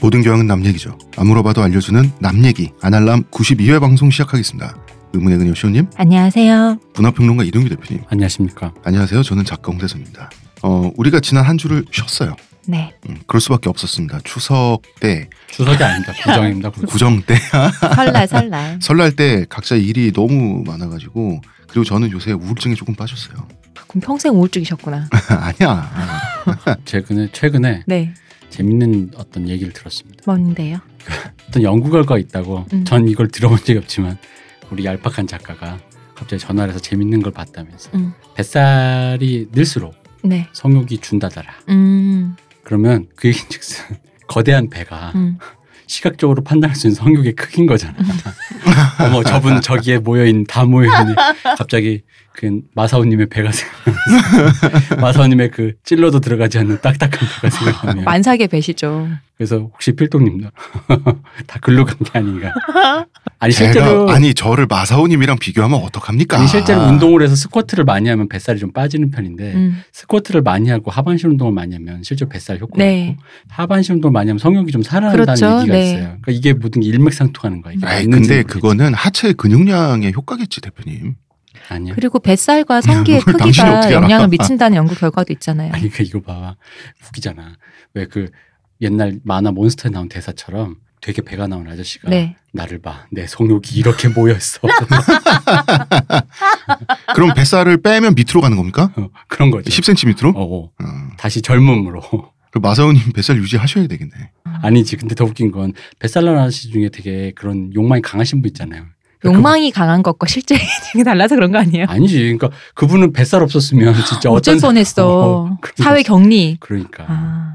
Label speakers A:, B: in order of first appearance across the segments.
A: 모든 교양은 남 얘기죠. 안 물어봐도 알려주는 남 얘기 아날람 92회 방송 시작하겠습니다. 의문의 그녀 시호님,
B: 안녕하세요.
A: 문화평론가 이동규 대표님,
C: 안녕하십니까.
A: 안녕하세요. 저는 작가 홍대선입니다. 어, 우리가 지난 한 주를 쉬었어요.
B: 네.
A: 음, 그럴 수밖에 없었습니다. 추석 때,
C: 추석이 아닙니다. 구정입니다. 구정.
A: 구정 때,
B: 설날 설날.
A: 설날 때 각자 일이 너무 많아가지고 그리고 저는 요새 우울증에 조금 빠졌어요.
B: 그럼 평생 우울증이셨구나.
A: 아니야.
C: 최근에 최근에
B: 네.
C: 재밌는 어떤 얘기를 들었습니다.
B: 뭔데요?
C: 어떤 연구 결과가 있다고.
B: 음.
C: 전 이걸 들어본 적이 없지만 우리 얄팍한 작가가 갑자기 전화를 해서 재밌는 걸 봤다면서
B: 음.
C: 뱃살이 늘수록
B: 네.
C: 성욕이 준다더라.
B: 음.
C: 그러면 그 얘기인즉슨 거대한 배가
B: 음.
C: 시각적으로 판단할 수 있는 성욕의 크기인 거잖아. 어머 저분 저기에 모여 있는 다 모여 있는 갑자기 그 마사오님의 배가 생각나면서 마사오님의 그 찔러도 들어가지 않는 딱딱한 배가 생각나면
B: 네. 만삭의 배시죠.
C: 그래서 혹시 필독님도 다 글로 간 게 아닌가? 아니 그 실제로
A: 제가 아니 저를 마사오님이랑 비교하면 어떡합니까?
C: 아니, 실제로 운동을 해서 스쿼트를 많이 하면 뱃살이 좀 빠지는 편인데
B: 음.
C: 스쿼트를 많이 하고 하반신 운동을 많이 하면 실제 로 뱃살 효과가
B: 네.
C: 있고 하반신 운동을 많이 하면 성욕이 좀 살아난다는
B: 그렇죠.
C: 얘기가
B: 네.
C: 있어요. 그러니까 이게 모든 게 일맥상통하는 거야. 이게
A: 아이,
C: 맞는지는
A: 근데
C: 모르겠지만.
A: 그거는 하체 근육량의 효과겠지 대표님.
C: 아니야.
B: 그리고 뱃살과 성기의
A: 그걸 당신이
B: 크기가
A: 어떻게 알아?
B: 영향을 미친다는 연구 결과도 있잖아요.
C: 아니 그러니까 이거 봐봐 웃기잖아. 왜 그 옛날 만화 몬스터에 나온 대사처럼 되게 배가 나온 아저씨가
B: 네.
C: 나를 봐. 내 성욕이 이렇게 모였어.
A: 그럼 뱃살을 빼면 밑으로 가는 겁니까?
C: 어, 그런 거죠.
A: 10cm 밑으로?
C: 어, 어.
A: 음.
C: 다시 젊음으로.
A: 그럼 마사오님 뱃살 유지하셔야 되겠네.
C: 아니지. 근데 더 웃긴 건 뱃살난 아저씨 중에 되게 그런 욕망이 강하신 분 있잖아요.
B: 욕망이 강한 것과 실제 되게 달라서 그런 거 아니에요?
C: 아니지. 그러니까 그분은 뱃살 없었으면
B: 네.
C: 진짜
B: 어쩔
C: 어떤
B: 뻔했어.
C: 어, 그런
B: 사회
C: 거지.
B: 격리.
C: 그러니까
B: 아.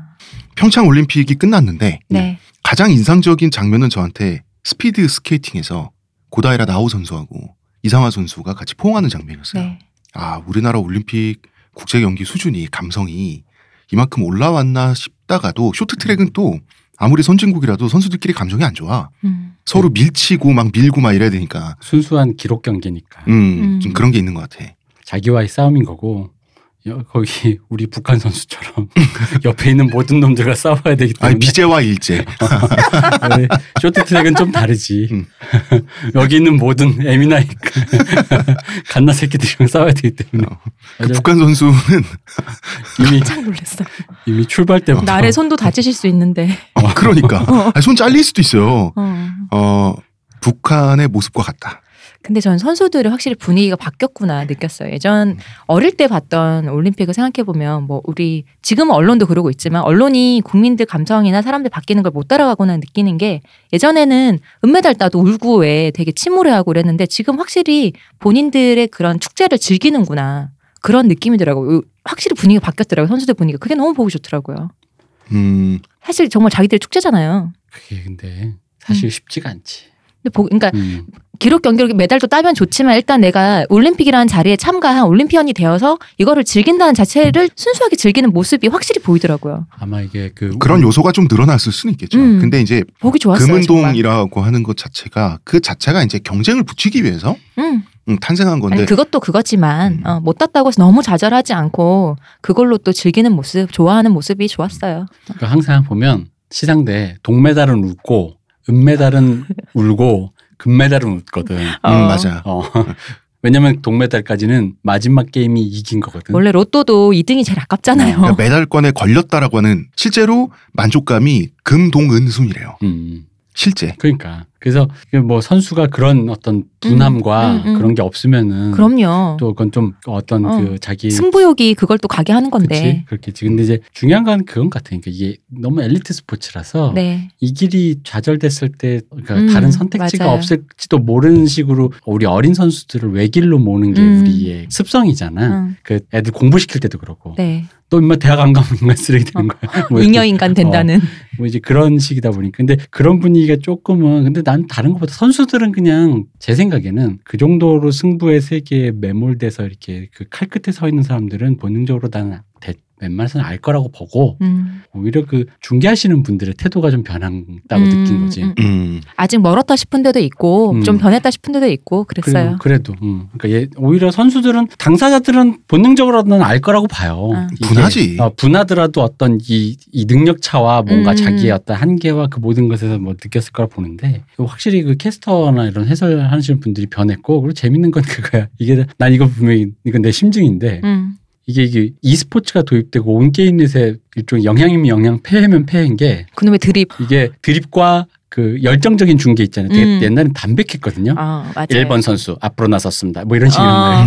A: 평창 올림픽이 끝났는데
B: 네.
A: 가장 인상적인 장면은 저한테 스피드 스케이팅에서 고다이라 나오 선수하고 이상화 선수가 같이 포옹하는 장면이었어요.
B: 네.
A: 아, 우리나라 올림픽 국제 경기 수준이 감성이 이만큼 올라왔나 싶다가도 쇼트트랙은 또 아무리 선진국이라도 선수들끼리 감정이 안 좋아.
B: 음.
A: 서로
C: 네.
A: 밀치고 막 밀고 막 이래야 되니까.
C: 순수한 기록 경기니까
A: 음, 좀
B: 음.
A: 그런 게 있는 것
C: 네.
A: 같아.
C: 자기와의 싸움인 거고 여- 거기 우리 북한 선수처럼 옆에 있는 모든 놈들과 싸워야 되기
A: 아니,
C: 때문에
A: 미제와 일제.
C: 원래 쇼트트랙은 좀 다르지.
A: 음.
C: 여기 있는 모든 애미나 갓나 새끼들이랑 싸워야 되기 때문에
A: 어. 그
C: 맞아요.
A: 북한 선수는
C: 이미
B: 깜짝 놀랐어요.
C: 이미 출발 때부터
B: 날에 손도 다치실 수 있는데.
A: 어, 그러니까 아니, 손 잘릴 수도 있어요.
B: 어.
A: 어, 북한의 모습과 같다.
B: 근데 전 선수들이 확실히 분위기가 바뀌었구나 느꼈어요. 예전 어릴 때 봤던 올림픽을 생각해 보면 뭐 우리 지금은 언론도 그러고 있지만 언론이 국민들 감성이나 사람들 바뀌는 걸 못 따라가거나 느끼는 게 예전에는 은메달 따도 울고 왜 되게 침울해하고 그랬는데 지금 확실히 본인들의 그런 축제를 즐기는구나 그런 느낌이더라고요. 확실히 분위기가 바뀌었더라고요. 선수들 분위기가 그게 너무 보기 좋더라고요.
A: 음,
B: 사실 정말 자기들 축제잖아요.
C: 그게 근데 사실
B: 음.
C: 쉽지가 않지.
B: 근데 보, 그러니까
C: 음.
B: 기록 경기를 메달도 따면 좋지만 일단 내가 올림픽이라는 자리에 참가한 올림피언이 되어서 이거를 즐긴다는 자체를 순수하게 즐기는 모습이 확실히 보이더라고요.
C: 아마 이게 그
A: 그런 요소가 좀 늘어났을 수는 있겠죠.
B: 음.
A: 근데 이제
B: 보기 좋았어요. 정말.
A: 금은동이라고 하는 것 자체가 그 자체가 이제 경쟁을 붙이기 위해서
B: 음.
A: 음, 탄생한 건데
B: 아니 그것도 그거지만
A: 음.
B: 어, 못 땄다고 해서 너무 좌절하지 않고 그걸로 또 즐기는 모습, 좋아하는 모습이 좋았어요.
C: 그러니까 항상 보면 시상대 동메달은 웃고 은메달은 울고 금메달은 웃거든.
A: 음,
B: 어.
A: 맞아.
C: 어. 왜냐면 동메달까지는 마지막 게임이 이긴
A: 음.
C: 거거든.
B: 원래 로또도 2등이 제일 아깝잖아요.
A: 그러니까 메달권에 걸렸다라고 하는 실제로 만족감이 금동은순이래요.
C: 음.
A: 실제.
C: 그러니까 그래서 그뭐 선수가 그런 어떤 분함과
B: 음, 음, 음.
C: 그런 게 없으면은
B: 그럼요.
C: 또 그건 좀 어떤
B: 어.
C: 그 자기
B: 승부욕이 네. 그걸 또 가게 하는
C: 그치
B: 건데.
C: 그렇겠지 근데 이제 중요한 건 그건 같아 그러니까 이게 너무 엘리트 스포츠라서
B: 네.
C: 이 길이 좌절됐을 때 그러니까
B: 음,
C: 다른 선택지가
B: 맞아요.
C: 없을지도 모르는 식으로 우리 어린 선수들을 외길로 모으는 게
B: 음.
C: 우리의 습성이잖아
B: 응.
C: 그 애들 공부시킬 때도 그렇고
B: 네. 어.
C: 또 인마 대학 안 가면 인마 쓰레기 되는 거야 뭐 이렇게
B: 잉여인간 된다는.
C: 뭐 이제 그런 식이다 보니까 근데 그런 분위기가 조금은 근데 난 다른 것보다 선수들은 그냥 제 생각에는 그 정도로 승부의 세계에 매몰돼서 이렇게 그 칼끝에 서 있는 사람들은 본능적으로 나는 대, 웬만해서는 알 거라고 보고
B: 음.
C: 오히려 그 중계하시는 분들의 태도가 좀 변한다고
B: 음,
C: 느낀 거지.
B: 음.
A: 음.
B: 아직 멀었다 싶은 데도 있고
C: 음.
B: 좀 변했다 싶은 데도 있고 그랬어요.
C: 그래도, 그래도, 음. 그러니까 얘, 오히려 선수들은 당사자들은 본능적으로는 알 거라고 봐요.
B: 아.
C: 이게,
A: 분하지.
C: 어, 분하더라도 어떤 이, 이 능력 차와 뭔가
B: 음.
C: 자기의 어떤 한계와 그 모든 것에서 뭐 느꼈을 거라 보는데 확실히 그 캐스터나 이런 해설하시는 분들이 변했고 그리고 재밌는 건 그거야. 이게 난 이거 분명히 이건 내 심증인데
B: 음.
C: 이게 이게 e스포츠가 도입되고 온 게임넷의 일종의 영향이면 영향, 폐해면 폐해인 게
B: 그놈의 드립.
C: 이게 드립과 그 열정적인 중계 있잖아요. 되게
B: 음.
C: 옛날엔 담백했거든요.
B: 아 맞아요.
C: 일본 선수 앞으로 나섰습니다. 뭐 이런 식의
B: 아.
C: 말.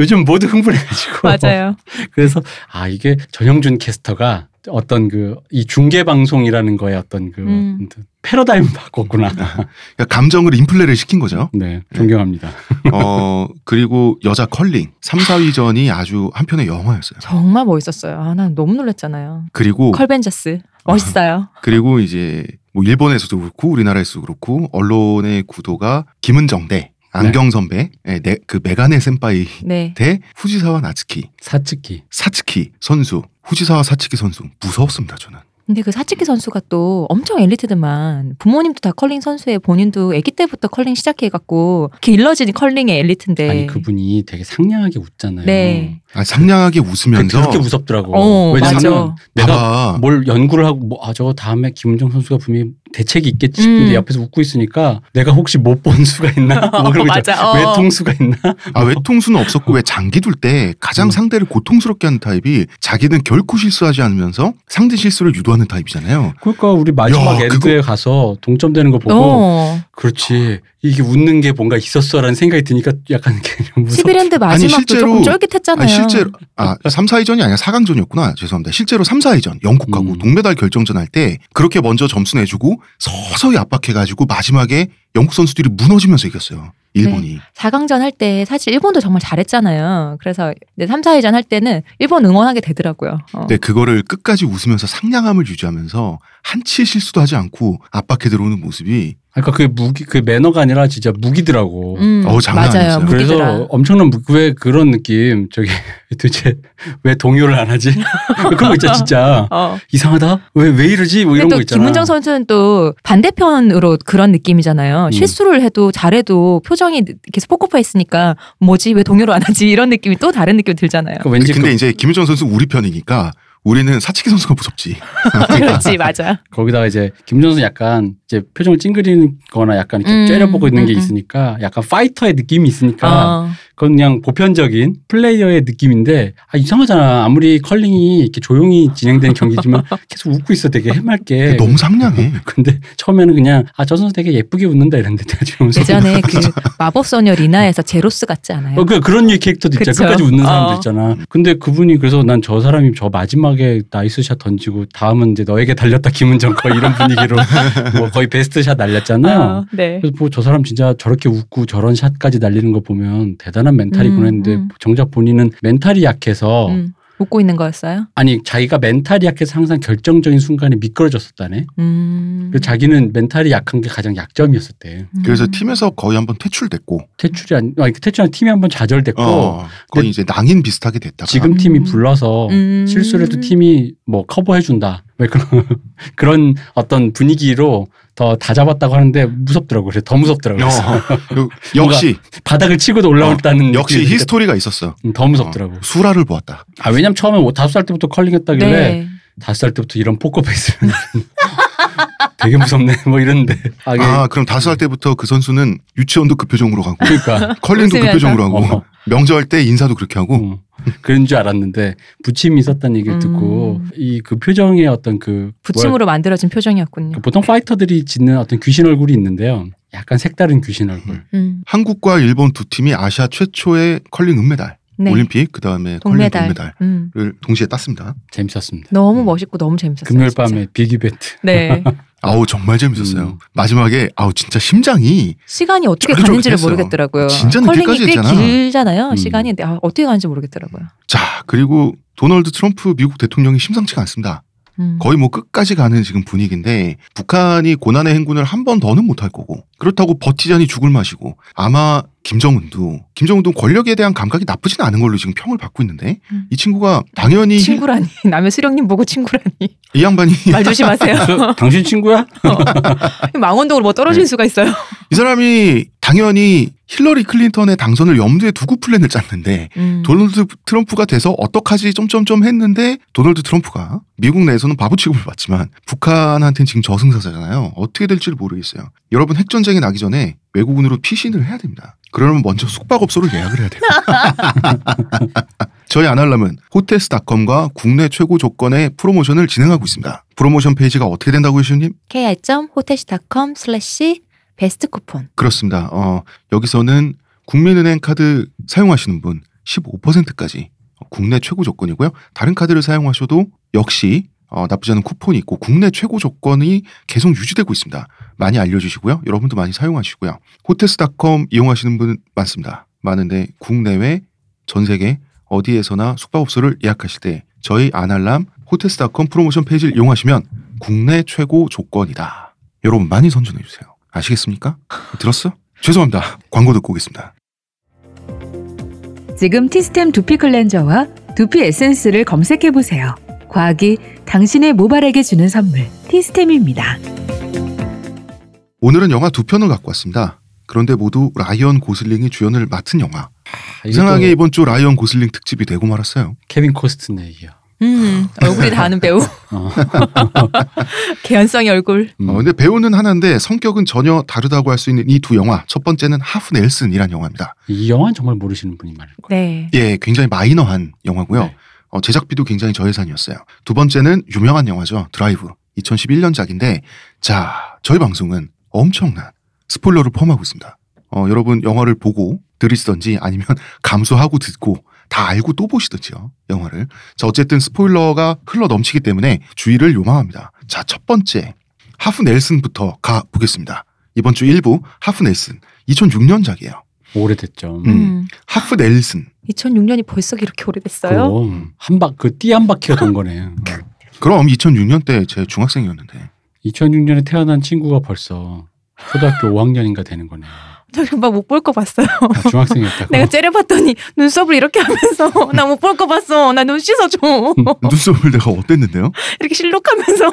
C: 요즘 모두 흥분해가지고.
B: 맞아요.
C: 그래서 아 이게 전형준 캐스터가 어떤 그 이 중계 방송이라는 거에 어떤 그
B: 음.
C: 패러다임 바꿨구나.
A: 그러니까 감정을 인플레를 시킨 거죠.
C: 네, 존경합니다.
A: 어 그리고 여자 컬링 3, 4위전이 아주 한편의 영화였어요.
B: 정말 멋있었어요. 아, 난 너무 놀랐잖아요.
A: 그리고
B: 컬벤저스 멋있어요.
A: 그리고 이제 뭐 일본에서도 그렇고 우리나라에서도 그렇고 언론의 구도가 김은정 대 안경 선배, 예, 네, 그 메가네 센파이
B: 네.
A: 대 후지사와 나츠키,
C: 사츠키.
A: 사츠키 선수, 후지사와 사츠키 선수 무서웠습니다 저는.
B: 근데 그 사츠키 선수가 또 엄청 엘리트드만 부모님도 다 컬링 선수에 본인도 아기 때부터 컬링 시작해갖고 길러진 컬링의 엘리트인데.
C: 아니 그분이 되게 상냥하게 웃잖아요.
B: 네.
A: 아, 상냥하게
C: 그,
A: 웃으면서 아,
C: 그렇게 무섭더라고.
B: 어,
C: 왜냐면
B: 맞아.
C: 내가
A: 봐봐.
C: 뭘 연구를 하고 뭐, 아 저거 다음에 김은정 선수가 분명히 대책이 있겠지 싶은데
B: 음.
C: 옆에서 웃고 있으니까 내가 혹시 못 본 수가 있나? 뭐 그러고 있잖아.
B: 맞아. 어.
C: 외통수가 있나?
A: 아, 외통수는 없었고 왜 장기 둘 때 가장
C: 뭐- 음.
A: 상대를 고통스럽게 하는 타입이 자기는 결코 실수하지 않으면서 상대 실수를 유도하는 타입이잖아요.
C: 그러니까 우리 마지막
A: 야,
C: 엔드에 가서 동점되는 거 보고
B: 어.
C: 그렇지 이게 웃는 게 뭔가 있었어라는 생각이 드니까 약간 무섭.
B: 시비랜드 마지막도
A: 실제로-
B: 조금 쫄깃했잖아요.
A: 아니 실제로 아 3, 4위전이 아니라 4강전이었구나. 죄송합니다. 실제로 3, 4위전 영국하고
C: 음.
A: 동메달 결정전 할 때 그렇게 먼저 점수 내주고 서서히 압박해 가지고 마지막에 영국 선수들이 무너지면서 이겼어요. 일본이.
C: 네.
B: 4강전 할 때 사실 일본도 정말 잘했잖아요. 그래서 이제 3, 4회전 할 때는 일본 응원하게 되더라고요. 어.
A: 근데 그거를 끝까지 웃으면서 상냥함을 유지하면서 한치 실수도 하지 않고 압박해 들어오는 모습이
C: 그러니까 그게 무기 그 매너가 아니라 진짜 무기더라고.
B: 음,
A: 어우, 장난
B: 맞아요.
A: 아니었어요.
B: 무기들아.
C: 그래서 엄청난 무- 왜 그런 느낌 저기 도대체 왜 동요를 안 하지? 그런 거 있잖아 진짜
B: 어.
C: 이상하다 왜 왜 이러지? 뭐
B: 근데
C: 이런
B: 또
C: 거 있잖아.
B: 김은정 선수는 또 반대편으로 그런 느낌이잖아요.
C: 음.
B: 실수를 해도 잘해도 표정이 계속 포커파 있으니까 뭐지 왜 동요를 안 하지 이런 느낌이 또 다른 느낌이 들잖아요.
C: 그러니까 왠지
A: 근데
C: 그-
A: 이제 김유정 선수 우리 편이니까 우리는 사치기 선수가
C: 네.
A: 무섭지.
B: 그렇지 맞아.
C: 거기다가 이제 김준수 약간 이제 표정을 찡그리거나 약간 이렇게
B: 음,
C: 째려보고 있는 게
B: 음, 음.
C: 있으니까 약간 파이터의
A: 아,
C: 느낌이 있으니까
B: 어.
C: 그건 그냥 보편적인 플레이어의 느낌인데 아 이상하잖아 아무리 컬링이 이렇게 조용히 진행되는 경기지만 계속 웃고 있어 되게 해맑게
A: 너무 상냥해.
C: 근데 처음에는 그냥 아 저 선수 되게 예쁘게 웃는다 이랬는데 나중에 웃어
B: 예전에 그 마법소녀 리나에서 제로스 같지 않아요?
C: 어, 그 그런 유 캐릭터도 있잖아.
B: 그쵸?
C: 끝까지 웃는 사람도
B: 어.
C: 있잖아. 근데 그분이 그래서 난 저 사람이 저 마지막에 나이스 샷 던지고 다음은 이제 너에게 달렸다 김은정 거의 이런 분위기로 뭐 거의 베스트 샷 날렸잖아.
B: 어, 네.
C: 그래서 뭐 저 사람 진짜 저렇게 웃고 저런 샷까지 날리는 거 보면 대단한 멘탈이구나
B: 음,
C: 했는데
B: 음.
C: 정작 본인은 멘탈이 약해서
B: 음, 웃고 있는 거였어요.
C: 아니 자기가 멘탈이 약해서 항상 결정적인 순간에 미끄러졌었다네.
B: 음.
C: 그래서 자기는 멘탈이 약한 게 가장 약점이었었대.
B: 음.
A: 그래서 팀에서 거의 한번 퇴출됐고
C: 퇴출이 아니 아니, 퇴출한 팀이 한번 좌절됐고
A: 어, 거의 이제 낭인 비슷하게 됐다가
C: 지금 팀이
B: 음.
C: 불러서
B: 음.
C: 실수를 해도 팀이 뭐 커버해준다. 왜 그런, 그런 어떤 분위기로 더 다 잡았다고 하는데 무섭더라고. 그래서 더 무섭더라고. 그래서
A: 어, 요- 역시
C: 바닥을 치고도 올라왔다는
A: 어, 역시
C: 느낌이 드니까
A: 히스토리가 있었어.
C: 더 음, 그러니까 무섭더라고.
A: 어, 수라를 보았다.
C: 아, 왜냐면 처음에 오- 다섯 살 때부터 컬링했다길래
B: 네.
C: 다섯 살 때부터 이런 포커페이스를 되게 무섭네. 뭐 이랬는데. 아, 이게
A: 아 그럼 다섯 살 때부터 그 선수는 유치원도 그 표정으로 가고
C: 그러니까.
A: 컬링도 그
B: 웃으면서.
A: 표정으로 하고
C: 어.
A: 명절 때 인사도 그렇게 하고
C: 음, 그런 줄 알았는데 부침이 있었다는 얘기를
B: 음.
C: 듣고 이 그 표정의 어떤 그 뭐랄까,
B: 부침으로 만들어진 표정이었군요.
C: 그 보통 파이터들이 짓는 어떤 귀신 얼굴이 있는데요. 약간 색다른 귀신 얼굴.
B: 음.
A: 한국과 일본 두 팀이 아시아 최초의 컬링 은메달
B: 네.
A: 올림픽 그 다음에 컬링
B: 동메달.
A: 동메달을
B: 음.
A: 동시에 땄습니다.
C: 재밌었습니다.
B: 너무 멋있고 너무 재밌었어요.
C: 금요일
B: 진짜.
C: 밤에 빅 이벤트.
B: 네.
A: 아우 정말 재밌었어요.
C: 음.
A: 마지막에 아우 진짜 심장이
B: 시간이 어떻게
A: 쫄깃쫄깃
B: 가는지를
A: 했어요.
B: 모르겠더라고요.
A: 진짜 늦게까지
B: 컬링이 꽤
A: 했잖아.
B: 길잖아요.
C: 음.
B: 시간이 근데 아, 어떻게 가는지 모르겠더라고요.
A: 자 그리고 도널드 트럼프 미국 대통령이 심상치가 않습니다.
B: 음.
A: 거의 뭐 끝까지 가는 지금 분위기인데 북한이 고난의 행군을 한 번 더는 못할 거고 그렇다고 버티자니 죽을 맛이고 아마 김정은도 김정은도 권력에 대한 감각이 나쁘진 않은 걸로 지금 평을 받고 있는데
B: 음.
A: 이 친구가 당연히
B: 친구라니 남의 수령님 보고 친구라니
A: 이 양반이
B: 말 조심하세요.
C: 저, 당신 친구야?
B: 망원동으로 뭐 떨어질
A: 네.
B: 수가 있어요.
A: 이 사람이 당연히 힐러리 클린턴의 당선을 염두에 두고 플랜을 짰는데
B: 음.
A: 도널드 트럼프가 돼서 어떡하지 점점점 했는데 도널드 트럼프가 미국 내에서는 바보 취급을 받지만 북한한테는 지금 저승사자잖아요. 어떻게 될지 를 모르겠어요. 여러분 핵전쟁이 나기 전에 외국인으로 피신을 해야 됩니다. 그러면 먼저 숙박업소를 예약을 해야 돼요. 저희 안 하려면 호텔스닷컴과 국내 최고 조건의 프로모션을 진행하고 있습니다. 프로모션 페이지가 어떻게 된다고 해주님?
B: kr.호텔시.com/slash 베스트 쿠폰.
A: 그렇습니다. 어, 여기서는 국민은행 카드 사용하시는 분 15%까지 어, 국내 최고 조건이고요. 다른 카드를 사용하셔도 역시 어, 나쁘지 않은 쿠폰이 있고 국내 최고 조건이 계속 유지되고 있습니다. 많이 알려주시고요. 여러분도 많이 사용하시고요. 호텔스닷컴 이용하시는 분 많습니다. 많은데 국내외 전 세계 어디에서나 숙박업소를 예약하실 때 저희 아날람 호텔스닷컴 프로모션 페이지를 이용하시면 국내 최고 조건이다. 여러분 많이 선전해 주세요. 아시겠습니까? 들었어? 죄송합니다. 광고 듣고 오겠습니다.
D: 지금 티스템 두피 클렌저와 두피 에센스를 검색해 보세요. 과학이 당신의 모발에게 주는 선물 티스템입니다.
A: 오늘은 영화 두 편을 갖고 왔습니다. 그런데 모두 라이언 고슬링이 주연을 맡은 영화.
C: 아,
A: 이상하게
C: 이것도
A: 이번 주 라이언 고슬링 특집이 되고 말았어요.
C: 케빈 코스트네이요.
B: 음, 얼굴이 다 아는 배우.
C: 어.
B: 개연성의 얼굴.
C: 음.
A: 어, 근데 배우는 하나인데 성격은 전혀 다르다고 할 수 있는 이 두 영화. 첫 번째는 하프 넬슨이란 영화입니다.
C: 이 영화는 정말 모르시는 분이 많을 거예요.
B: 네.
A: 예, 굉장히 마이너한 영화고요.
C: 네.
A: 어, 제작비도 굉장히 저예산이었어요. 두 번째는 유명한 영화죠. 드라이브. 2011년작인데 자, 저희 방송은 엄청난 스포일러를 포함하고 있습니다. 어, 여러분 영화를 보고 들으시던지 아니면 감수하고 듣고 다 알고 또 보시던지요. 영화를. 자, 어쨌든 스포일러가 흘러 넘치기 때문에 주의를 요망합니다. 자, 첫 번째. 하프 넬슨부터 가 보겠습니다. 이번 주 1부 하프 넬슨 2006년작이에요.
C: 오래됐죠.
A: 음.
B: 음.
A: 하프 넬슨
B: 2006년이 벌써 이렇게 오래됐어요.
C: 그럼 음. 한바그띠한 바퀴가 돈 거네. 요
A: 그럼 2006년 때 제 중학생이었는데
C: 2006년에 태어난 친구가 벌써 초등학교 5학년인가 되는 거네.
B: 저 금방 못 볼 거 봤어요.
C: 아, 중학생이었다고.
B: 내가 째려봤더니 눈썹을 이렇게 하면서 나 못 볼 거 봤어. 나 눈 씻어줘.
A: 눈썹을 내가 어땠는데요?
B: 이렇게 실룩하면서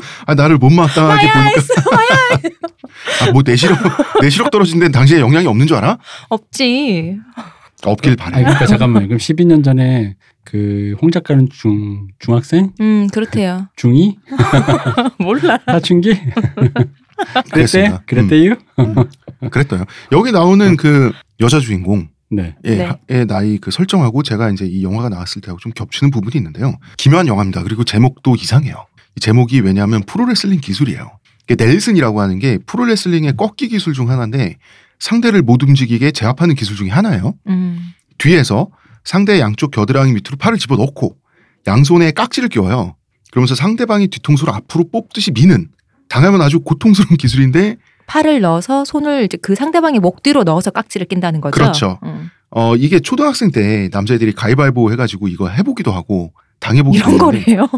A: 아 나를 못마땅하게
B: 마야
A: 보니까
B: 했어. 마야
A: 아뭐 내시력 내시력 떨어진 데는 당신에 영향이 없는 줄 알아?
B: 없지.
A: 없길
C: 아
A: 바래.
C: 그러니까 잠깐만. 그럼 12년 전에 그 홍 작가는 중 중학생?
B: 음 그렇대요.
C: 중이?
B: 몰라.
C: 사춘기? 그랬대?
A: 그랬습니다. 음.
C: 그랬대요?
A: 그랬어요. 여기 나오는 그 여자 주인공
C: 네.
A: 예,
B: 네.
A: 하- 의 나이 그 설정하고 제가 이제 이 영화가 나왔을 때하고 좀 겹치는 부분이 있는데요. 기묘한 영화입니다. 그리고 제목도 이상해요. 이 제목이 왜냐하면 프로레슬링 기술이에요. 이게 넬슨이라고 하는 게 프로레슬링의 꺾기 기술 중 하나인데 상대를 못 움직이게 제압하는 기술 중에 하나예요.
B: 음.
A: 뒤에서 상대 양쪽 겨드랑이 밑으로 팔을 집어넣고 양손에 깍지를 끼워요. 그러면서 상대방이 뒤통수를 앞으로 뽑듯이 미는 당하면 아주 고통스러운 기술인데
B: 팔을 넣어서 손을 이제 그 상대방의 목 뒤로 넣어서 깍지를 낀다는 거죠.
A: 그렇죠.
B: 음.
A: 어 이게 초등학생 때 남자애들이 가위바위보 해가지고 이거 해보기도 하고 당해보기도
B: 이런
A: 하는데
B: 거래요.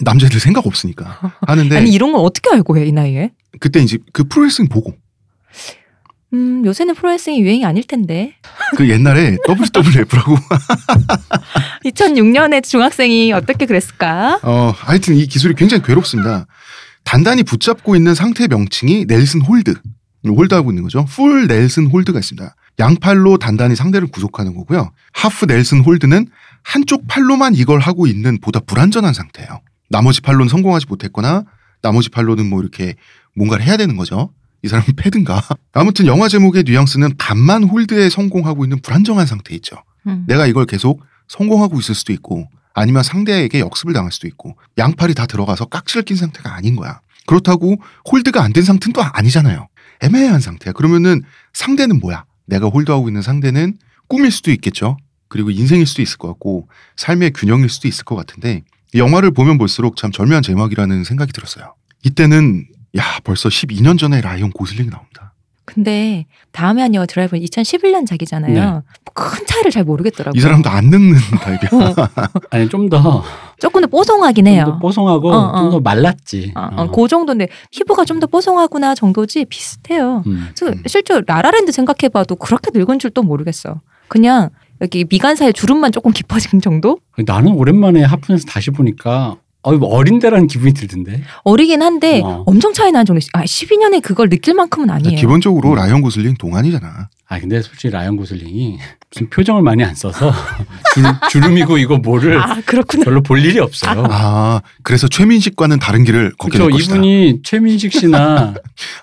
A: 남자애들 생각 없으니까 하는데
B: 아니 이런 걸 어떻게 알고 해 이 나이에?
A: 그때 이제 그 프로레슬링 보고
B: 음 요새는 프로레슬링이 유행이 아닐 텐데.
A: 그 옛날에 WWF라고
B: 아, 2006년에 중학생이 어떻게 그랬을까?
A: 어 하여튼 이 기술이 굉장히 괴롭습니다. 단단히 붙잡고 있는 상태 명칭이 넬슨 홀드. 홀드하고 있는 거죠. 풀 넬슨 홀드가 있습니다. 양팔로 단단히 상대를 구속하는 거고요. 하프 넬슨 홀드는 한쪽 팔로만 이걸 하고 있는 보다 불완전한 상태예요. 나머지 팔로는 성공하지 못했거나 나머지 팔로는 뭐 이렇게 뭔가를 해야 되는 거죠. 이 사람은 패든가. 아무튼 영화 제목의 뉘앙스는 반만 홀드에 성공하고 있는 불안정한 상태 있죠.
B: 음.
A: 내가 이걸 계속 성공하고 있을 수도 있고 아니면 상대에게 역습을 당할 수도 있고 양팔이 다 들어가서 깍지를 낀 상태가 아닌 거야. 그렇다고 홀드가 안 된 상태는 또 아니잖아요. 애매한 상태야. 그러면은 상대는 뭐야? 내가 홀드하고 있는 상대는 꿈일 수도 있겠죠. 그리고 인생일 수도 있을 것 같고 삶의 균형일 수도 있을 것 같은데 이 영화를 보면 볼수록 참 절묘한 제목이라는 생각이 들었어요. 이때는 야 벌써 12년 전에 라이언 고슬링이 나옵니다.
B: 근데 다음에 아니요 드라이브 2011년 작이잖아요.
C: 네.
B: 뭐큰 차이를 잘 모르겠더라고요.
A: 이 사람도 안 늙는 달걀.
C: 아니 좀더
B: 조금 더 뽀송하긴 해요.
C: 뽀송하고
B: 어, 어.
C: 좀 더 말랐지.
B: 어, 어,
C: 어.
B: 그 정도인데 피부가 좀 더 뽀송하구나 정도지 비슷해요.
C: 음.
B: 그래서
A: 음.
B: 실제 라라랜드 생각해봐도 그렇게 늙은 줄 또 모르겠어. 그냥 여기 미간 사이 주름만 조금 깊어진 정도?
C: 나는 오랜만에 하프에서 다시 보니까 어, 어린데라는 기분이 들던데.
B: 어리긴 한데
C: 어.
B: 엄청 차이 나는 정도. 아 12년에 그걸 느낄 만큼은 아니에요.
A: 기본적으로
C: 음.
A: 라이언 고슬링 동안이잖아.
C: 아 근데 솔직히 라이언 고슬링이 무슨 표정을 많이 안 써서 주름, 주름이고 이거 뭐를
B: 아 그렇구나.
C: 별로 볼 일이 없어요.
A: 아 그래서 최민식과는 다른 길을 걷게
C: 그렇죠.
A: 될 것이다.
C: 이분이 최민식 씨나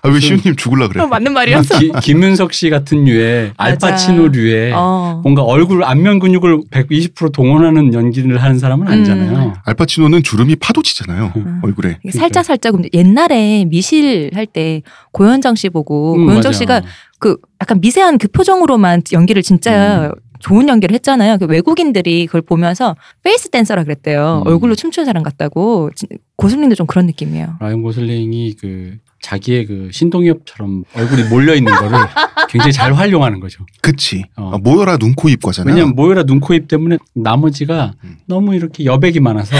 A: 아, 왜 시우님 죽을라 그래?
B: 맞는 말이었어.
C: 기- 김윤석 씨 같은 류의
B: 맞아.
C: 알파치노류의
B: 어.
C: 뭔가 얼굴 안면 근육을 120% 동원하는 연기를 하는 사람은 아니잖아요.
A: 알파치노는 주름이 파도치잖아요
B: 음.
A: 얼굴에.
B: 이게 살짝 살짝 근데 옛날에 미실 할 때 고현정 씨 보고
C: 음,
B: 고현정
C: 맞아요.
B: 씨가 그 약간 미세한 그 표정으로만 연기를 진짜
C: 음.
B: 좋은 연기를 했잖아요. 그 외국인들이 그걸 보면서 페이스 댄서라 그랬대요.
C: 음.
B: 얼굴로 춤추는 사람 같다고. 진- 고슬링도 좀 그런 느낌이에요.
C: 라이언 고슬링이 그 자기의 그 신동엽처럼 얼굴이 몰려 있는 거를 굉장히 잘 활용하는 거죠.
A: 그치.
C: 어.
A: 아, 모여라 눈코입 거잖아.
C: 왜냐면 모여라 눈코입 때문에 나머지가
A: 음.
C: 너무 이렇게 여백이 많아서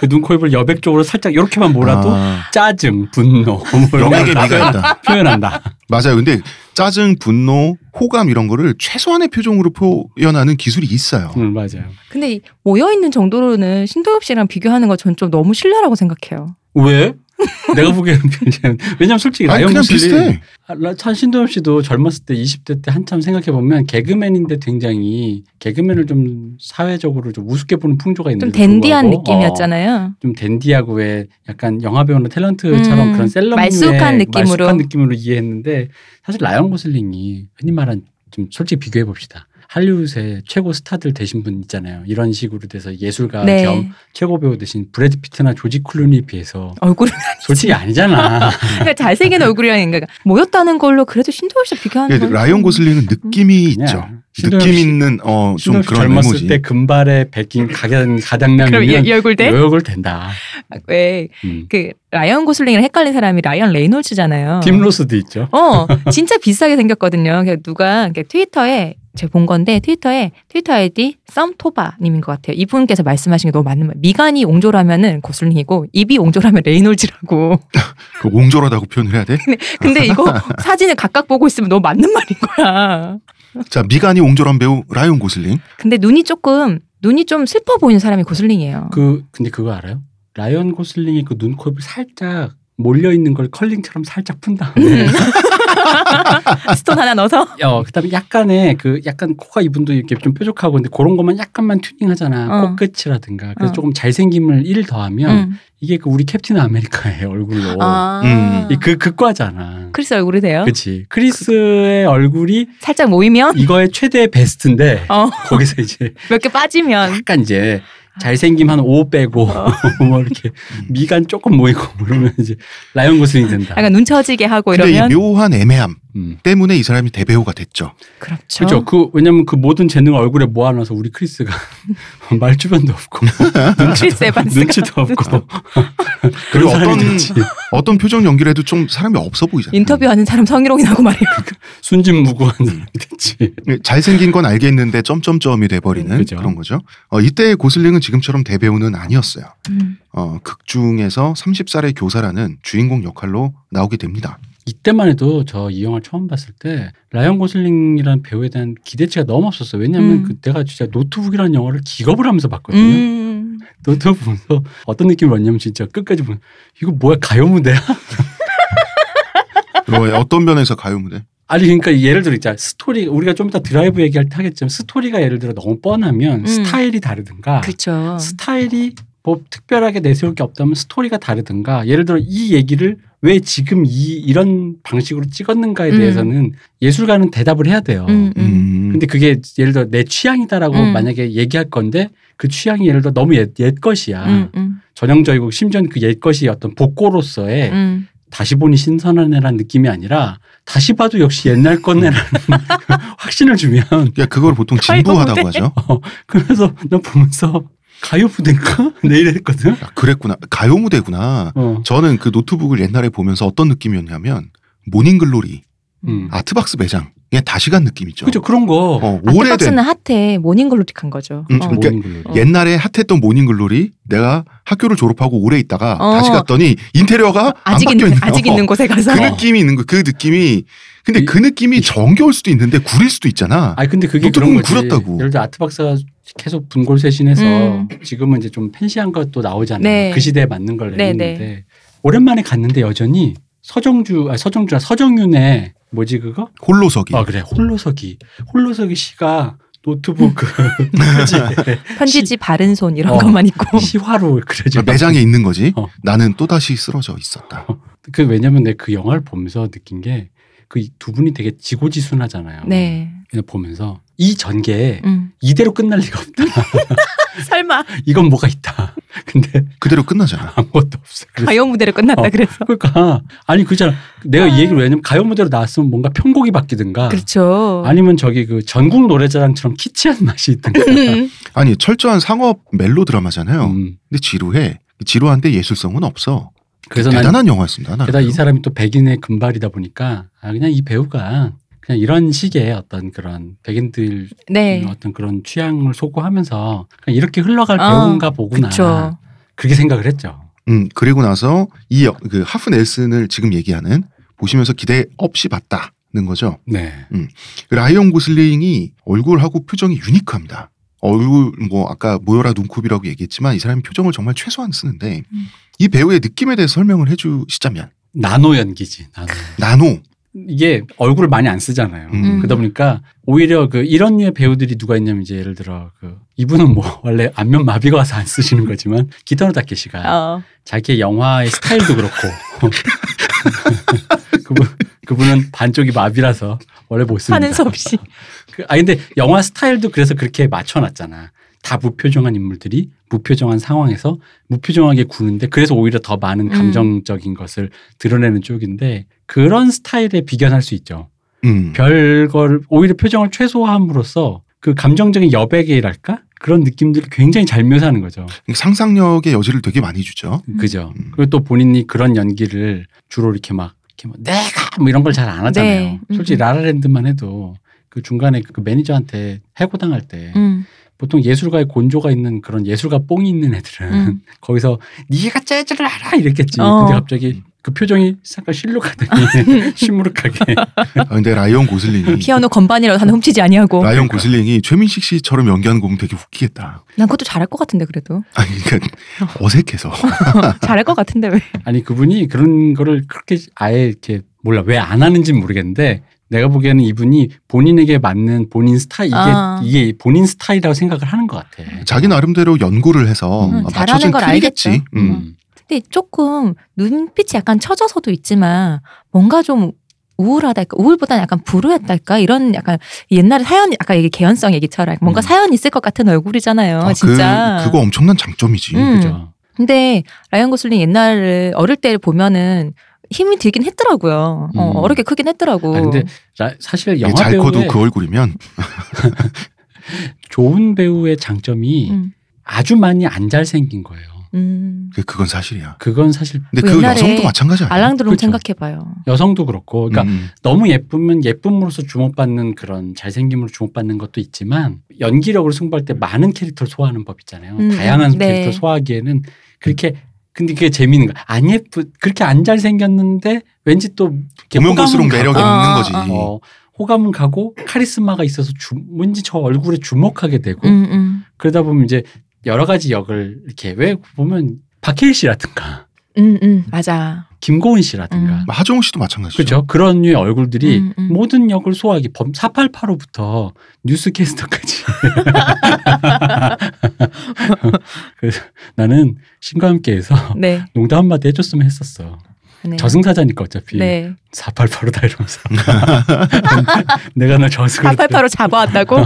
C: 그 눈코입을 여백 쪽으로 살짝 이렇게만 몰아도
A: 아,
C: 짜증, 분노 뭐 이런
A: 영역의
C: 걸다
A: 미가 있다.
C: 표현한다.
A: 맞아요. 근데 짜증, 분노, 호감 이런 거를 최소한의 표정으로 표현하는 기술이 있어요.
C: 음, 맞아요.
B: 근데 이 모여있는 정도로는 신동엽 씨랑 비교하는 건 전 좀 너무 신뢰라고 생각해요.
C: 왜? 내가 보기에는 별로- 왜냐면 솔직히
A: 아니
C: 라이언
A: 그냥
C: 고슬링
A: 비슷해.
C: 아, 라- 찬 신동엽 씨도 젊었을 때 20대 때 한참 생각해 보면 개그맨인데 굉장히 개그맨을 좀 사회적으로 좀 우습게 보는
A: 음,
C: 풍조가 있는 그
B: 좀
C: 어,
B: 댄디한 느낌이었잖아요.
C: 좀 댄디하고 왜 약간 영화배우나 탤런트처럼
B: 음,
C: 그런 셀럽의
B: 말쑥한 느낌으로.
C: 말쑥한 느낌으로 이해했는데 사실 라이언 고슬링이 흔히 말한 좀 솔직히 비교해 봅시다. 할리우드의 최고 스타들 되신 분 있잖아요. 이런 식으로 돼서
A: 어. 아,
C: 예술가
B: 네.
C: 겸 최고 배우 되신 브래드 피트나 조지 클루니에 비해서
B: 얼굴
C: 솔직히 아니잖아.
B: 그러니까 잘생긴 얼굴이라는 인가가 모였다는 걸로 그래도 신동엽 씨 비교하는
A: 예,
B: 건
A: 라이언
B: 좀-
A: 고슬링은 느낌이 있죠.
C: 그냥 음. 신동엽
A: 느낌
C: 씨-
A: 있는 어 좀
C: 신동엽 씨
A: 그런
C: 젊었을
A: 외모지.
C: 때 금발에 백인 가장
B: 그럼 이,
C: 가장남이면
B: 이 얼굴 돼?
C: 요역을 된다.
B: 왜
C: 음.
B: 그 라이언 고슬링을 헷갈린 사람이 라이언 레이놀즈잖아요.
C: 팀 로스도 있죠.
B: 어, 진짜 비싸게 생겼거든요. 그러니까 누가 이렇게 트위터에 제가 본 건데 트위터에 트위터 아이디 썸토바님인 것 같아요. 이분께서 말씀하신 게 너무 맞는 말. 미간이 옹졸하면은 고슬링이고 입이 옹졸하면 레이놀즈라고.
A: 그 옹졸하다고 표현을 해야 돼.
B: 근데 이거 사진을 각각 보고 있으면 너무 맞는 말인 거야.
A: 자 미간이 옹졸한 배우 라이언 고슬링.
B: 근데 눈이 조금 눈이 좀 슬퍼 보이는 사람이 고슬링이에요.
C: 그 근데 그거 알아요? 라이언 고슬링이 그 눈코입을 살짝 몰려 있는 걸 컬링처럼 살짝 푼 다음에
B: 스톤 하나 넣어서
C: 어, 그다음에 약간의 그 약간 코가 이분도 이렇게 좀 뾰족하고 근데 그런 것만 약간만 튜닝하잖아.
B: 어.
C: 코끝이라든가. 그래서
B: 어.
C: 조금 잘생김을 1 더하면
B: 음.
C: 이게 그 우리 캡틴 아메리카의 얼굴로
B: 아.
A: 음.
C: 이 그 극과잖아.
B: 크리스 얼굴이 돼요.
C: 그치 크리스의 얼굴이
B: 살짝 모이면
C: 이거의 최대 베스트인데
B: 어.
C: 거기서 이제
B: 몇 개 빠지면
C: 약간 이제 잘생김 한 5 빼고
B: 어.
C: 뭐 이렇게 미간 조금 모이고 그러면 이제 라이언 고슬링 된다.
B: 약간 눈 처지게 하고
A: 근데
B: 이러면
A: 이 묘한 애매함
C: 음.
A: 때문에 이 사람이 대배우가 됐죠.
B: 그렇죠.
C: 그렇죠. 그 왜냐면 그 모든 재능을 얼굴에 모아놔서 우리 크리스가 말 주변도 없고
B: 크리스 에반스가
C: 눈치도 없고
A: 그리고
C: 그런 사람이
A: 어떤-
C: 됐지.
A: 어떤 표정 연기해도 좀 사람이 없어 보이잖아.
B: 인터뷰하는 사람 성희롱이라고 말해요.
C: 순진무구한 사람이 됐지.
A: 예, 잘생긴 건 알겠는데 점점점이 돼버리는
C: 음, 그죠.
A: 그런 거죠. 어, 이때 고슬링은 지금처럼 대배우는 아니었어요.
B: 음.
A: 어, 극 중에서 30살의 교사라는 주인공 역할로 나오게 됩니다.
C: 이때만 해도 저 이 영화 를 처음 봤을 때 라이언 고슬링이라는 배우에 대한 기대치가 너무 없었어요. 왜냐면
B: 음.
C: 그 내가 진짜 노트북이라는 영화를 기겁을 하면서 봤거든요.
B: 음.
C: 노트북 보면서 어떤 느낌이 왔냐면 진짜 끝까지 보면 이거 뭐야 가요 무대야?
A: 로의 어떤 면에서 가요 무대?
C: 아니 그러니까 예를 들어 있잖아 스토리 우리가 좀 이따 드라이브 얘기할 때 하겠지만 스토리가 예를 들어 너무 뻔하면
B: 음.
C: 스타일이 다르든가
B: 그렇죠.
C: 스타일이 뭐 특별하게 내세울 게 없다면 스토리가 다르든가 예를 들어 이 얘기를 왜 지금 이 이런 방식으로 찍었는가에
B: 음.
C: 대해서는 예술가는 대답을 해야 돼요.
B: 음, 음.
A: 음,
C: 근데 그게 예를 들어 내 취향이다라고
B: 음.
C: 만약에 얘기할 건데 그 취향이 예를 들어 너무 옛, 옛 것이야
B: 음, 음,
C: 전형적이고 심지어 그옛 것이 어떤 복고로서의
B: 음.
C: 다시 보니 신선한 애라는 느낌이 아니라 다시 봐도 역시 옛날 거네라는 확신을 주면
A: 야, 그걸 보통
B: 가요
A: 진부하다고
B: 무대?
A: 하죠.
C: 그래서 나 보면서 가요 부대인가 내일 했거든.
A: 야, 그랬구나. 가요 무대구나.
C: 어.
A: 저는 그 노트북을 옛날에 보면서 어떤 느낌이었냐면 모닝글로리
C: 음.
A: 아트박스 매장에 다시 간 느낌이죠.
C: 그죠 그런 거.
A: 어,
B: 아트박스는
A: 오래된
B: 핫해 모닝글로틱한 거죠.
A: 음,
B: 어.
A: 그러니까
C: 모닝 글로리.
B: 어.
A: 옛날에 핫했던 모닝글로리 내가 학교를 졸업하고 오래 있다가
B: 어.
A: 다시 갔더니 인테리어가
B: 아직
A: 안 바뀌어
B: 있는
A: 있네요.
B: 아직 있는 곳에 가서
A: 그
C: 어.
A: 느낌이 있는 거, 그 느낌이 근데
C: 이-
A: 그 느낌이 정겨울 수도 있는데 구릴 수도 있잖아.
C: 아니 근데 그게
A: 노트북은
C: 그런 거지.
A: 구렸다고.
C: 예를 들어 아트박사가 계속 분골쇄신해서
B: 음.
C: 지금은 이제 좀 팬시한 것도 나오잖아요.
B: 네.
C: 그 시대에 맞는 걸
B: 네,
C: 내는데 오랜만에 갔는데 여전히 서정주 아 서정주나 서정윤의 뭐지 그거?
A: 홀로서기.
C: 아 그래 홀로서기 홀로서기 시가 노트북 그 뭐지?
B: 편지지 바른 손 이런
C: 어.
B: 것만 있고
C: 시화로 그려져
A: 그러니까 매장에 있는 거지.
C: 어.
A: 나는 또 다시 쓰러져 있었다.
C: 그 왜냐면 내가 그 영화를 보면서 느낀 게 그 두 분이 되게 지고지순하잖아요.
B: 네
C: 그냥 보면서 이 전개
B: 음.
C: 이대로 끝날 리가 없다.
B: 설마
C: 이건 뭐가 있다. 근데
A: 그대로 끝나잖아.
C: 아무것도 없어. 그래서
B: 가요 무대로 끝났다
C: 어.
B: 그래서
C: 그러니까 아니 그잖아. 내가 이 얘기를 왜냐면 가요 무대로 나왔으면 뭔가 편곡이 바뀌든가
B: 그렇죠.
C: 어. 아니면 저기 그 전국 노래자랑처럼 키치한 맛이 있든가.
B: 음.
A: 아니 철저한 상업 멜로 드라마잖아요.
C: 음.
A: 근데 지루해. 지루한데 예술성은 없어.
C: 그래서 난
A: 대단한 영화였습니다. 나는.
C: 게다가 이 사람이 또 백인의 금발이다 보니까 아 그냥 이 배우가 그냥 이런 식의 어떤 그런 백인들
B: 네.
C: 음, 어떤 그런 취향을 소구하면서 그냥 이렇게 흘러갈
B: 어,
C: 배우인가 보구나
B: 그렇죠.
C: 그렇게 생각을 했죠.
A: 음, 그리고 나서 이 그 하프 넬슨을 지금 얘기하는 보시면서 기대 없이 봤다는 거죠.
C: 네.
A: 라이언 고슬링이 얼굴하고 표정이 유니크합니다. 얼굴 뭐 아까 모여라 눈곱이라고 얘기했지만 이 사람이 표정을 정말 최소한 쓰는데
B: 음.
A: 이 배우의 느낌에 대해 설명을 해주시자면
C: 나노 연기지. 나노.
A: 나노
C: 이게 얼굴을 많이 안 쓰잖아요.
A: 음.
C: 그러다 보니까 오히려 그 이런 류의 배우들이 누가 있냐면 이제 예를 들어 그 이분은 뭐 원래 안면 마비가 와서 안 쓰시는 거지만 기타노 다케시가
B: 어.
C: 자기의 영화의 스타일도 그렇고 그분 그분은 반쪽이 마비라서 원래 못 씁니다.
B: 하는 수 없이
C: 그, 아 근데 영화 스타일도 그래서 그렇게 맞춰놨잖아. 다 무표정한 인물들이 무표정한 상황에서 무표정하게 구는데 그래서 오히려 더 많은
B: 음.
C: 감정적인 것을 드러내는 쪽인데 그런 스타일에 비견할 수 있죠.
A: 음.
C: 별걸 오히려 표정을 최소화함으로써 그 감정적인 여백이랄까 그런 느낌들을 굉장히 잘 묘사하는 거죠.
A: 상상력의 여지를 되게 많이 주죠.
B: 음.
C: 그죠.
A: 음.
C: 그리고 또 본인이 그런 연기를 주로 이렇게 막 이렇게 뭐 내가 뭐 이런 걸 잘 안 하잖아요.
B: 네. 음.
C: 솔직히 라라랜드만 해도 그 중간에 그 매니저한테 해고당할 때
B: 음.
C: 보통 예술가의 곤조가 있는 그런 예술가 뽕이 있는 애들은
B: 음.
C: 거기서 네가 재즈를 알아 이랬겠지.
B: 어.
C: 근데 갑자기 그 표정이 잠깐 실룩하더니 시무룩하게
B: 어?
A: 아, 근데 라이언 고슬링이
B: 피아노 건반이라도 하나 훔치지 아니하고
A: 라이언 고슬링이 최민식 씨처럼 연기하는 거 보면 되게 웃기겠다.
B: 난 그것도 잘할 것 같은데 그래도
A: 아니 그러니까 어색해서
B: 잘할 것 같은데 왜
C: 아니 그분이 그런 거를 그렇게 아예 이렇게 몰라 왜 안 하는지 는 모르겠는데 내가 보기에는 이분이 본인에게 맞는 본인 스타일 이게
B: 아.
C: 이게 본인 스타일이라고 생각을 하는 것 같아.
A: 자기 나름대로 연구를 해서 아,
C: 음,
A: 맞춰진
B: 잘하는 걸
A: 틀이겠지.
B: 알겠죠.
A: 음.
C: 음.
B: 근데 조금 눈빛이 약간 처져서도 있지만 뭔가 좀 우울하달까 우울보다는 약간 불우했달까 이런 약간 옛날에 사연 아까 얘기 개연성 얘기처럼 뭔가
C: 음. 사연
B: 사연 있을 것 같은 얼굴이잖아요
A: 아,
B: 어, 진짜
A: 그, 그거 엄청난 장점이지.
B: 음.
C: 그죠.
B: 근데 라이언 고슬링 옛날을 어릴 때를 보면은 힘이 들긴 했더라고요 어,
C: 음.
B: 어렵게 크긴 했더라고
C: 아, 근데 라- 사실
A: 이게
C: 영화
A: 잘 커도
C: 배우의
A: 그 얼굴이면
C: 좋은 배우의 장점이
B: 음.
C: 아주 많이 안 잘생긴 거예요.
B: 음.
A: 그- 그건 사실이야.
C: 그건 사실
A: 근데
B: 뭐
A: 그
B: 옛날에
A: 여성도 마찬가지 아니야?
B: 알랑드롱
C: 그렇죠.
B: 생각해봐요
C: 여성도 그렇고, 그러니까
A: 음.
C: 너무 예쁘면 예쁨으로써 주목받는 그런 잘생김으로 주목받는 것도 있지만 연기력으로 승부할 때 많은 캐릭터를 소화하는 법 있잖아요.
B: 음,
C: 다양한
B: 네.
C: 캐릭터 소화하기에는 그렇게 근데 그게 재미있는 거야. 안 예쁘 그렇게 안 잘생겼는데 왠지 또 이렇게
A: 보면 볼수록
C: 가고,
A: 매력이
B: 가-
A: 없는
B: 어,
A: 거지.
C: 어, 호감은 가고 카리스마가 있어서 주, 뭔지 저 얼굴에 주목하게 되고
B: 음, 음.
C: 그러다 보면 이제 여러 가지 역을 이렇게 왜 보면 박해일 씨라든가
B: 음, 음. 맞아
C: 김고은 씨라든가
B: 음.
A: 하정우 씨도 마찬가지죠.
C: 그렇죠. 그런 류의 얼굴들이 뭐
B: 음, 음.
C: 모든 역을 소화하기 범 488호부터 뉴스캐스터까지. 그래서 나는 신과 함께해서
B: 네,
C: 농담 한마디 해줬으면 했었어.
B: 네.
C: 저승사자니까 어차피
B: 네.
C: 488호다 이러면서 내가 너 저승으로
B: 888로 잡아왔다고?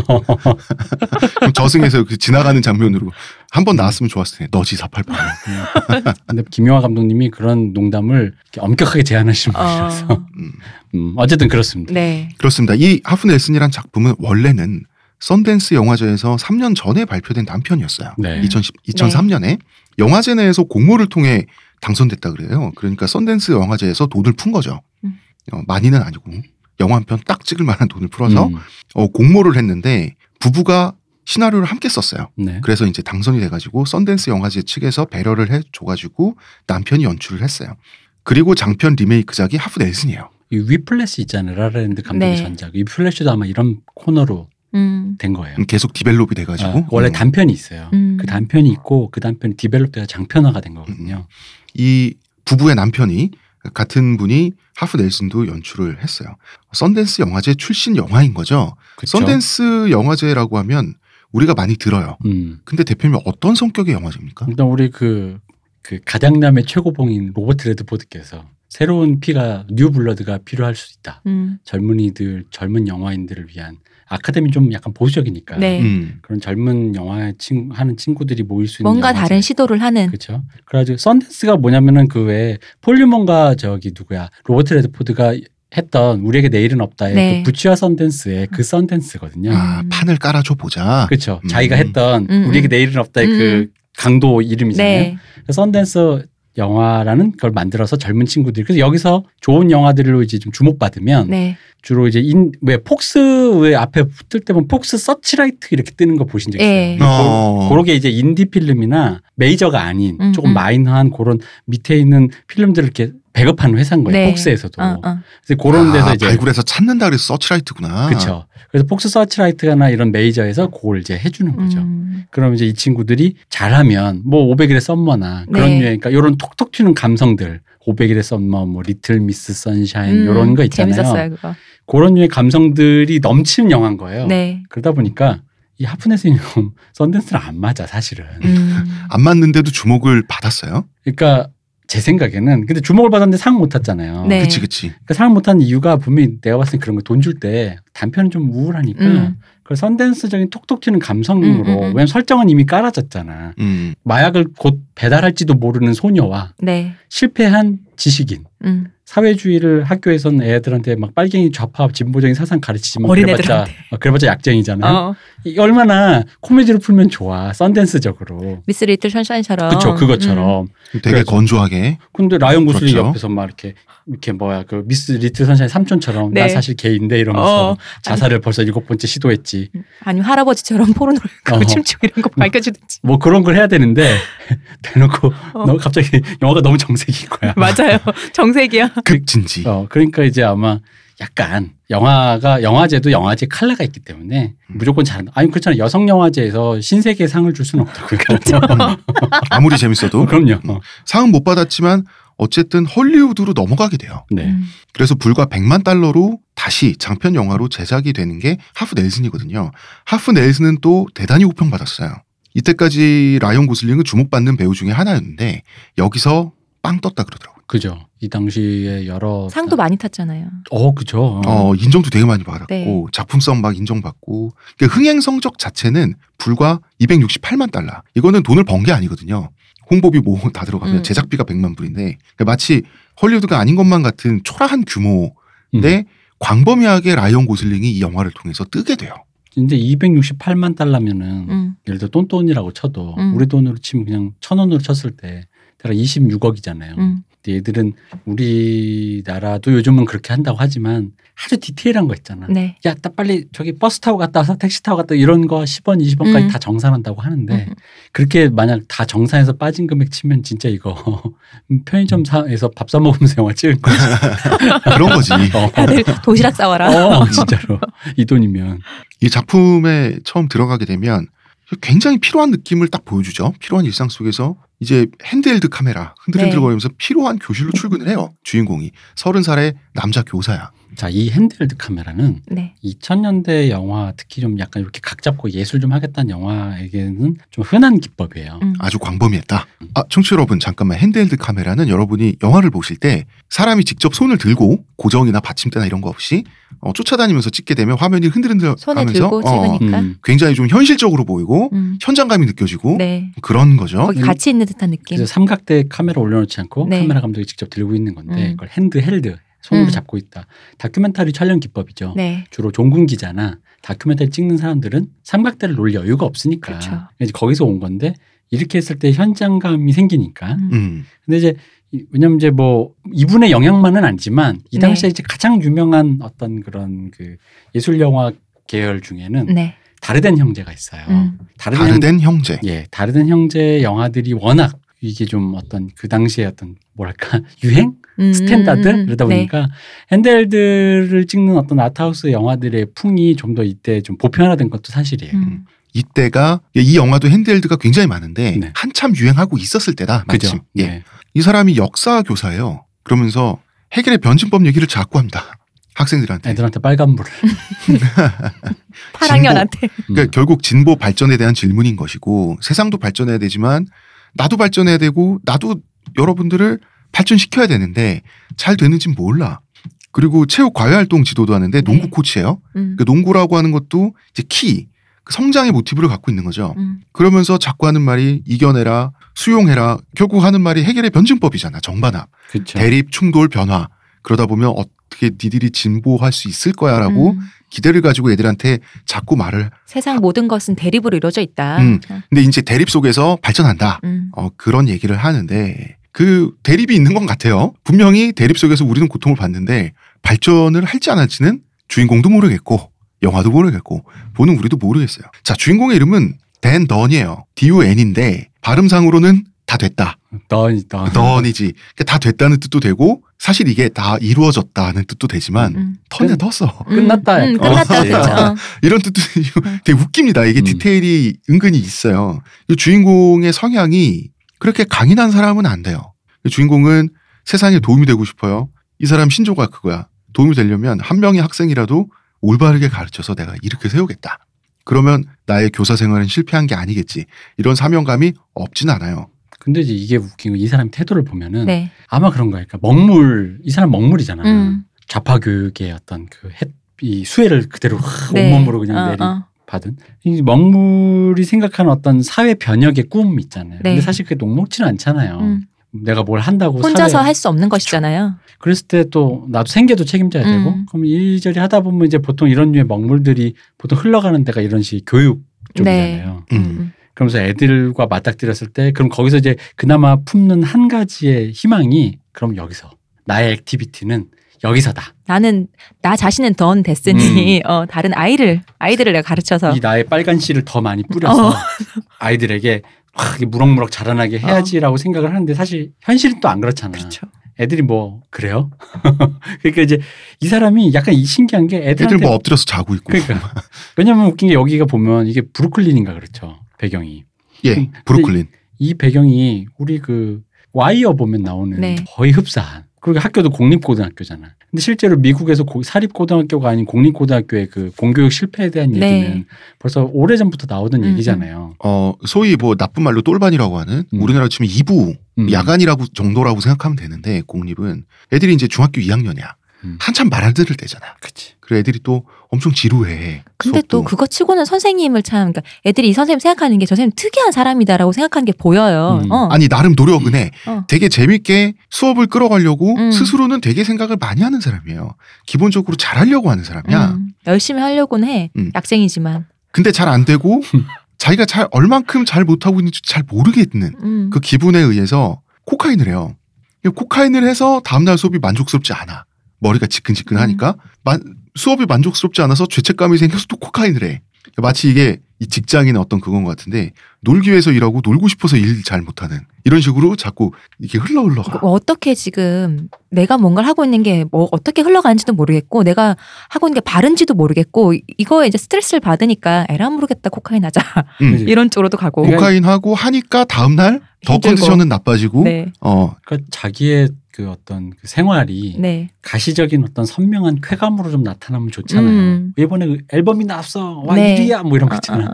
A: 그럼 저승에서 그 지나가는 장면으로 한 번 나왔으면 좋았을 텐데 너지 488.
C: 근데 김영하 감독님이 그런 농담을 이렇게 엄격하게 제안하시는 분이라서
B: 어,
A: 음.
C: 음, 어쨌든 그렇습니다.
B: 네.
A: 그렇습니다. 이 하프 넬슨이란 작품은 원래는 썬댄스 영화제에서 3년 전에 발표된 단편이었어요.
C: 네.
A: 2010, 2003년에 영화제 내에서 공모를 통해 당선됐다 그래요. 그러니까 썬댄스 영화제에서 돈을 푼 거죠.
B: 음.
A: 어, 많이는 아니고 영화 한 편 딱 찍을 만한 돈을 풀어서
C: 음,
A: 어, 공모를 했는데 부부가 시나리오를 함께 썼어요.
C: 네.
A: 그래서 이제 당선이 돼가지고 썬댄스 영화제 측에서 배려를 해줘가지고 남편이 연출을 했어요. 그리고 장편 리메이크작이 하프 넬슨이에요.
C: 이 위플래시 있잖아요. 라라랜드 감독의
B: 네.
C: 전작. 위플래시도 아마 이런 코너로
B: 음.
C: 된 거예요.
A: 계속 디벨롭이 돼가지고
C: 아, 원래
A: 음,
C: 단편이 있어요.
B: 음.
C: 그 단편이 있고 그 단편이 디벨롭돼서 장편화가 된
A: 음,
C: 거거든요.
A: 이 부부의 남편이 같은 분이 하프 넬슨도 연출을 했어요. 썬댄스 영화제 출신 영화인 거죠.
C: 그쵸?
A: 썬댄스 영화제라고 하면 우리가 많이 들어요.
C: 음.
A: 근데 대표님 어떤 성격의 영화제입니까?
C: 일단 우리 그, 그 가장남의 최고봉인 로버트 레드포드께서 새로운 피가 뉴 블러드가 필요할 수 있다.
B: 음.
C: 젊은이들 젊은 영화인들을 위한 아카데미 좀 약간 보수적이니까
B: 네.
A: 음.
C: 그런 젊은 영화 친, 하는 친구들이 모일 수 있는
B: 뭔가 다른 시도를 하는
C: 그렇죠. 그래가지고 썬댄스가 뭐냐면은 그왜 폴리몬과 저기 누구야 로버트 레드포드가 했던 우리에게 내일은 없다의
B: 네.
C: 그 부츠와 썬댄스의 그 썬댄스거든요.
A: 아
B: 음.
A: 판을 깔아줘 보자.
C: 그렇죠.
A: 음.
C: 자기가 했던
B: 음, 음.
C: 우리에게 내일은 없다의 그
B: 음.
C: 강도 이름이잖아요.
B: 네.
C: 그래서 썬댄스 영화라는 걸 만들어서 젊은 친구들이 그래서 여기서 좋은 영화들로 이제 좀 주목받으면
B: 네.
C: 주로 이제 인, 왜 폭스 왜 앞에 뜰 때 보면 폭스 서치라이트 이렇게 뜨는 거 보신 적 있어요?
B: 예.
A: 어.
C: 그렇게 이제 인디 필름이나 메이저가 아닌
B: 음,
C: 조금
B: 음.
C: 마이너한 그런 밑에 있는 필름들을 이렇게 배급하는 회사인 거예요.
B: 네.
C: 폭스에서도.
B: 어, 어.
C: 그래서 그런 데서
A: 아,
C: 이제
A: 발굴해서 찾는다 그래서 서치라이트구나.
C: 그렇죠. 그래서 폭스 서치라이트나 이런 메이저에서 그걸 이제 해주는 거죠.
B: 음.
C: 그럼 이제 이 친구들이 잘하면 뭐 500일의 썸머나 그런
B: 네.
C: 유행, 그러니까 이런 톡톡 튀는 감성들, 500일의 썸머, 뭐 리틀 미스 선샤인
B: 음,
C: 이런 거 네, 있잖아요.
B: 재밌었어요 그거.
C: 그런 유의 감성들이 넘치는 영화인 거예요.
B: 네.
C: 그러다 보니까 이 하프네스 유니폼 썬댄스랑 안 맞아 사실은.
B: 음.
C: 아,
A: 안 맞는데도 주목을 받았어요.
C: 그러니까 제 생각에는 근데 주목을 받았는데 상 못 탔잖아요.
B: 네.
A: 그치 그치.
C: 그러니까 상 못 탄 이유가 분명히 내가 봤을 때 그런 거 돈 줄 때 단편은 좀 우울하니까
B: 음.
C: 그 선댄스적인 톡톡 튀는 감성으로
B: 음, 음, 음.
C: 왜냐면 설정은 이미 깔아졌잖아.
A: 음.
C: 마약을 곧 배달할지도 모르는 소녀와
B: 네.
C: 실패한 지식인
B: 음.
C: 사회주의를 학교에선 애들한테 막 빨갱이 좌파 진보적인 사상 가르치지만 뭐 그래봤자
B: 어린애들한테.
C: 어, 그래봤자 약쟁이잖아. 요
B: 어.
C: 이게 얼마나 코미디로 풀면 좋아. 썬댄스적으로.
B: 미스 리틀 션샤인처럼.
C: 그쵸
B: 음,
C: 그것처럼.
A: 되게
C: 그래서-
A: 건조하게.
C: 근데 라이언 고슬링
A: 그렇죠.
C: 옆에서 막 이렇게 이렇게 뭐야 그 미스 리틀 선샤인 삼촌처럼 나
B: 네.
C: 사실 게인데 이러면서
B: 어.
C: 자살을 벌써 일곱 번째 시도했지.
B: 음. 아니면 할아버지처럼 포르노를
C: 어허.
B: 그 춤추고 이런 거 밝혀주든지.
C: 뭐 그런 걸 해야 되는데 대놓고
B: 어.
C: 너 갑자기 영화가 너무 정색인 거야.
B: 맞아요. 정색이야.
A: 급진지.
C: 어 그러니까 이제 아마 약간 영화가 영화제도 영화제 칼라가 있기 때문에
A: 음.
C: 무조건 잘한다. 아니 그렇잖아요. 여성 영화제에서 신세계 상을 줄 수는 없다고요.
A: 아무리 재밌어도
C: 그럼요. 어,
A: 상은 못 받았지만 어쨌든 헐리우드로 넘어가게 돼요.
C: 네.
B: 음.
A: 그래서 불과 100만 달러로 다시 장편 영화로 제작이 되는 게 하프 넬슨이거든요. 하프 넬슨은 또 대단히 호평받았어요. 이때까지 라이언 고슬링은 주목받는 배우 중에 하나였는데 여기서 빵 떴다 그러더라고요.
C: 그죠. 이 당시에 여러
B: 상도 많이 탔잖아요.
C: 어 그죠.
A: 어, 인정도 되게 많이 받았고
B: 네.
A: 작품성 막 인정받고 그러니까 흥행 성적 자체는 불과 268만 달러. 이거는 돈을 번 게 아니거든요. 홍보비 뭐 다 들어가면
B: 음.
A: 제작비가 100만 불인데 그러니까 마치 헐리우드가 아닌 것만 같은 초라한 규모인데
C: 음.
A: 광범위하게 라이언 고슬링이 이 영화를 통해서 뜨게 돼요.
C: 근데 268만 달러면은
B: 음.
C: 예를 들어 똔똔이라고 쳐도
B: 음.
C: 우리 돈으로 치면 그냥 천 원으로 쳤을 때 대략 26억이잖아요.
B: 음.
C: 근데 얘들은 우리나라도 요즘은 그렇게 한다고 하지만 아주 디테일한 거 있잖아.
B: 네.
C: 야, 나 빨리 저기 버스 타고 갔다 와서 택시 타고 갔다 이런 거 10원, 20원까지
B: 음.
C: 다 정산한다고 하는데
B: 음.
C: 그렇게 만약 다 정산해서 빠진 금액 치면 진짜 이거 편의점에서 밥 사 먹으면서 영화 찍을 거야.
A: 그런 거지.
C: 어,
B: 다들 도시락 싸와라.
C: 어, 진짜로 이 돈이면
A: 이 작품에 처음 들어가게 되면 굉장히 피로한 느낌을 딱 보여주죠. 피로한 일상 속에서 이제 핸드헬드 카메라
B: 네.
A: 흔들흔들거리면서 피로한 교실로 출근을 해요. 주인공이 서른 살의 남자 교사야.
C: 자 이 핸드헬드 카메라는
B: 네.
C: 2000년대 영화 특히 좀 약간 이렇게 각 잡고 예술 좀 하겠다는 영화에게는 좀 흔한 기법이에요.
B: 음.
A: 아주 광범위했다. 아, 청취자 여러분 잠깐만 핸드헬드 카메라는 여러분이 영화를 보실 때 사람이 직접 손을 들고 고정이나 받침대나 이런 거 없이 어, 쫓아다니면서 찍게 되면 화면이 흔들흔들
B: 손에
A: 하면서
B: 들고
A: 어,
B: 찍으니까.
C: 음.
A: 굉장히 좀 현실적으로 보이고
B: 음.
A: 현장감이 느껴지고
B: 네.
A: 그런 거죠.
B: 거기 같이 있는 듯한 느낌.
C: 어? 그래서 삼각대 카메라 올려놓지 않고
B: 네.
C: 카메라 감독이 직접 들고 있는
B: 음.
C: 건데 그걸 핸드 헬드 손으로
B: 음.
C: 잡고 있다. 다큐멘터리 촬영 기법이죠.
B: 네.
C: 주로 종군 기자나 다큐멘터리 찍는 사람들은 삼각대를 놀 여유가 없으니까
B: 그쵸.
C: 이제 거기서 온 건데 이렇게 했을 때 현장감이 생기니까.
B: 음.
A: 음.
C: 근데 이제 이- 왜냐면 이제 뭐 이분의 영향만은 아니지만 이
B: 네.
C: 당시에 이제 가장 유명한 어떤 그런 그 예술 영화 계열 중에는
B: 네.
C: 다르덴 형제가 있어요.
B: 음.
C: 다르덴, 형제,
A: 다르된 형제.
C: 예, 다르덴 형제 영화들이 워낙 이게 좀 어떤 그 당시에 어떤 뭐랄까 유행
B: 음,
C: 스탠다드
B: 음, 음.
C: 그러다
B: 네.
C: 보니까 핸델들을 찍는 어떤 아트하우스 영화들의 풍이 좀 더 이때 좀 보편화된 것도 사실이에요.
B: 음.
A: 이때가 이 영화도 핸드헬드가 굉장히 많은데
C: 네.
A: 한참 유행하고 있었을 때다.
C: 그죠?
A: 마침. 예.
C: 네.
A: 이 사람이 역사 교사예요. 그러면서 해결의 변진법 얘기를 자꾸 합니다. 학생들한테.
C: 애들한테 빨간 불을.
B: 파랑년한테.
C: 음.
A: 그러니까 결국 진보 발전에 대한 질문인 것이고 세상도 발전해야 되지만 나도 발전해야 되고 나도 여러분들을 발전시켜야 되는데 잘 되는지는 몰라. 그리고 체육 과외 활동 지도도 하는데
B: 네.
A: 농구 코치예요.
B: 음.
A: 그 농구라고 하는 것도 이제 키, 그 성장의 모티브를 갖고 있는 거죠.
B: 음.
A: 그러면서 자꾸 하는 말이 이겨내라, 수용해라. 결국 하는 말이 해결의 변증법이잖아. 정반합,
C: 그렇죠.
A: 대립, 충돌, 변화. 그러다 보면 어떻게 니들이 진보할 수 있을 거야라고
B: 음.
A: 기대를 가지고 애들한테 자꾸 말을
B: 세상 모든 것은 대립으로 이루어져 있다.
A: 음. 근데 이제 대립 속에서 발전한다.
B: 음.
A: 어, 그런 얘기를 하는데 그 대립이 있는 건 같아요. 분명히 대립 속에서 우리는 고통을 받는데 발전을 할지 안 할지는 주인공도 모르겠고 영화도 모르겠고 보는 우리도 모르겠어요. 자 주인공의 이름은 댄 던이에요. D-U-N인데 발음상으로는 다 됐다.
C: 넌, 넌.
A: 던이지. 그러니까 다 됐다는 뜻도 되고 사실 이게 다 이루어졌다는 뜻도 되지만
B: 음.
A: 턴에 떴어.
C: 끝났다.
B: 음, 음, 끝났다.
C: 어.
B: 그렇죠.
A: 이런 뜻도 있고 되게 웃깁니다. 이게
C: 음.
A: 디테일이 은근히 있어요. 이 주인공의 성향이 그렇게 강인한 사람은 안 돼요. 이 주인공은 세상에 도움이 되고 싶어요. 이 사람 신조가 그거야. 도움이 되려면 한 명의 학생이라도 올바르게 가르쳐서 내가 이렇게 세우겠다. 그러면 나의 교사 생활은 실패한 게 아니겠지. 이런 사명감이 없진 않아요.
C: 근데 이제 이게 웃긴 거 이 사람 태도를 보면은
B: 네.
C: 아마 그런 거야. 그러니까 먹물 이 사람 먹물이잖아.
B: 음.
C: 좌파 교육의 어떤 그 햇, 이 수혜를 그대로 확
B: 네.
C: 온몸으로 그냥
B: 어,
C: 내리
B: 어.
C: 받은 이 먹물이 생각하는 어떤 사회 변혁의 꿈 있잖아요.
B: 네.
C: 근데 사실 그게 녹록지는 않잖아요.
B: 음.
C: 내가 뭘 한다고
B: 혼자서
C: 사회-
B: 할 수 없는 것이잖아요.
C: 그랬을 때 또 나도 생계도 책임져야 되고
B: 음.
C: 그럼 이리저리 하다 보면 이제 보통 이런 류의 먹물들이 보통 흘러가는 데가 이런 식 교육
B: 네.
C: 쪽이잖아요.
A: 음.
C: 그러면서 애들과 맞닥뜨렸을 때 그럼 거기서 이제 그나마 품는 한 가지의 희망이 그럼 여기서 나의 액티비티는 여기서다.
B: 나는 나 자신은 던 됐으니 어, 다른 아이를 아이들을 내가 가르쳐서
C: 이 나의 빨간 씨를 더 많이 뿌려서
B: 어.
C: 아이들에게 확 이렇게 무럭무럭 자라나게 해야지라고 생각을 하는데 사실 현실은 또 안 그렇잖아.
B: 그렇죠.
C: 애들이 뭐 그래요? 그러니까 이제 이 사람이 약간 이 신기한 게 애들한테
A: 애들 뭐 엎드려서 자고 있고.
C: 그러니까 왜냐면 웃긴 게 여기가 보면 이게 브루클린인가 그렇죠 배경이 그,
A: 예, 브루클린.
C: 이 배경이 우리 그 와이어 보면 나오는
B: 네.
C: 거의 흡사한 그리고 학교도 공립고등학교잖아 근데 실제로 미국에서 고- 사립고등학교가 아닌 공립고등학교의 그 공교육 실패에 대한
B: 네.
C: 얘기는 벌써 오래전부터 나오던
B: 음,
C: 얘기잖아요
A: 어, 소위 뭐 나쁜 말로 똘반이라고 하는
C: 음.
A: 우리나라 로 치면 이부
C: 음.
A: 야간이라고 정도라고 생각하면 되는데 공립은 애들이 이제 중학교 2학년이야.
C: 음.
A: 한참 말 안 들을 때잖아.
C: 그치
A: 그래 애들이 또 엄청 지루해.
B: 근데
A: 수업도.
B: 또 그거 치고는 선생님을 참 그러니까 애들이 이 선생님 생각하는 게 저 선생님 특이한 사람이다라고 생각하는 게 보여요.
C: 음.
B: 어.
A: 아니 나름 노력은 해.
B: 어.
A: 되게 재밌게 수업을 끌어가려고
B: 음.
A: 스스로는 되게 생각을 많이 하는 사람이에요. 기본적으로 잘하려고 하는 사람이야.
B: 음, 열심히 하려고는 해.
A: 음.
B: 약생이지만.
A: 근데 잘 안 되고 자기가 잘 얼만큼 잘 못하고 있는지 잘 모르겠는
B: 음.
A: 그 기분에 의해서 코카인을 해요. 이 코카인을 해서 다음날 수업이 만족스럽지 않아. 머리가 지끈지끈하니까
B: 음.
A: 만- 수업이 만족스럽지 않아서 죄책감이 생겨서 또 코카인을 해. 마치 이게 이 직장인의 어떤 그건 것 같은데 놀기 위해서 일하고 놀고 싶어서 일 잘 못하는 이런 식으로 자꾸 이게 흘러 흘러가.
C: 아.
B: 그 어떻게 지금 내가 뭔가를 하고 있는 게 뭐 어떻게 흘러가는지도 모르겠고 내가 하고 있는 게 바른지도 모르겠고 이- 이거에 이제 스트레스를 받으니까 에라 모르겠다 코카인 하자
C: 예.
A: 음.
B: 이런 쪽으로도 가고
C: 내가-
A: 코카인 하고 하니까 다음날 더
B: 힘들고.
A: 컨디션은 나빠지고
B: 네.
A: 어
C: 그러니까 자기의 그 어떤 그 생활이
B: 네.
C: 가시적인 어떤 선명한 쾌감으로 좀 나타나면 좋잖아요.
B: 음.
C: 이번에 그 앨범이 나왔어. 와
B: 네.
C: 1위야. 뭐 이런 거
B: 어,
C: 있잖아.
B: 어,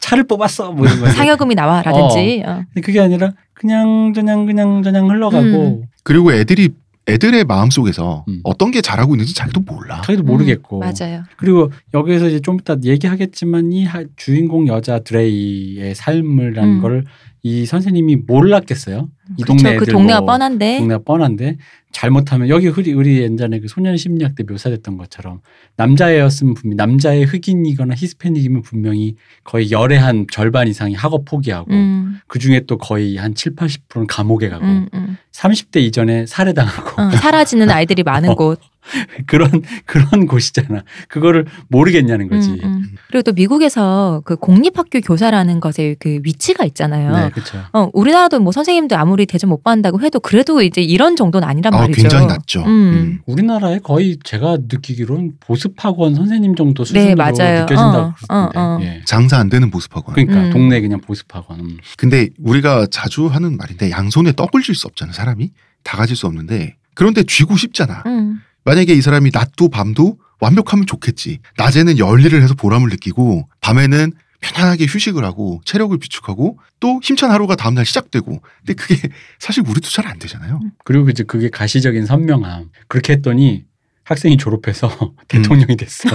C: 차를 뽑았어. 뭐 이런 거.
B: 어. 상여금이 나와라든지 어.
C: 근데 그게 아니라 그냥 저냥 그냥 저냥
B: 음.
C: 흘러가고
A: 그리고 애들이 애들의 마음 속에서
C: 음.
A: 어떤 게 잘하고 있는지 자기도 몰라.
C: 자기도
B: 음,
C: 모르겠고.
B: 맞아요.
C: 그리고 여기에서 이제 좀 이따 얘기하겠지만 이 하- 주인공 여자 드레이의 삶을라는
B: 음.
C: 걸 이 선생님이 몰랐겠어요. 이
B: 그쵸,
C: 동네 애들
B: 그 동네가
C: 뭐
B: 뻔한데
C: 동네가 뻔한데 잘못하면 여기 우리 우리 옛날에 그 소년 심리학 때 묘사됐던 것처럼 남자애였으면 분명 남자애 흑인이거나 히스패닉이면 분명히 거의 열의 한 절반 이상이 학업 포기하고
B: 음,
C: 그 중에 또 거의 한 7, 80%는 감옥에 가고
B: 음, 음.
C: 30대 이전에 살해당하고
B: 어, 사라지는 아이들이 많은
C: 어,
B: 곳.
C: 그런 그런 곳이잖아. 그거를 모르겠냐는 거지.
B: 음, 음. 그리고 또 미국에서 그 공립학교 교사라는 것의 그 위치가 있잖아요.
C: 네, 그렇죠.
B: 어, 우리나라도 뭐 선생님들 아무리 대접 못 받는다고 해도 그래도 이제 이런 정도는 아니란
A: 아,
B: 말이죠.
A: 굉장히 낮죠.
B: 음.
C: 우리나라에 거의 제가 느끼기로는 보습학원 선생님 정도 수준으로
B: 네, 맞아요.
C: 느껴진다고
B: 어,
C: 그러던데.
B: 어, 어.
C: 예.
A: 장사 안 되는 보습하고.
C: 그러니까
B: 음.
C: 동네 그냥 보습학원. 음.
A: 근데 우리가 자주 하는 말인데 양손에 떡을 쥘 수 없잖아 사람이 다 가질 수 없는데 그런데 쥐고 싶잖아.
B: 음.
A: 만약에 이 사람이 낮도 밤도 완벽하면 좋겠지. 낮에는 열일을 해서 보람을 느끼고 밤에는 편안하게 휴식을 하고 체력을 비축하고 또 힘찬 하루가 다음날 시작되고 근데 그게 사실 우리도 잘 안 되잖아요.
B: 음.
C: 그리고 이제 그게 가시적인 선명함. 그렇게 했더니 학생이 졸업해서 대통령이 됐어.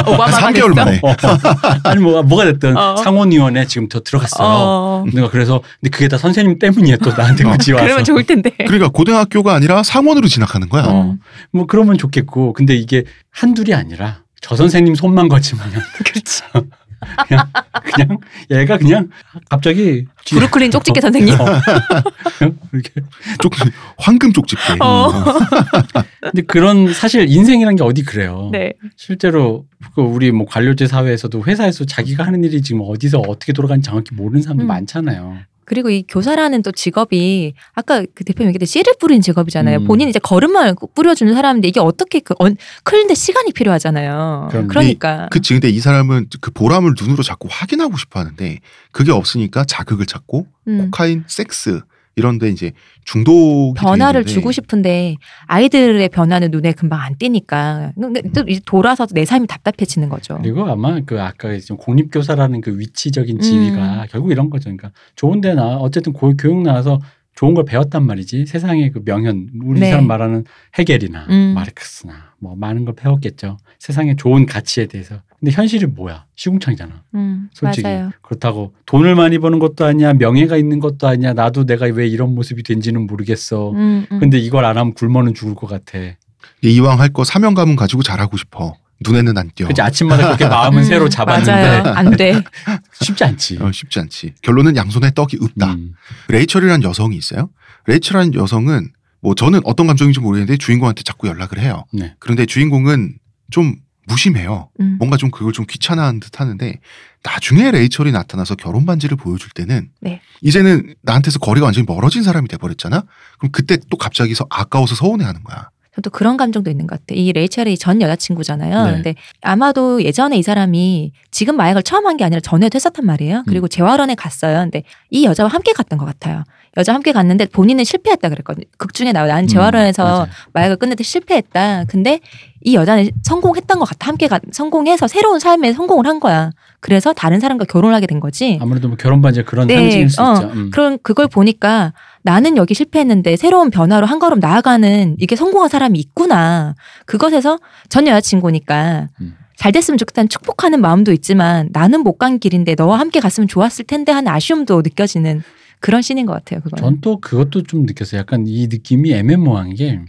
B: 오바마가
A: 3개월
B: 됐어?
A: 만에.
C: 어. 아니 뭐가 뭐가 됐든
B: 어.
C: 상원의원에 지금 더 들어갔어요.
B: 어.
C: 내가 그래서 근데 그게 다 선생님 때문이야 또 나한테
A: 어.
C: 굳이 와서.
B: 그러면 좋을 텐데.
A: 그러니까 고등학교가 아니라 상원으로 진학하는 거야.
C: 어.
B: 음.
C: 뭐 그러면 좋겠고 근데 이게 한둘이 아니라 저 선생님 손만 거치면
B: 그렇지.
C: 그냥 그냥 얘가 그냥 갑자기 뒤-
B: 브루클린 쪽집게 선생님.
C: 어. 이렇게
A: 쪽 황금 쪽집게.
B: 어.
A: 어.
C: 근데 그런 사실 인생이란 게 어디 그래요.
B: 네.
C: 실제로 그 우리 뭐 관료제 사회에서도 회사에서 자기가 하는 일이 지금 어디서 어떻게 돌아가는지 정확히 모르는 사람들
B: 음.
C: 많잖아요.
B: 그리고 이 교사라는 또 직업이 아까 그 대표님 얘기했듯 씨를 뿌리는 직업이잖아요.
C: 음.
B: 본인 이제 걸음만 뿌려주는 사람인데 이게 어떻게 그 언, 크는데 시간이 필요하잖아요.
C: 그럼요.
B: 그러니까.
A: 그치 근데 이 사람은 그 보람을 눈으로 자꾸 확인하고 싶어 하는데 그게 없으니까 자극을 찾고
B: 음.
A: 코카인, 섹스 이런 데 이제 중독이 돼
B: 변화를
A: 있는데
B: 주고 싶은데 아이들의 변화는 눈에 금방 안 띄니까 근데 또 이제 돌아서 내 삶이 답답해지는 거죠.
C: 그리고 아마 그 아까 지금 공립교사라는 그 위치적인
B: 음.
C: 지위가 결국 이런 거죠. 그러니까 좋은데 나 어쨌든 고, 교육 나와서 좋은 걸 배웠단 말이지. 세상의 그 명현 우리
B: 네.
C: 사람 말하는 헤겔이나
B: 음.
C: 마르크스나 뭐 많은 걸 배웠겠죠. 세상의 좋은 가치에 대해서. 근데 현실이 뭐야? 시궁창이잖아.
B: 음,
C: 솔직히
B: 맞아요.
C: 그렇다고 돈을 많이 버는 것도 아니야 명예가 있는 것도 아니야 나도 내가 왜 이런 모습이 된지는 모르겠어
B: 음, 음.
C: 근데 이걸 안 하면 굶어는 죽을 것 같아
A: 이왕 할 거 사명감은 가지고 잘하고 싶어 눈에는 안 띄어
C: 그치 아침마다 그렇게 마음은
B: 음,
C: 새로 잡았는데
B: 맞아요. 안 돼.
C: 쉽지 않지
A: 어, 쉽지 않지 결론은 양손에 떡이 없다
C: 음.
A: 레이첼이라는 여성이 있어요 레이첼이라는 여성은 뭐 저는 어떤 감정인지 모르겠는데 주인공한테 자꾸 연락을 해요
C: 네.
A: 그런데 주인공은 좀 무심해요
B: 음,
A: 뭔가 좀 그걸 좀 귀찮아하는 듯 하는데 나중에 레이첼이 나타나서 결혼 반지를 보여줄 때는
B: 네.
A: 이제는 나한테서 거리가 완전히 멀어진 사람이 돼버렸잖아 그럼 그때 또 갑자기 서 아까워서 서운해하는 거야
B: 저도 그런 감정도 있는 것 같아. 이 레이첼이 전 여자친구잖아요.
C: 네.
B: 근데 아마도 예전에 이 사람이 지금 마약을 처음 한 게 아니라 전에도 했었단
C: 음.
B: 말이에요. 그리고 재활원에 갔어요. 근데 이 여자와 함께 갔던 것 같아요. 여자 와 함께 갔는데 본인은 실패했다 그랬거든요. 극 중에 나 나는
C: 음,
B: 재활원에서
C: 맞아요.
B: 마약을 끊는데 실패했다. 근데 이 여자는 성공했던 것 같아. 함께 가, 성공해서 새로운 삶에 성공을 한 거야. 그래서 다른 사람과 결혼하게 된 거지.
C: 아무래도 뭐 결혼 반지 그런
B: 네,
C: 상징일 수
B: 어,
C: 있죠 음.
B: 그런 그걸 보니까 나는 여기 실패했는데 새로운 변화로 한 걸음 나아가는 이게 성공한 사람이 있구나. 그것에서 전 여자친구니까
C: 음.
B: 잘 됐으면 좋겠다는 축복하는 마음도 있지만 나는 못 간 길인데 너와 함께 갔으면 좋았을 텐데 하는 아쉬움도 느껴지는 그런 씬인 것 같아요. 그거는.
C: 전 또 그것도 좀 느꼈어요 약간 이 느낌이 애매모호한 게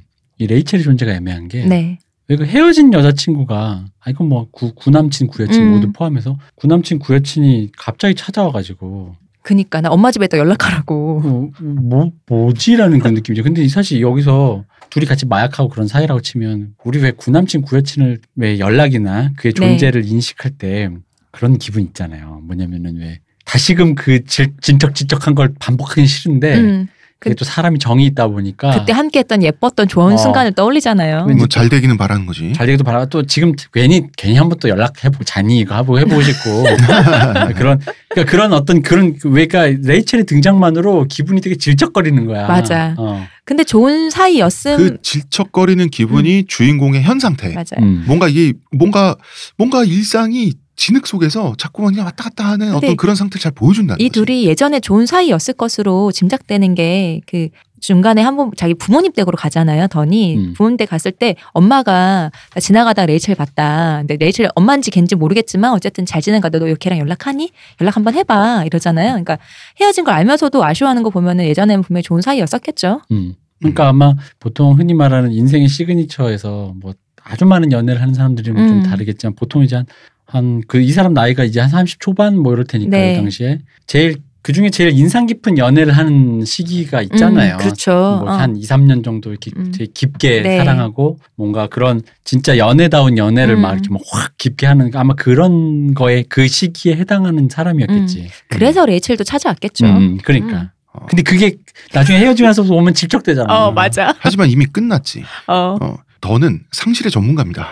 C: 이 레이첼의 존재가 애매한 게
B: 네.
C: 왜 그 헤어진 여자친구가 아 이건 뭐 구, 구남친 구여친
B: 음.
C: 모두 포함해서 구남친 구여친이 갑자기 찾아와가지고
B: 그니까 나 엄마 집에 또 연락하라고.
C: 어, 뭐, 뭐지라는 그런 느낌이죠. 근데 사실 여기서 둘이 같이 마약하고 그런 사이라고 치면 우리 왜 구남친 구여친을 왜 연락이나 그의
B: 네.
C: 존재를 인식할 때 그런 기분 있잖아요. 뭐냐면은 왜 다시금 그 질- 진척진척한 걸 반복하기 싫은데
B: 음,
C: 그게
B: 그-
C: 또 사람이 정이 있다 보니까
B: 그때 함께했던 예뻤던 좋은
C: 어.
B: 순간을 떠올리잖아요.
C: 왠지
A: 뭐 잘 되기는 바라는 거지
C: 잘 되기도 바라고 또 지금 괜히 괜히 한 번 또 연락해보고 자니 이거 하고 해보고 싶고 그런 그러니까 그런 어떤 그런 왜까 레이첼의 등장만으로 기분이 되게 질척거리는 거야.
B: 맞아.
C: 어.
B: 근데 좋은 사이였음.
A: 그 질척거리는 기분이 주인공의 현 상태.
B: 음. 맞아요.
C: 음.
A: 뭔가 이게 뭔가 뭔가 일상이 진흙 속에서 자꾸만 그냥 왔다 갔다 하는
B: 근데
A: 어떤 그런 상태를 잘 보여준다는
B: 이
A: 거지.
B: 둘이 예전에 좋은 사이였을 것으로 짐작되는 게 그 중간에 한 번 자기 부모님 댁으로 가잖아요. 던이
C: 음.
B: 부모님 댁 갔을 때 엄마가 나 지나가다 레이첼 봤다. 근데 레이첼 엄마인지 걘지 모르겠지만 어쨌든 잘 지내가다 너 걔랑 연락하니? 연락 한번 해봐 이러잖아요.
C: 음.
B: 그러니까 헤어진 걸 알면서도 아쉬워하는 거 보면은 예전에는 분명히 좋은 사이였었겠죠.
C: 음. 그러니까 아마 보통 흔히 말하는 인생의 시그니처에서 뭐 아주 많은 연애를 하는 사람들은 좀
B: 음.
C: 다르겠지만 보통 이제 한 한 그 이 사람 나이가 이제 한 30 초반 뭐 이럴 테니까
B: 네.
C: 요 당시에 제일 그 중에 제일 인상 깊은 연애를 하는 시기가 있잖아요.
B: 음, 그렇죠. 어.
C: 뭐한 2, 3년 정도 이렇게
B: 음.
C: 되게 깊게
B: 네.
C: 사랑하고 뭔가 그런 진짜 연애다운 연애를 막
B: 음.
C: 이렇게 막 확 깊게 하는 그러니까 아마 그런 거에 그 시기에 해당하는 사람이었겠지.
B: 음, 그래서 레이첼도 찾아왔겠죠.
C: 음, 그러니까.
B: 음.
A: 어.
C: 근데 그게 나중에 헤어지면서 오면 질척되잖아.
B: 어 맞아.
A: 하지만 이미 끝났지.
B: 어.
A: 어, 더는 상실의 전문가입니다.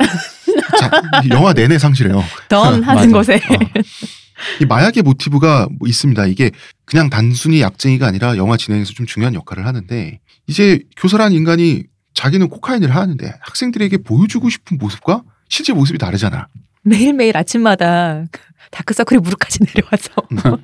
A: 자, 이 영화 내내 상실해요.
B: 던
C: 어, 맞아.
B: 하는 것에.
A: 이 마약의 모티브가 뭐 있습니다. 이게 그냥 단순히 약쟁이가 아니라 영화 진행에서 좀 중요한 역할을 하는데 이제 교사란 인간이 자기는 코카인을 하는데 학생들에게 보여주고 싶은 모습과 실제 모습이 다르잖아.
B: 매일매일 아침마다 그 다크서클이 무릎까지 내려와서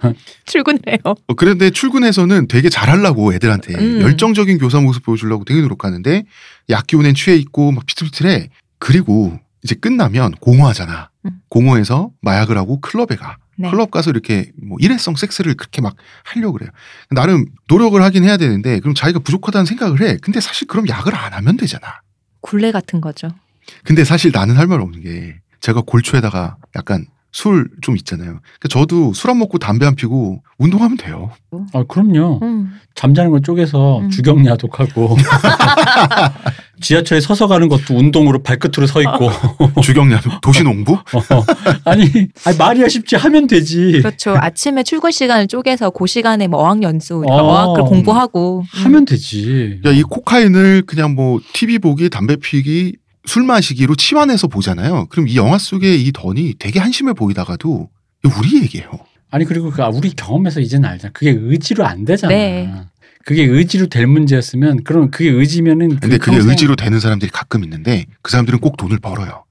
B: 출근해요.
A: 어, 그런데 출근해서는 되게 잘하려고 애들한테
B: 음.
A: 열정적인 교사 모습 보여주려고 되게 노력하는데 약기운엔 취해 있고 막 비틀비틀해. 그리고 이제 끝나면 공허하잖아.
B: 음.
A: 공허해서 마약을 하고 클럽에 가.
B: 네.
A: 클럽 가서 이렇게 뭐 일회성 섹스를 그렇게 막 하려고 그래요. 나름 노력을 하긴 해야 되는데 그럼 자기가 부족하다는 생각을 해. 근데 사실 그럼 약을 안 하면 되잖아.
B: 굴레 같은 거죠.
A: 근데 사실 나는 할 말 없는 게 제가 골초에다가 약간 술 좀 있잖아요. 그러니까 저도 술 안 먹고 담배 안 피고 운동하면 돼요.
C: 아, 그럼요.
B: 음.
C: 잠자는 걸 쪼개서
B: 음.
C: 주경야독하고 지하철에 서서 가는 것도 운동으로 발끝으로 서 있고
A: 어. 주경량 도시농부?
C: 어. 아니, 아니 말이야 쉽지 하면 되지
B: 그렇죠. 아침에 출근 시간을 쪼개서 그 시간에 뭐 어학 연수, 그러니까
C: 어.
B: 어학을 공부하고 음.
C: 하면 되지
A: 야, 이 코카인을 그냥 뭐 TV 보기, 담배 피기, 술 마시기로 치환해서 보잖아요. 그럼 이 영화 속의 이 던이 되게 한심해 보이다가도 이거 우리 얘기예요.
C: 아니 그리고 그 우리 경험에서 이제는 알잖아 그게 의지로 안 되잖아
B: 네.
C: 그게 의지로 될 문제였으면 그럼 그게 의지면은
A: 근데
C: 그
A: 그게
C: 평생
A: 의지로 되는 사람들이 가끔 있는데 그 사람들은 꼭 돈을 벌어요.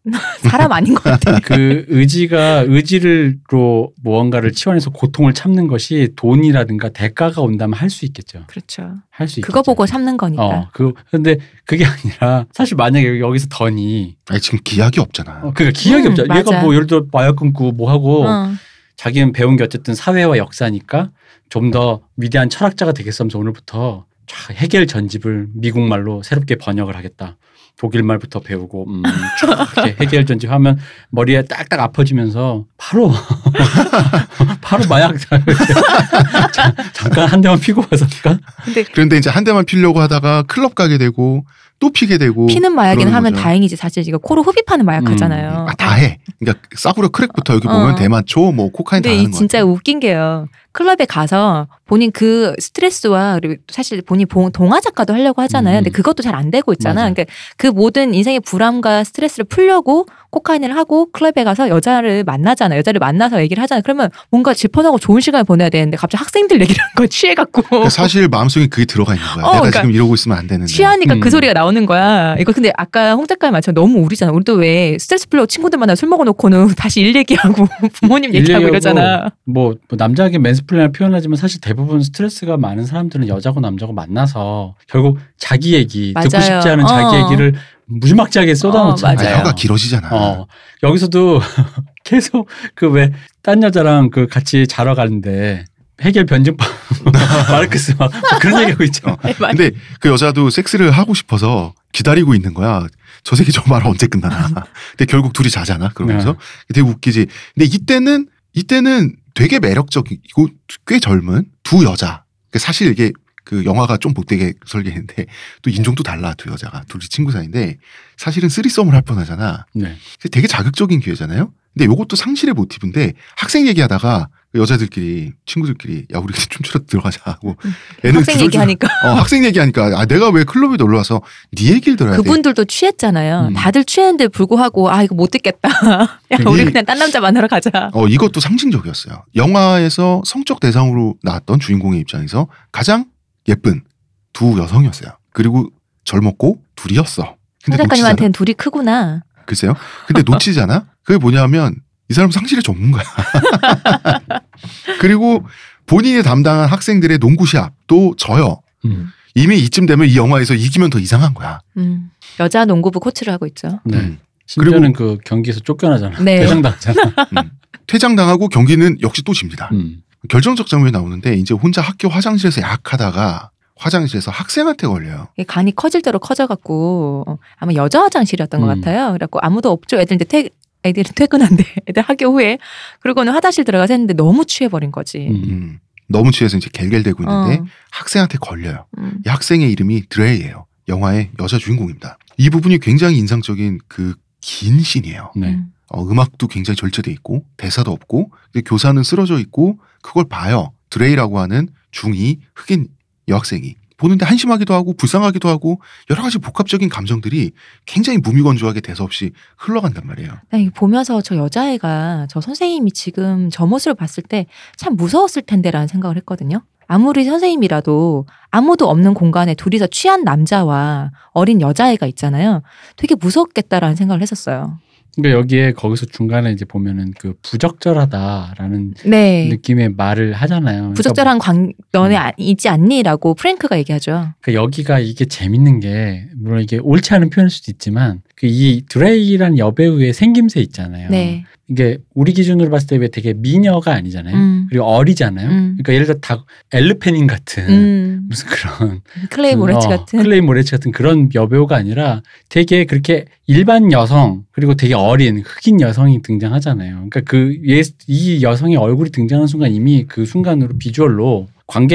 B: 사람 아닌 것 같아.
C: 그 의지가 의지를로 무언가를 치환해서 고통을 참는 것이 돈이라든가 대가가 온다면 할 수 있겠죠
B: 그렇죠.
C: 할 수 있겠죠
B: 그거 보고 참는 거니까.
C: 어, 그 근데 그게 아니라 사실 만약에 여기서 던이
A: 아니 지금 기약이 없잖아.
C: 어, 그러니까 기억이
B: 음,
C: 없잖아. 얘가
B: 맞아.
C: 뭐 예를 들어 마약 끊고 뭐 하고
B: 어.
C: 자기는 배운 게 어쨌든 사회와 역사니까 좀 더 위대한 철학자가 되겠으면서 오늘부터 쫙 해겔 전집을 미국 말로 새롭게 번역을 하겠다. 독일 말부터 배우고 음, 쫙 이렇게 해겔 전집 하면 머리에 딱딱 아파지면서 바로 바로 마약 자, 잠깐 한 대만 피고 와서 잠깐
A: 그런데 이제 한 대만 피려고 하다가 클럽 가게 되고 또 피게 되고
B: 피는 마약이나
A: 그러는
B: 하면
A: 거죠.
B: 다행이지 사실 이거 코로 흡입하는 마약
C: 음.
B: 하잖아요.
A: 아, 다 해. 그러니까 싸구려 크랙부터 여기
B: 어.
A: 보면 대마초, 뭐 코카인 다
B: 근데
A: 하는
B: 이
A: 거.
B: 진짜 웃긴 게요. 클럽에 가서 본인 그 스트레스와 그리고 사실 본인 봉- 동화 작가도 하려고 하잖아요.
C: 음.
B: 근데 그것도 잘 안 되고 있잖아.
C: 맞아요.
B: 그러니까 그 모든 인생의 불안과 스트레스를 풀려고 코카인을 하고 클럽에 가서 여자를 만나잖아. 여자를 만나서 얘기를 하잖아. 그러면 뭔가 질펀하고 좋은 시간을 보내야 되는데 갑자기 학생들 얘기를 한 거야. 취해갖고.
A: 그러니까 사실 마음속에 그게 들어가 있는 거야.
B: 어,
A: 내가
B: 그러니까
A: 지금 이러고 있으면 안 되는데.
B: 취하니까
C: 음.
B: 그 소리가 나오는 거야. 이거 근데 아까 홍 작가님 말처럼 너무 우리잖아. 우리도 왜 스트레스 풀려고 친구들 만나 술 먹어놓고는 다시 일 얘기하고 부모님
C: 일
B: 얘기하고
C: 얘기하고
B: 이러잖아.
C: 뭐, 뭐 남자에게 맨스플레인을 표현하지만 사실 대부분 스트레스가 많은 사람들은 여자고 남자고 만나서 결국 자기 얘기 듣고
B: 맞아요.
C: 싶지 않은 자기
B: 어.
C: 얘기를 무지막지하게 쏟아놓잖아요.
B: 어,
A: 아니,
B: 맞아요.
A: 혀가 길어지잖아.
C: 어, 여기서도 계속 그 왜 딴 여자랑 그 같이 자러 가는데 해결 변증법 마르크스 막 그런 얘기하고 있죠.
A: 어.
B: 네,
A: 근데 그 여자도 섹스를 하고 싶어서 기다리고 있는 거야. 저 새끼 저 말 언제 끝나나.
B: 음.
A: 근데 결국 둘이 자잖아.
B: 네.
A: 그러면서 되게 웃기지. 근데 이때는 이때는 되게 매력적이고 꽤 젊은 두 여자. 그 사실 이게 그 영화가 좀 못되게 설계했는데 또 인종도 달라 두 여자가 둘이 친구 사이인데 사실은 쓰리썸을 할 뻔하잖아.
C: 네.
A: 근데 되게 자극적인 기회잖아요. 근데 요것도 상실의 모티브인데 학생 얘기하다가 그 여자들끼리 친구들끼리 야 우리 춤추러 들어가자 하고 애는
B: 음. 학생
A: 주저주저
B: 얘기하니까.
A: 어, 학생 얘기하니까 아 내가 왜 클럽에 놀러 와서 네 얘기를 들어야 돼?
B: 그분들도 취했잖아요.
C: 음.
B: 다들 취했는데 불구하고 아 이거 못 듣겠다. 야
A: 그게-
B: 우리 그냥 딴 남자 만나러 가자.
A: 어 이것도 상징적이었어요. 영화에서 성적 대상으로 나왔던 주인공의 입장에서 가장 예쁜 두 여성이었어요. 그리고 젊었고 둘이었어.
B: 홍
A: 근데 놓치잖아.
B: 작가님한테는 둘이 크구나.
A: 글쎄요. 근데 놓치잖아. 그게 뭐냐면 이 사람 상실의 전문가야. 그리고 본인이 담당한 학생들의 농구 시합도 져요.
C: 음.
A: 이미 이쯤 되면 이 영화에서 이기면 더 이상한 거야.
B: 음. 여자 농구부 코치를 하고 있죠.
C: 네.
A: 음.
C: 심지어는 그 경기에서 쫓겨나잖아.
B: 네.
C: 대장당하잖아. 음,
A: 퇴장당하고 경기는 역시 또 집니다. 결정적 장면이 나오는데 이제 혼자 학교 화장실에서 약하다가 화장실에서 학생한테 걸려요.
B: 이게 간이 커질 대로 커져갖고 어, 아마 여자 화장실이었던 것
C: 음.
B: 같아요. 그래갖고 아무도 없죠. 애들 이제 퇴 애들은 퇴근한대. 애들 학교 후에 그러고는 화장실 들어가서 했는데 너무 취해버린 거지.
C: 음.
A: 음. 너무 취해서 이제 갤갤대고 있는데
B: 어,
A: 학생한테 걸려요.
B: 음.
A: 이 학생의 이름이 드레이예요. 영화의 여자 주인공입니다. 이 부분이 굉장히 인상적인 그 긴 씬이에요.
C: 네.
B: 음.
A: 어, 음악도 굉장히 절제돼 있고 대사도 없고 근데 교사는 쓰러져 있고 그걸 봐요. 드레이라고 하는 중이 흑인 여학생이 보는데 한심하기도 하고 불쌍하기도 하고 여러 가지 복합적인 감정들이 굉장히 무미건조하게 대사 없이 흘러간단 말이에요.
B: 난 이거 보면서 저 여자애가 저 선생님이 지금 저 모습을 봤을 때 참 무서웠을 텐데라는 생각을 했거든요. 아무리 선생님이라도 아무도 없는 공간에 둘이서 취한 남자와 어린 여자애가 있잖아요. 되게 무섭겠다라는 생각을 했었어요.
C: 그러니까 여기에 거기서 중간에 이제 보면은 그 부적절하다라는
B: 네.
C: 느낌의 말을 하잖아요. 그러니까 뭐
B: 부적절한 관, 너네 아- 있지 않니? 라고 프랭크가 얘기하죠.
C: 그러니까 여기가 이게 재밌는 게 물론 이게 옳지 않은 표현일 수도 있지만 그 이 드레이란 여배우의 생김새 있잖아요.
B: 네.
C: 이게 우리 기준으로 봤을 때 왜 되게 미녀가 아니잖아요.
B: 음.
C: 그리고 어리잖아요.
B: 음.
C: 그러니까 예를 들어 다 엘르페닌 같은
B: 음.
C: 무슨 그런
B: 클레이
C: 그,
B: 모레츠
C: 어,
B: 같은.
C: 클레이 모레츠 같은 그런 여배우가 아니라 되게 그렇게 일반 여성 그리고 되게 어린 흑인 여성이 등장하잖아요. 그러니까 그이 여성의 얼굴이 등장하는 순간 이미 그 순간으로 비주얼로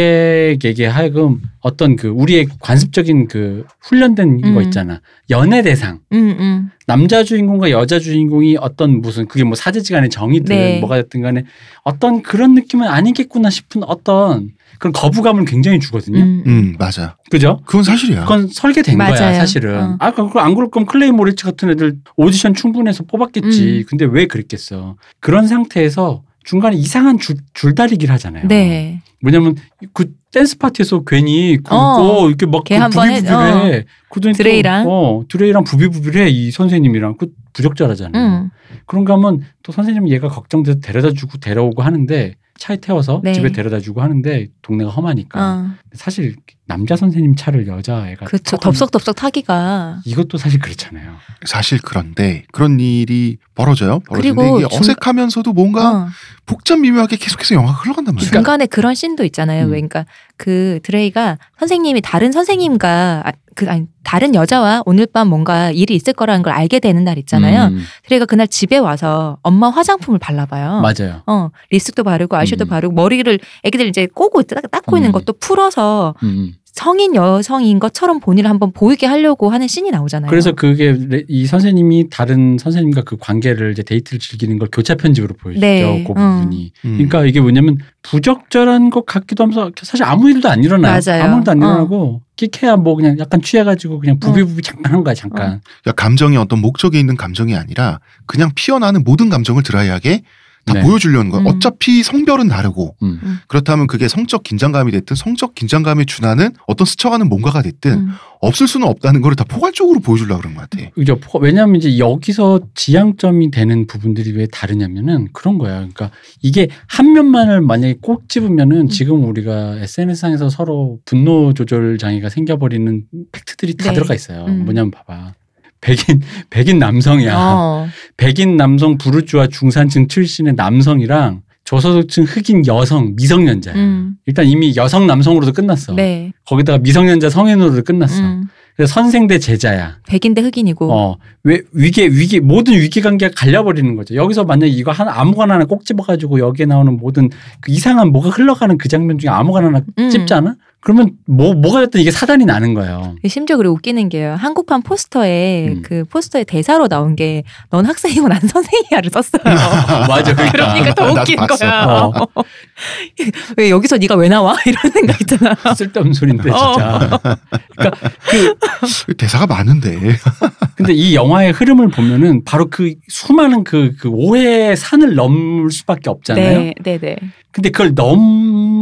C: 관객에게 하여금 어떤 그 우리의 관습적인 그 훈련된 거
B: 음.
C: 있잖아. 연애 대상.
B: 음, 음.
C: 남자 주인공과 여자 주인공이 어떤 무슨 그게 뭐 사제지간의 정이든
B: 네.
C: 뭐가 됐든 간에 어떤 그런 느낌은 아니겠구나 싶은 어떤 그런 거부감을 굉장히 주거든요.
B: 음.
A: 음 맞아.
C: 그죠?
A: 그건 사실이야.
C: 그건 설계된 거야
B: 맞아요.
C: 사실은.
B: 어.
C: 어. 아까 그걸 안 그럴 거면 클레이 모리츠 같은 애들 오디션 충분해서 뽑았겠지.
B: 음.
C: 근데 왜 그랬겠어? 그런 상태에서 중간에 이상한 줄, 줄다리기를 하잖아요.
B: 네.
C: 왜냐면 그 댄스 파티에서 괜히 그
B: 어.
C: 어, 이렇게 막그
B: 걔 한번 해- 어.
C: 부비부비해. 그랬더니 또,
B: 드레이랑?
C: 어 드레이랑 부비부비해 이 선생님이랑 그 부적절하잖아요.
B: 음.
C: 그런가 하면 또 선생님 얘가 걱정돼서 데려다주고 데려오고 하는데 차에 태워서
B: 네.
C: 집에 데려다주고 하는데 동네가 험하니까
B: 어.
C: 사실 남자 선생님 차를 여자애가
B: 그쵸.
C: 타고
B: 덥석덥석 타기가.
C: 이것도 사실 그렇잖아요.
A: 사실 그런데 그런 일이 벌어져요. 벌어지는데
B: 그리고
A: 이게
B: 중-
A: 어색하면서도 뭔가
B: 어.
A: 복잡 미묘하게 계속해서 영화가 흘러간단 말이야.
C: 그러니까-
B: 중간에 그런 씬도 있잖아요.
C: 음.
B: 왜 그러니까 그 드레이가 선생님이 다른 선생님과 아, 그 아니 다른 여자와 오늘 밤 뭔가 일이 있을 거라는 걸 알게 되는 날 있잖아요.
C: 음,
B: 드레이가 그날 집에 와서 엄마 화장품을 발라봐요.
C: 맞아요.
B: 어 립스틱도 바르고 아이섀도
C: 음.
B: 바르고 머리를 애기들 이제 꼬고 있- 닦- 닦고 있는
C: 음.
B: 것도 풀어서
C: 음.
B: 성인 여성인 것처럼 본인을 한번 보이게 하려고 하는 씬이 나오잖아요.
C: 그래서 그게 레- 이 선생님이 다른 선생님과 그 관계를 이제 데이트를 즐기는 걸 교차 편집으로 보여주죠.
B: 네.
C: 그
B: 음.
C: 부분이.
A: 음.
C: 그러니까 이게 뭐냐면 부적절한 것 같기도 하면서 사실 아무 일도 안 일어나요.
B: 맞아요.
C: 아무 일도 안
B: 어.
C: 일어나고 끽해야 뭐 그냥 약간 취해가지고 그냥 부비부비 잠깐 한 거야 잠깐.
A: 그러니까 감정이 어떤 목적이 있는 감정이 아니라 그냥 피어나는 모든 감정을 드라이하게 다
C: 네.
A: 보여주려는 거야.
B: 음.
A: 어차피 성별은 다르고
C: 음.
A: 그렇다면 그게 성적 긴장감이 됐든 성적 긴장감에 준하는 어떤 스쳐가는 뭔가가 됐든
B: 음.
A: 없을 수는 없다는 거를 다 포괄적으로 보여주려고 그런 것 같아.
C: 그죠. 포- 왜냐하면 이제 여기서 지향점이 되는 부분들이 왜 다르냐면은 그런 거야. 그러니까 이게 한 면만을 만약에 꼭 집으면은
B: 음.
C: 지금 우리가 SNS상에서 서로 분노 조절 장애가 생겨버리는 팩트들이 다
B: 네.
C: 들어가 있어요.
B: 음.
C: 뭐냐면 봐봐. 백인, 백인 남성이야.
B: 어.
C: 백인 남성 부르주아 중산층 출신의 남성이랑 저소득층 흑인 여성 미성년자야.
B: 음.
C: 일단 이미 여성 남성으로도 끝났어.
B: 네.
C: 거기다가 미성년자 성인으로도 끝났어.
B: 음.
C: 그래서 선생 대 제자야.
B: 백인데 흑인이고.
C: 어, 왜 위계 위계 모든 위계 관계가 갈려버리는 거죠. 여기서 만약 에 이거 한 아무거나 하나 꼭 집어가지고 여기에 나오는 모든 그 이상한 뭐가 흘러가는 그 장면 중에 아무거나 하나
B: 음.
C: 집잖아. 그러면 뭐 뭐가 됐든 이게 사단이 나는 거예요.
B: 심지어 그리고 웃기는 게요. 한국판 포스터에
C: 음.
B: 그 포스터의 대사로 나온 게 넌 학생이고 난 선생이야를 썼어요.
C: 맞아, 그러니까.
B: 그러니까 더
A: 나도
B: 웃긴
A: 봤어.
B: 거야.
C: 어.
B: 왜 여기서 네가 왜 나와? 이런 생각 있잖아.
C: 쓸데없는 소린데
B: 어.
C: 진짜.
A: 대사가 많은데
C: 근데 이 영화의 흐름을 보면은 바로 그 수많은 그, 그 오해의 산을 넘을 수밖에 없잖아요.
B: 네, 네, 네.
C: 근데 그걸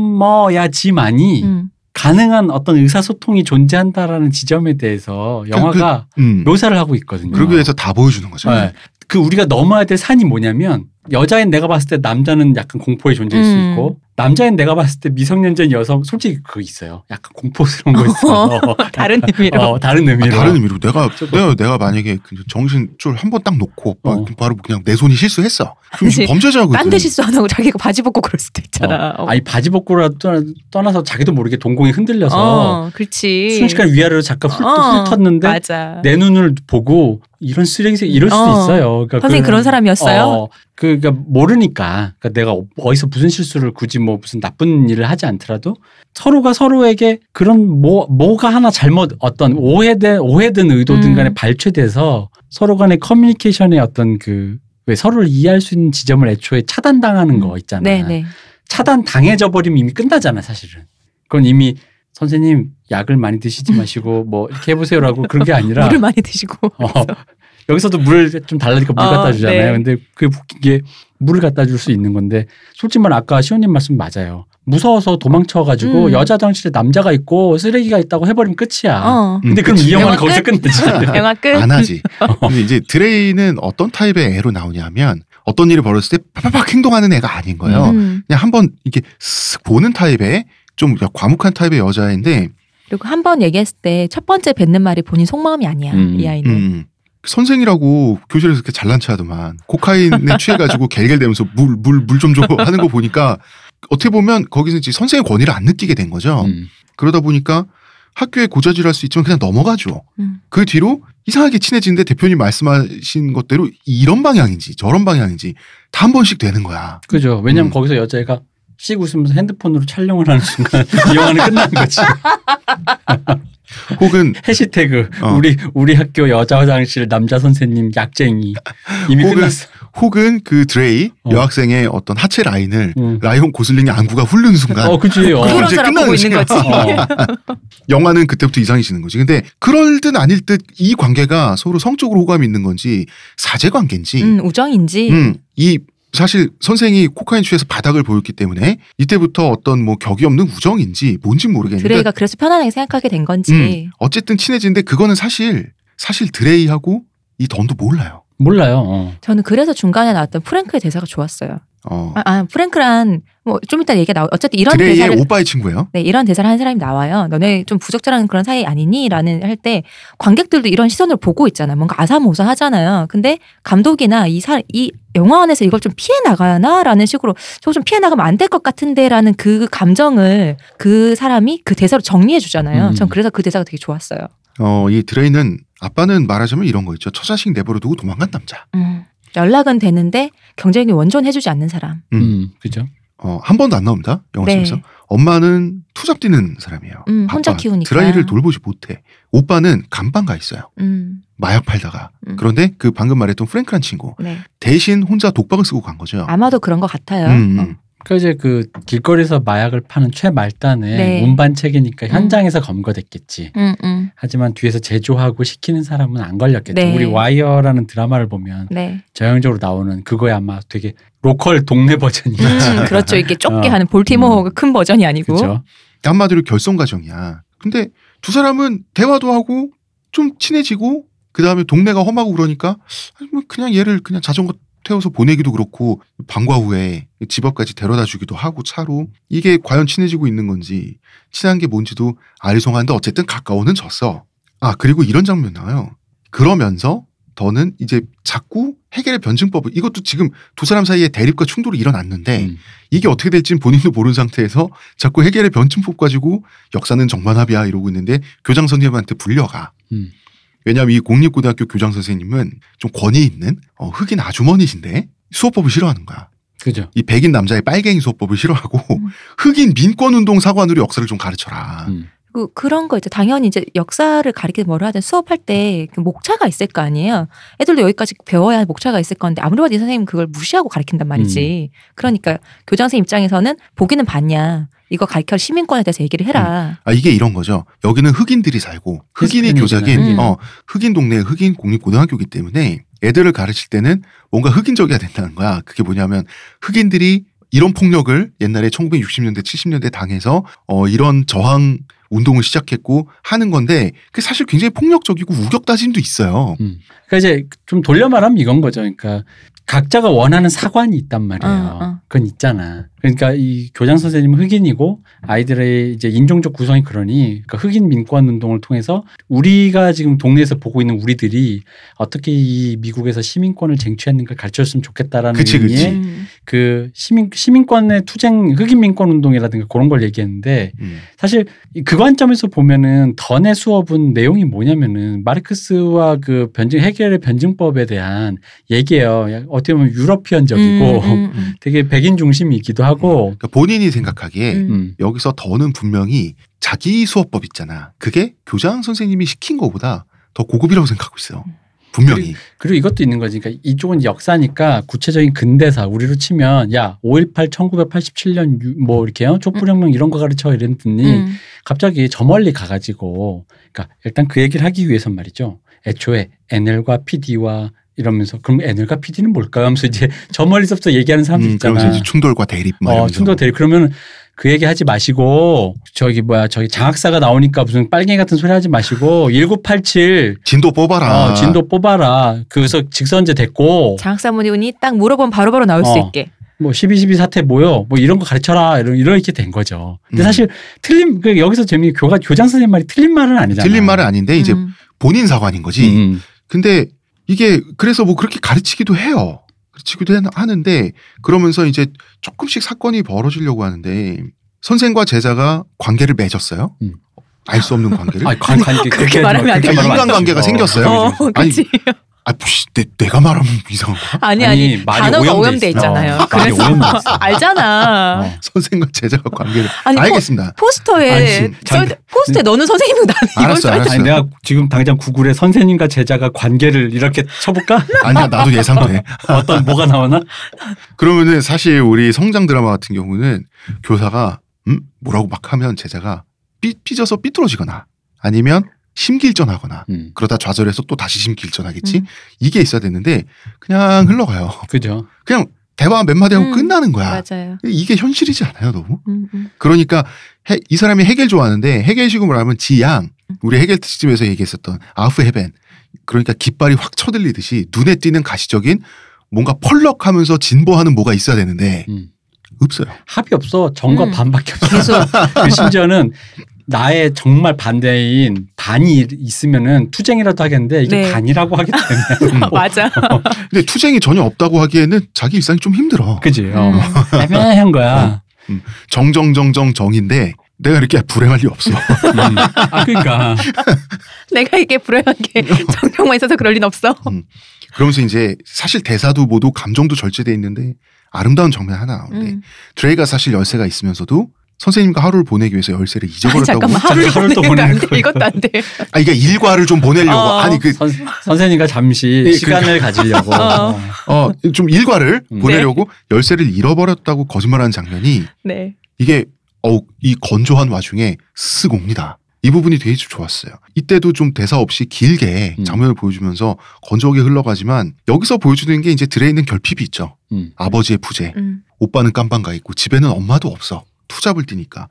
C: 넘어야지만이
B: 음.
C: 가능한 어떤 의사소통이 존재한다라는 지점에 대해서 영화가
A: 음.
C: 묘사를 하고 있거든요.
A: 그러기 위해서 다 보여주는 거죠.
C: 네. 그 우리가 넘어야 될 산이 뭐냐면 여자인 내가 봤을 때 남자는 약간 공포의 존재일 수
B: 음.
C: 있고 남자인 내가 봤을 때 미성년자인 여성 솔직히 그거 있어요. 약간 공포스러운 거 있어.
B: 다른 의미로.
C: 어, 다른
A: 아,
C: 의미로.
A: 다른 의미로 내가 내가 내가 만약에 그냥 정신줄 한 번 딱 놓고 오빠
C: 어.
A: 바로 그냥 내 손이 실수했어. 그럼
B: 아니,
A: 범죄자거든.
B: 딴 데 실수 안 하고 자기가 바지 벗고 그럴 수도 있잖아. 어.
C: 아니 바지 벗고라도 떠나- 떠나서 자기도 모르게 동공이 흔들려서
B: 어, 그렇지.
C: 순식간 위아래로 잠깐 훑,
B: 어,
C: 훑었는데
B: 맞아.
C: 내 눈을 보고 이런 쓰레기 새 이럴 수도
B: 네. 어.
C: 있어요. 그러니까
B: 선생님
C: 그-
B: 그런 사람이었어요?
C: 어, 그, 그러니까 모르니까. 그러니까 내가 어디서 무슨 실수를 굳이 뭐 무슨 나쁜 일을 하지 않더라도 서로가 서로에게 그런 뭐, 뭐가 하나 잘못 어떤 오해된, 오해든 의도든
B: 음.
C: 간에 발췌돼서 서로 간의 커뮤니케이션의 어떤 그, 왜 서로를 이해할 수 있는 지점을 애초에 차단당하는 거 있잖아요.
B: 네, 네.
C: 차단 당해져 버리면 이미 끝나잖아 사실은. 그건 이미 선생님 약을 많이 드시지 마시고 뭐 이렇게 해보세요라고 그런 게 아니라
B: 물을 많이 드시고.
C: 어, 여기서도 물을 좀 달라니까 물
B: 어,
C: 갖다 주잖아요.
B: 네.
C: 근데 그게 웃긴 게 물을 갖다 줄 수 있는 건데 솔직히 말 아까 시호님 말씀 맞아요. 무서워서 도망쳐가지고
B: 음.
C: 여자 화장실에 남자가 있고 쓰레기가 있다고 해버리면 끝이야.
B: 어.
C: 근데 그럼 이 영화는
B: 영화
C: 거기서 끝내지.
B: 영화 끝.
A: 음,
C: 아,
A: 안 하지. 근데 이제 드레이는 어떤 타입의 애로 나오냐면 어떤 일이 벌어졌을 때 팍팍팍 행동하는 애가 아닌
C: 어.
A: 거예요.
B: 음.
A: 그냥 한번 이렇게 쓱 보는 타입의 좀 과묵한 타입의 여자인데
B: 그리고 한 번 얘기했을 때 첫 번째 뱉는 말이 본인 속마음이 아니야.
C: 음.
B: 이 아이는.
A: 음, 선생이라고 교실에서 이렇게 잘난 체하더만 코카인에 취해가지고 갤갤대면서 물 물 물 좀 줘 하는 거 보니까 어떻게 보면 거기서 이제 선생의 권위를 안 느끼게 된 거죠.
C: 음.
A: 그러다 보니까 학교에 고자질할 수 있지만 그냥 넘어가죠.
B: 음.
A: 그 뒤로 이상하게 친해지는데 대표님 말씀하신 것대로 이런 방향인지 저런 방향인지 다 한 번씩 되는 거야.
C: 그죠. 왜냐면
A: 음.
C: 거기서 여자애가 씩 웃으면서 핸드폰으로 촬영을 하는 순간 이 영화는 끝난 거지.
A: 혹은
C: 해시태그
A: 어.
C: 우리 우리 학교 여자 화장실 남자 선생님 약쟁이 이미
A: 혹은-
C: 끝났어.
A: 혹은 그 드레이
C: 어.
A: 여학생의 어떤 하체 라인을
C: 음.
A: 라이온 고슬링의 안구가 훑는 순간
C: 어 그지. 어.
A: 그럼
B: 그런
A: 이제
B: 줄 알고
A: 끝나는
B: 있는 거지.
C: 어.
A: 영화는 그때부터 이상해지는 거지. 근데 그럴 듯 아닐 듯 이 관계가 서로 성적으로 호감이 있는 건지 사제 관계인지
B: 음, 우정인지.
A: 음, 이 사실 선생이 코카인 취해서 바닥을 보였기 때문에 이때부터 어떤 뭐 격이 없는 우정인지 뭔지 모르겠는데
B: 드레이가 그래서 편안하게 생각하게 된
A: 음.
B: 건지.
A: 어쨌든 친해지는데 그거는 사실 사실 드레이하고 이 던도 몰라요.
C: 몰라요. 어.
B: 저는 그래서 중간에 나왔던 프랭크의 대사가 좋았어요.
A: 어.
B: 아, 아, 프랭크란 뭐 좀 이따 얘기가 나오. 어쨌든 이런
A: 드레이의
B: 대사를
A: 오빠의 친구예요.
B: 네, 이런 대사를 하는 사람이 나와요. 너네 좀 부적절한 그런 사이 아니니? 라는 할 때 관객들도 이런 시선을 보고 있잖아요. 뭔가 아사모사하잖아요. 근데 감독이나 이 사, 이 영화관에서 이걸 좀 피해 나가나? 라는 식으로 저거 좀 피해 나가면 안 될 것 같은데? 라는 그 감정을 그 사람이 그 대사로 정리해 주잖아요.
C: 음.
B: 전 그래서 그 대사가 되게 좋았어요.
A: 어, 이 드레이는 아빠는 말하자면 이런 거 있죠. 처자식 내버려 두고 도망간 남자.
B: 음. 연락은 되는데 경쟁이 원존해 주지 않는 사람.
A: 음.
C: 음. 그죠.
A: 어, 한 번도 안 나옵니다. 영화 속에서. 엄마는 투잡 뛰는 사람이에요.
B: 네. 음, 혼자 키우니까.
A: 드라이를 돌보지 못해. 오빠는 감방 가 있어요.
B: 음.
A: 마약 팔다가.
B: 음.
A: 그런데 그 방금 말했던 프랭크란 친구
B: 네.
A: 대신 혼자 독박을 쓰고 간 거죠.
B: 아마도 그런 것 같아요.
A: 음,
B: 어.
A: 음.
C: 그러니까 이제 그 길거리에서 마약을 파는 최말단의
B: 네.
C: 운반책이니까
B: 음.
C: 현장에서 검거됐겠지.
B: 음, 음.
C: 하지만 뒤에서 제조하고 시키는 사람은 안 걸렸겠죠.
B: 네.
C: 우리 와이어라는 드라마를 보면
B: 네.
C: 저형적으로 나오는 그거에 아마 되게 로컬 동네 버전이겠지.
B: 음, 그렇죠. 이게 좁게
C: 어.
B: 하는 볼티모어가 큰 버전이 아니고.
C: 그죠.
A: 한마디로 결성 과정이야. 근데 두 사람은 대화도 하고 좀 친해지고 그 다음에 동네가 험하고 그러니까 아니, 뭐 그냥 얘를 그냥 자전거 태워서 보내기도 그렇고 방과 후에 집 앞까지 데려다 주기도 하고 차로 이게 과연 친해지고 있는 건지 친한 게 뭔지도 아리송한데 어쨌든 가까워는 졌어. 아 그리고 이런 장면 나와요. 그러면서 더는 이제 자꾸 해결의 변증법을 이것도 지금 두 사람 사이에 대립과 충돌이 일어났는데
C: 음.
A: 이게 어떻게 될지는 본인도 모르는 상태에서 자꾸 해결의 변증법 가지고 역사는 정반합이야 이러고 있는데 교장 선생님한테 불려가.
C: 음.
A: 왜냐하면 이 공립고등학교 교장 선생님은 좀 권위 있는 어, 흑인 아주머니신데 수호법을 싫어하는 거야.
C: 그죠.
A: 이 백인 남자의 빨갱이 수호법을 싫어하고
B: 음.
A: 흑인 민권운동 사관으로 역사를 좀 가르쳐라.
C: 음.
B: 그 그런 거 이제 당연히 이제 역사를 가리키든 뭐를 하든 수업할 때그 목차가 있을 거 아니에요. 애들도 여기까지 배워야 할 목차가 있을 건데 아무리 봐도 이 선생님 그걸 무시하고 가르친단 말이지. 그러니까 교장 선생 입장에서는 보기는 봤냐. 이거 가르쳐 시민권에 대해서 얘기를 해라.
A: 아 이게 이런 거죠. 여기는 흑인들이 살고 흑인이
C: 히스패닉이나
A: 교사긴
B: 흑인.
A: 어 흑인 동네 흑인 공립고등학교이기 때문에 애들을 가르칠 때는 뭔가 흑인적이어야 된다는 거야. 그게 뭐냐면 흑인들이 이런 폭력을 옛날에 1960년대 70년대 당해서 어 이런 저항 운동을 시작했고 하는 건데 그게 사실 굉장히 폭력적이고 우격다짐도 있어요.
C: 그러니까 이제 좀 돌려 말하면 이건 거죠. 그러니까 각자가 원하는 사관이 있단 말이에요.
B: 어, 어.
C: 그건 있잖아. 그러니까 그러니까 이 교장 선생님은 흑인이고 아이들의 이제 인종적 구성이 그러니 그러니까 흑인 민권 운동을 통해서 우리가 지금 동네에서 보고 있는 우리들이 어떻게 이 미국에서 시민권을 쟁취했는가 가르쳤으면 좋겠다라는
A: 그치, 그치.
C: 의미의
B: 음.
C: 그 시민 시민권의 투쟁 흑인 민권 운동이라든가 그런 걸 얘기했는데
A: 음.
C: 사실 이그 관점에서 보면은 던의 수업은 내용이 뭐냐면은 마르크스와 그 변증 해결의 변증법에 대한 얘기예요. 야- 어떻게 보면 유러피언적이고
B: 음, 음,
C: 되게 백인 중심이기도 하고
A: 그러니까 본인이 생각하기에
B: 음.
C: 음.
A: 여기서 더는 분명히 자기 수업법 있잖아. 그게 교장 선생님이 시킨 거보다 더 고급이라고 생각하고 있어요. 분명히.
C: 그리고 이것도 있는 거지. 그러니까 이쪽은 역사니까 구체적인 근대사 우리로 치면 야 5.18 1987년 유- 뭐 이렇게요 촛불혁명 이런 거 가르쳐 이랬더니
B: 음.
C: 갑자기 저 멀리 가가지고, 그러니까 일단 그 얘기를 하기 위해선 말이죠. 애초에 NL과 PD와 이러면서 그럼 NL과 PD는 뭘까요? 하면서 이제 저 멀리서부터 얘기하는 사람들
A: 음,
C: 있잖아.
A: 그러면서 이제 충돌과 대립 막
C: 어,
A: 이러면서.
C: 충돌 대립. 그러면 그 얘기 하지 마시고 저기 뭐야 저기 장학사가 나오니까 무슨 빨갱이 같은 소리 하지 마시고 1987
A: 진도 뽑아라.
C: 어, 진도 뽑아라. 그래서 직선제 됐고
B: 장학사모님이 딱 물어보면 바로바로 나올 수
C: 어.
B: 있게.
C: 뭐 12, 12 사태 뭐요? 뭐 이런 거 가르쳐라. 이런 이렇게 된 거죠. 근데
A: 음.
C: 사실 틀린 그 여기서 재미 교가 교장 선생님 말이 틀린 말은 아니잖아.
A: 틀린 말은 아닌데 이제
B: 음.
A: 본인 사관인 거지.
C: 음.
A: 근데 이게 그래서 뭐 그렇게 가르치기도 해요. 가르치기도 해- 하는데 그러면서 이제 조금씩 사건이 벌어지려고 하는데 선생과 제자가 관계를 맺었어요.
C: 음.
A: 알 수 없는 관계를.
C: 아니, 관, 관,
B: 그렇게 말하면 안
A: 돼요. 인간관계가 생겼어요.
B: 어,
A: 아니,
B: 그치.
A: 아, 씨, 내, 내가 말하면 이상한 거야?
B: 아니, 아니, 단어가 오염돼 있잖아요. 그래서 알잖아.
C: 어.
A: 선생과 제자가 관계를.
B: 아니,
C: 뭐
A: 알겠습니다.
B: 포스터에
C: 안심, 잠깐.
B: 써- 포스터에 너는 선생님이고 나는 이건
A: 알았어요,
B: 써
A: 알았어요.
C: 아니 내가 지금 당장 구글에 선생님과 제자가 관계를 이렇게 쳐볼까?
A: 아니야, 나도 예상돼.
C: 어떤 뭐가 나오나?
A: 그러면은 사실 우리 성장 드라마 같은 경우는 교사가 음? 뭐라고 막 하면 제자가 삐, 삐져서 삐뚤어지거나 아니면 심기일전하거나 그러다 좌절해서 또 다시 심기일전하겠지
B: 음.
A: 이게 있어야 되는데 그냥 흘러가요.
C: 그죠.
A: 그냥 대화 몇 마디 하고
B: 음,
A: 끝나는 거야.
B: 맞아요.
A: 이게 현실이지 않아요, 너무?
B: 음, 음.
A: 그러니까 해- 이 사람이 해겔 좋아하는데 해겔식으로 하면 지양 우리 해겔 특집에서 얘기했었던 아프헤벤 그러니까 깃발이 확 쳐들리듯이 눈에 띄는 가시적인 뭔가 펄럭하면서 진보하는 뭐가 있어야 되는데
C: 음.
A: 없어요.
C: 합이 없어. 정과
B: 음.
C: 반밖에 없어.
B: 계속
C: 그 심지어는 나의 정말 반대인 반이 있으면은 투쟁이라도 하겠는데 이게
B: 네.
C: 반이라고 하기 때문에
B: 맞아.
A: 근데 투쟁이 전혀 없다고 하기에는 자기 일상이 좀 힘들어.
C: 그지. 어.
B: 음.
C: 애매한 거야.
A: 정정정정 정인데 내가 이렇게 불행할 리 없어.
C: 음. 아 그러니까.
B: 내가 이게 불행한 게 정정만 있어서 그럴 리는 없어.
A: 그러면서 이제 사실 대사도 모두 감정도 절제돼 있는데 아름다운 장면 하나 나오는데
B: 음.
A: 드레이가 사실 열쇠가 있으면서도 선생님과 하루를 보내기 위해서 열쇠를
B: 아니,
A: 잊어버렸다고.
B: 잠깐만
C: 하루를
B: 하루를
C: 또
B: 보내는
C: 보내는
B: 거안 돼.
C: 거예요.
B: 이것도 안 돼.
A: 아 이게 일과를 좀 보내려고
B: 어.
A: 아니 그
C: 선, 선생님과 잠시
A: 예,
C: 시간을 가지려고.
B: 어.
C: 어.
A: 어, 좀 일과를
C: 음.
A: 보내려고 열쇠를 잃어버렸다고 거짓말하는 장면이
B: 네.
A: 이게 어우 이 건조한 와중에 쓱 옵니다. 이 부분이 되게 좀 좋았어요. 이때도 좀 대사 없이 길게
C: 음.
A: 장면을 보여주면서 건조하게 흘러가지만 여기서 보여주는 게 이제 들에 있는 결핍이 있죠.
C: 음.
A: 아버지의 부재,
B: 음.
A: 오빠는 깜방 가 있고 집에는 엄마도 없어. 투잡을 뛰니까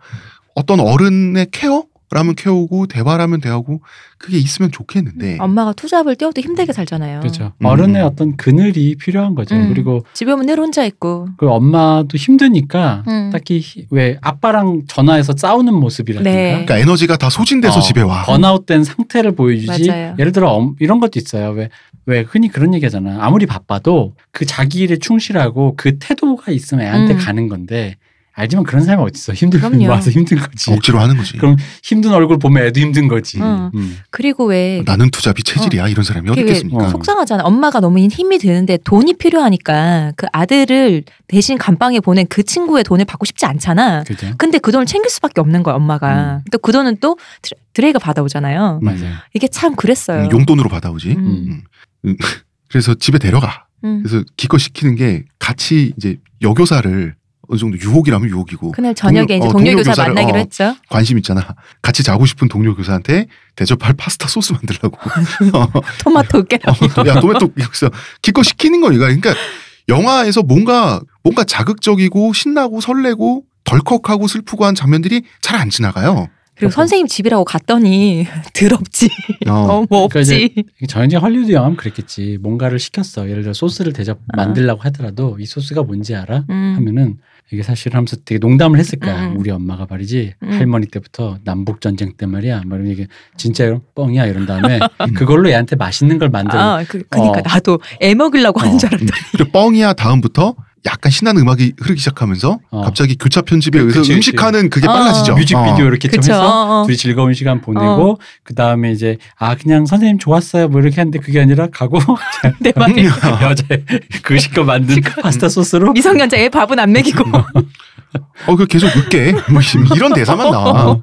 A: 어떤 어른의 케어? 라면 케어고 대화라면 대하고 그게 있으면 좋겠는데
B: 엄마가 투잡을 뛰어도 힘들게 살잖아요.
C: 그렇죠.
A: 음.
C: 어른의 어떤 그늘이 필요한 거죠.
B: 음.
C: 그리고
B: 집에 오면 늘 혼자 있고.
C: 그 엄마도 힘드니까
B: 음.
C: 딱히 히- 왜 아빠랑 전화해서 싸우는 모습이라든가
B: 네.
A: 그러니까 에너지가 다 소진돼서
C: 어,
A: 집에 와.
C: 번아웃된 상태를 보여주지
B: 맞아요.
C: 예를 들어 엄- 이런 것도 있어요 왜 왜 흔히 그런 얘기하잖아 아무리 바빠도 그 자기 일에 충실하고 그 태도가 있으면 애한테
B: 음.
C: 가는 건데 알지만 그런 사람이 어딨어 힘들면
B: 그럼요.
C: 와서 힘든 거지
A: 억지로 하는 거지.
C: 그럼 힘든 얼굴 보면 애도 힘든 거지
B: 어.
C: 음.
B: 그리고 왜
A: 어, 나는 투잡이 체질이야 이런 사람이 어디
B: 그게 왜
A: 있겠습니까?
C: 어.
B: 속상하잖아. 엄마가 너무 힘이 드는데 돈이 필요하니까 그 아들을 대신 감방에 보낸 그 친구의 돈을 받고 싶지 않잖아.
C: 그죠
B: 근데 그 돈을 챙길 수밖에 없는 거야 엄마가. 또 그 돈은 또 드레- 드레이가 받아오잖아요.
A: 음.
C: 맞아요
B: 이게 참 그랬어요.
A: 음, 용돈으로 받아오지.
B: 음,
A: 그래서 집에 데려가.
B: 음.
A: 그래서 기껏 시키는 게 같이 이제 여교사를 어느 정도 유혹이라면 유혹이고
B: 그날 저녁에
A: 동료-
B: 이제
A: 어,
B: 동료
A: 동료
B: 교사
A: 교사를-
B: 만나기로
A: 어.
B: 했죠.
A: 관심 있잖아. 같이 자고 싶은 동료 교사한테 대접할 파스타 소스 만들라고.
B: 토마토 으깨.
A: 어, 야 도메토 여기서 기껏 시키는 거니까. 그러니까 영화에서 뭔가 뭔가 자극적이고 신나고 설레고 덜컥하고 슬프고 한 장면들이 잘 안 지나가요.
B: 그리고 선생님 집이라고 갔더니 더럽지.
A: 어,
B: 어, 뭐
C: 그러니까 이제
B: 없지.
C: 전형적인 헐리우드 영화면 그랬겠지. 뭔가를 시켰어. 예를 들어 소스를 대접
B: 아.
C: 만들라고 하더라도 이 소스가 뭔지 알아?
B: 음.
C: 하면은 이게 사실 하면서 되게 농담을 했을 거야.
B: 음.
C: 우리 엄마가 말이지
B: 음.
C: 할머니 때부터 남북 전쟁 때 말이야. 막 이런 얘기 진짜 이런 뻥이야 이런 다음에 그걸로 얘한테 맛있는 걸 만들어.
B: 아, 그, 그니까
C: 어.
B: 나도 애 먹으려고 한 줄
C: 네.
B: 알았더니.
A: 그리고 뻥이야 다음부터 약간 신나는 음악이 흐르기 시작하면서
C: 어.
A: 갑자기 교차 편집에 의해서
C: 그치, 그치.
A: 음식하는 그게
B: 어.
A: 빨라지죠.
C: 뮤직비디오
A: 어.
C: 이렇게 좀
B: 그쵸.
C: 해서
B: 어, 어.
C: 둘이 즐거운 시간 보내고 그 다음에 이제 아 그냥 선생님 좋았어요 뭐 이렇게 하는데 그게 아니라 가고
B: 내 말이
A: 어,
C: 여자 그 식구 만든 파스타 소스로
B: 미성년자 애 밥은 안 먹이고.
A: 어, 그 계속 늦게 뭐 이런 대사만 나와.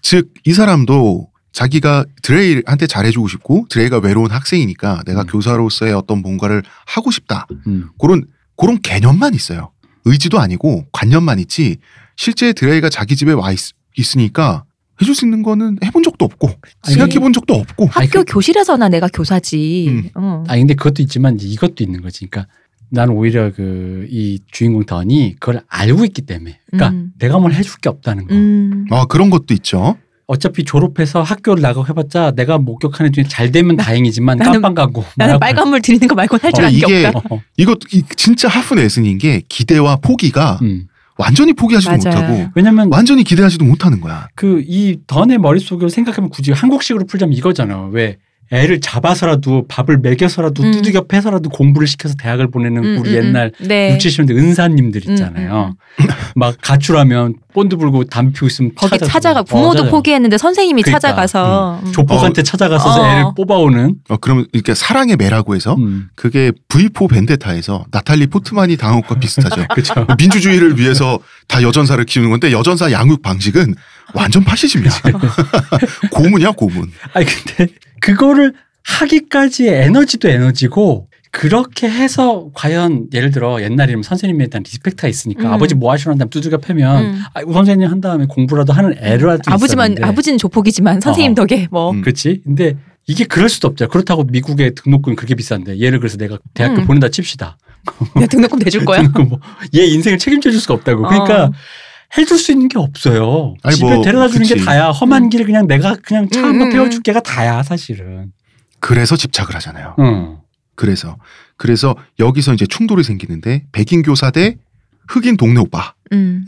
A: 즉 이 사람도 자기가 드레이한테 잘해주고 싶고 드레이가 외로운 학생이니까 내가
C: 음.
A: 교사로서의 어떤 뭔가를 하고 싶다
C: 음.
A: 그런 그런 개념만 있어요. 의지도 아니고 관념만 있지 실제 드레이가 자기 집에 와 있, 으니까 해줄 수 있는 거는 해본 적도 없고
C: 아니,
A: 생각해 본 적도 없고
C: 아니,
B: 학교
C: 그-
B: 교실에서나 내가 교사지. 어.
C: 아 근데 그것도 있지만 이제 이것도 있는 거지. 그러니까 나는 오히려 그 이 주인공 던이 그걸 알고 있기 때문에, 그러니까
B: 음.
C: 내가 뭘 해줄 게 없다는 거.
B: 음.
A: 아 그런 것도 있죠.
C: 어차피 졸업해서 학교를 나가고 해봤자 내가 목격하는 중에 잘 되면 다행이지만
B: 나는-
C: 깜빵 가고.
B: 나는
C: 말하고
B: 빨간물 드리는 거 말고는 할줄
C: 어,
B: 아는 게
A: 이게-
B: 없다.
C: 어, 어,
A: 이거 이- 진짜 하프 레슨인 게 기대와 포기가
C: 음.
A: 완전히 포기하지도
B: 맞아요.
A: 못하고
C: 왜냐면
A: 완전히 기대하지도 못하는 거야.
C: 그 이 던의 머릿속을 생각하면 굳이 한국식으로 풀자면 이거잖아. 왜 애를 잡아서라도 밥을 먹여서라도
B: 음.
C: 두들겨 패서라도 공부를 시켜서 대학을 보내는
B: 음,
C: 우리
B: 음, 음.
C: 옛날
B: 네.
C: 60, 70년대 은사님들
B: 음,
C: 있잖아요. 막 가출하면 본드 불고 담배 피우고 있으면
B: 거기
C: 찾아서.
B: 찾아가
C: 어,
B: 부모도
C: 찾아가.
B: 포기했는데 선생님이
C: 그러니까,
B: 찾아가서 음.
C: 조폭한테 찾아가서
B: 어.
C: 애를 뽑아오는
A: 어, 그러면 이렇게 사랑의 매라고 해서
C: 음.
A: 그게 V4 벤데타에서 나탈리 포트만이 당한 것과 비슷하죠.
C: 그렇죠.
A: 민주주의를 위해서 다 여전사를 키우는 건데 여전사 양육 방식은 완전 파시즘이야. 고문이야 고문.
C: 아니 근데 그거를 하기까지의 에너지도 에너지고 그렇게 해서 과연 예를 들어 옛날이면 선생님에 대한 리스펙트가 있으니까
B: 음.
C: 아버지 뭐 하시는 다음 두들겨 패면
B: 음.
C: 아, 선생님 한 다음에 공부라도 하는 애라도
B: 아버지만
C: 있었는데.
B: 아버지는 조폭이지만 선생님
C: 어.
B: 덕에 뭐
A: 음.
C: 그렇지. 근데 이게 그럴 수도 없잖아. 그렇다고 미국의 등록금 그렇게 비싼데 얘를 그래서 내가 대학교
B: 음.
C: 보낸다 칩시다.
B: 그냥 등록금 대줄 거야.
C: 등록금 뭐얘 인생을 책임져 줄 수가 없다고. 그러니까
B: 어.
C: 해줄 수 있는 게 없어요.
A: 아니,
C: 집에
A: 뭐,
C: 데려다 주는 게
A: 그치.
C: 다야. 험한
B: 음.
C: 길을 그냥 내가 그냥 차 한번
B: 음,
C: 태워줄 게가 다야 사실은.
A: 그래서 집착을
B: 음.
A: 하잖아요.
C: 응.
A: 그래서 그래서 여기서 이제 충돌이 생기는데 백인 교사 대 흑인 동네 오빠.
B: 음.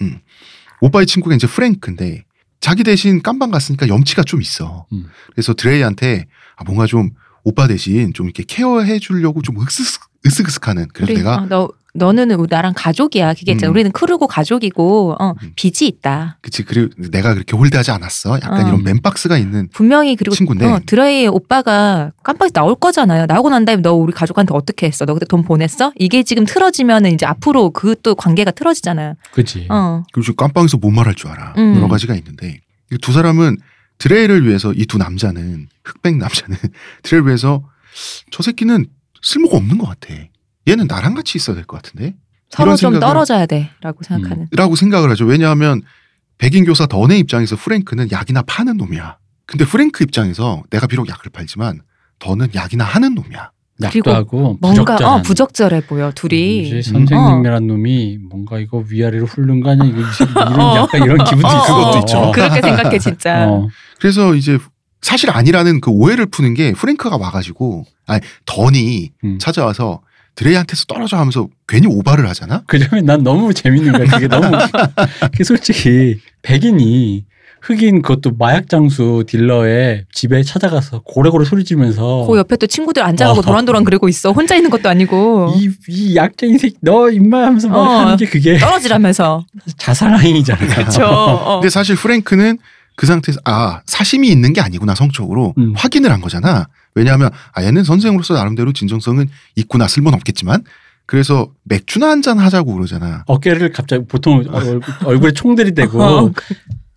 A: 오빠의 친구가 이제 프랭크인데 자기 대신 깜방 갔으니까 염치가 좀 있어.
C: 음.
A: 그래서 드레이한테 아, 뭔가 좀 오빠 대신 좀 이렇게 케어해 주려고 좀 으쓱 으쓱하는 그래서 아.
B: 우리,
A: 내가
B: 어, 너 너는 나랑 가족이야. 그게 있잖아.
A: 음.
B: 우리는 크루고 가족이고 어,
A: 음.
B: 빚이 있다.
A: 그치 그리고 내가 그렇게 홀대하지 않았어. 약간
B: 어.
A: 이런 맨박스가 있는
B: 분명히 그리고
A: 친구인데.
B: 어, 드라이 오빠가 깜빡이 나올 거잖아요. 나오고 난 다음에 너 우리 가족한테 어떻게 했어? 너 그때 돈 보냈어? 이게 지금 틀어지면은 이제 앞으로 그 또 관계가 틀어지잖아요.
C: 그렇지.
B: 어.
A: 그리고 지금 깜빵에서 못 말할 줄 알아.
B: 음.
A: 여러 가지가 있는데 이 두 사람은 드레이를 위해서 이 두 남자는 흑백 남자는 드레이를 위해서 저 새끼는 쓸모가 없는 것 같아. 얘는 나랑 같이 있어야 될 것 같은데 음.
B: 서로
A: 이런
B: 좀
A: 생각을-
B: 떨어져야 돼라고 생각하는.
A: 라고 생각을 하죠. 왜냐하면 백인 교사 던의 입장에서 프랭크는 약이나 파는 놈이야. 근데 프랭크 입장에서 내가 비록 약을 팔지만 더는 약이나 하는 놈이야.
C: 약도
B: 그리고
C: 하고
B: 뭔가
C: 부적절한. 음,
B: 어, 음, 부적절해 보여 둘이.
C: 이제 선생님이란 놈이 뭔가 이거 위아래로 훑는 거 아니야? 이거 지금 이런
B: 어.
C: 약간 이런 기분도
B: 어,
C: 있고
A: 그것도 있죠.
C: 어.
B: 그렇게 생각해 진짜.
C: 어.
A: 그래서 이제 사실 아니라는 그 오해를 푸는 게 프랭크가 와가지고 아니 던이
C: 음.
A: 찾아와서 드레이한테서 떨어져 하면서 괜히 오바를 하잖아.
C: 그 점이 난 너무 재밌는 거야. 그게 너무 웃겨. 그게 솔직히 백인이 흑인 그것도 마약 장수 딜러의 집에 찾아가서 고래고래 소리 지면서
B: 그 옆에 또 친구들 앉아가고
C: 어.
B: 도란도란 그리고 있어. 혼자 있는 것도 아니고
C: 이, 이 약쟁이 새끼 너 임마 하면서 막
B: 어.
C: 하는 게 그게
B: 떨어지라면서.
C: 자살행위잖아요.
B: 저 어.
A: 근데 사실 프랭크는 그 상태에서 아 사심이 있는 게 아니구나 성적으로
C: 음.
A: 확인을 한 거잖아. 왜냐하면 아 얘는 선생으로서 나름대로 진정성은 있구나 쓸모는 없겠지만 그래서 맥주나 한 잔 하자고 그러잖아.
C: 어깨를 갑자기 보통 얼- 얼굴에 총들이 대고
B: 어.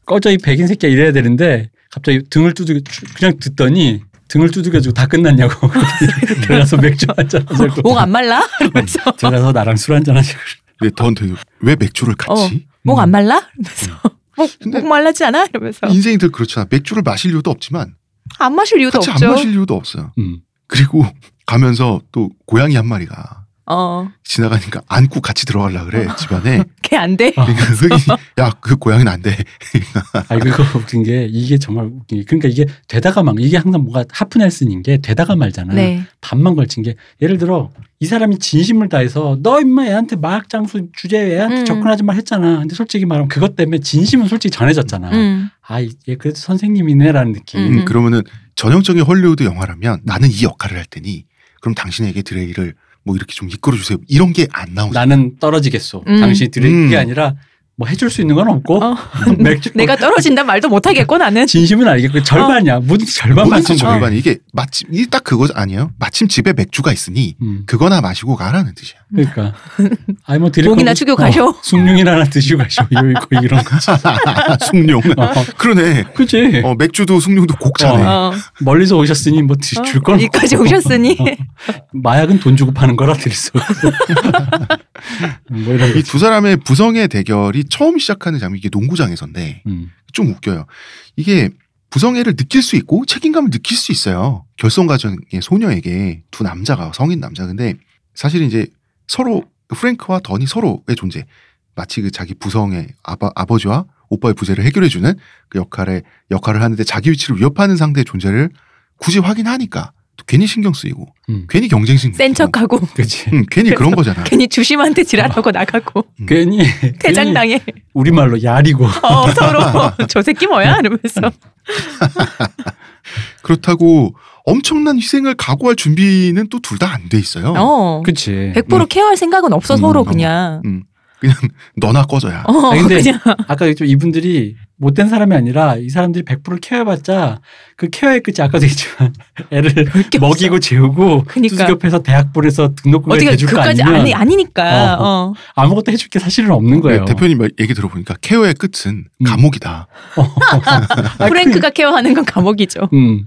C: 꺼져 이 백인 새끼야 이래야 되는데 갑자기 등을 두들겨 그냥 듣더니 등을 두들겨주고 다 끝났냐고 들어가서 맥주 한잔 하자고
B: 목 안 말라? 이러면서
C: 들어가서 나랑 술 한잔 하자고
A: 근데 넌 되게 네, 왜 맥주를 같이?
B: 목 안 말라? 이러면서 목,
A: 근데-
B: 목 말라지 않아? 이러면서
A: 인생이 늘 그렇잖아. 맥주를 마실 이유도 없지만
B: 안 마실 이유도
A: 같이
B: 없죠.
A: 안 마실 이유도 없어요.
C: 음.
A: 그리고 가면서 또 고양이 한 마리가
B: 어,
A: 지나가니까 안고 같이 들어가려 그래 집안에.
B: 걔 안 돼.
A: 그러니까 흑인이 야그 고양이는 안 돼.
C: 아 그거 웃긴 게 이게 정말 웃긴 게 그러니까 이게 되다가 막 이게 항상 뭔가 하프넬슨인 게 되다가 말잖아.
B: 네.
C: 반만 걸친 게 예를 들어 이 사람이 진심을 다해서 너 임마 애한테 마약 장수 주제 애한테
B: 음.
C: 접근하지 말 했잖아. 근데 솔직히 말하면 그것 때문에 진심은 솔직히 전해졌잖아.
B: 음.
C: 아얘 그래도 선생님이네라는 느낌.
B: 음.
A: 음, 그러면은 전형적인 헐리우드 영화라면 나는 이 역할을 할 테니 그럼 당신에게 드레이를 뭐 이렇게 좀 이끌어 주세요. 이런 게 안 나오죠.
C: 나는 떨어지겠소.
B: 음.
C: 당신이 들을 게
A: 음.
C: 아니라 뭐 해줄 수 있는 건 없고
B: 어.
C: 맥주
B: 내가 어. 떨어진다 말도 못 하겠고 나는.
C: 진심은 알겠고 절반이야. 모든 절반
A: 뭐든지
C: 맞춘 거야.
A: 절반 이게 마침 이게 딱 그거 아니에요? 마침 집에 맥주가 있으니
C: 음.
A: 그거나 마시고 가라는 뜻이야.
C: 그러니까 아니 뭐 드릴
B: 목이나
C: 거면-
B: 축이고
C: 어,
B: 가셔.
C: 숭늉이나 하나 드시고 가셔. 요 이거 이런 거.
A: 숭룡.
C: 어,
A: 그러네.
C: 그치.
A: 어, 맥주도 숭룡도 곡차네.
C: 어.
B: 어.
C: 멀리서 오셨으니 뭐 드실 줄 건.
B: 여기까지
C: 없고. 어.
B: 오셨으니.
C: 마약은 돈 주고 파는 거라 드릴 수 없어. 뭐 이런 거.
A: 이 두 사람의 부성의 대결이 처음 시작하는 장면이 이게 농구장에서인데
C: 음.
A: 좀 웃겨요. 이게 부성애를 느낄 수 있고 책임감을 느낄 수 있어요. 결성 과정의 소녀에게 두 남자가 성인 남자 근데 사실 이제 서로 프랭크와 더니 서로의 존재 마치 그 자기 부성의 아바, 아버지와 오빠의 부재를 해결해주는 그 역할의 역할을 하는데 자기 위치를 위협하는 상대의 존재를 굳이 확인하니까 또 괜히 신경 쓰이고
C: 음.
A: 괜히 경쟁심
B: 센
A: 느끼고.
C: 어.
B: 척하고
C: 그치.
A: 응, 괜히 그런 거잖아.
B: 괜히 주심한테 지랄하고 나가고
C: 괜히. 괜히
B: 퇴장당해.
C: 우리말로 야리고.
B: 어, 서로 저 새끼 뭐야? 이러면서.
A: 그렇다고 엄청난 희생을 각오할 준비는 또 둘 다 안 돼 있어요.
B: 어.
C: 그치.
B: 100% 케어할 생각은 없어 서로
A: 음, 음.
B: 그냥.
A: 음, 그냥 너나 꺼져야.
B: 어,
C: 아니, 근데
B: 그냥
C: 아까 좀 이분들이 못된 사람이 아니라 이 사람들이 100% 케어해봤자 그 케어의 끝이 아까도 했지만 애를
B: 별게 없어.
C: 먹이고 재우고
B: 그러니까.
C: 수습협에서 대학벌에서 등록금을
B: 어떻게
C: 대줄 거
B: 그까지
C: 아니면
B: 아니 아니니까.
C: 어.
B: 어.
C: 아무것도 해줄 게 사실은 없는 거예요.
A: 네, 대표님 말- 얘기 들어보니까 케어의 끝은
C: 음.
A: 감옥이다.
C: 아, 그-
B: 프랭크가 케어하는 건 감옥이죠.
C: 음.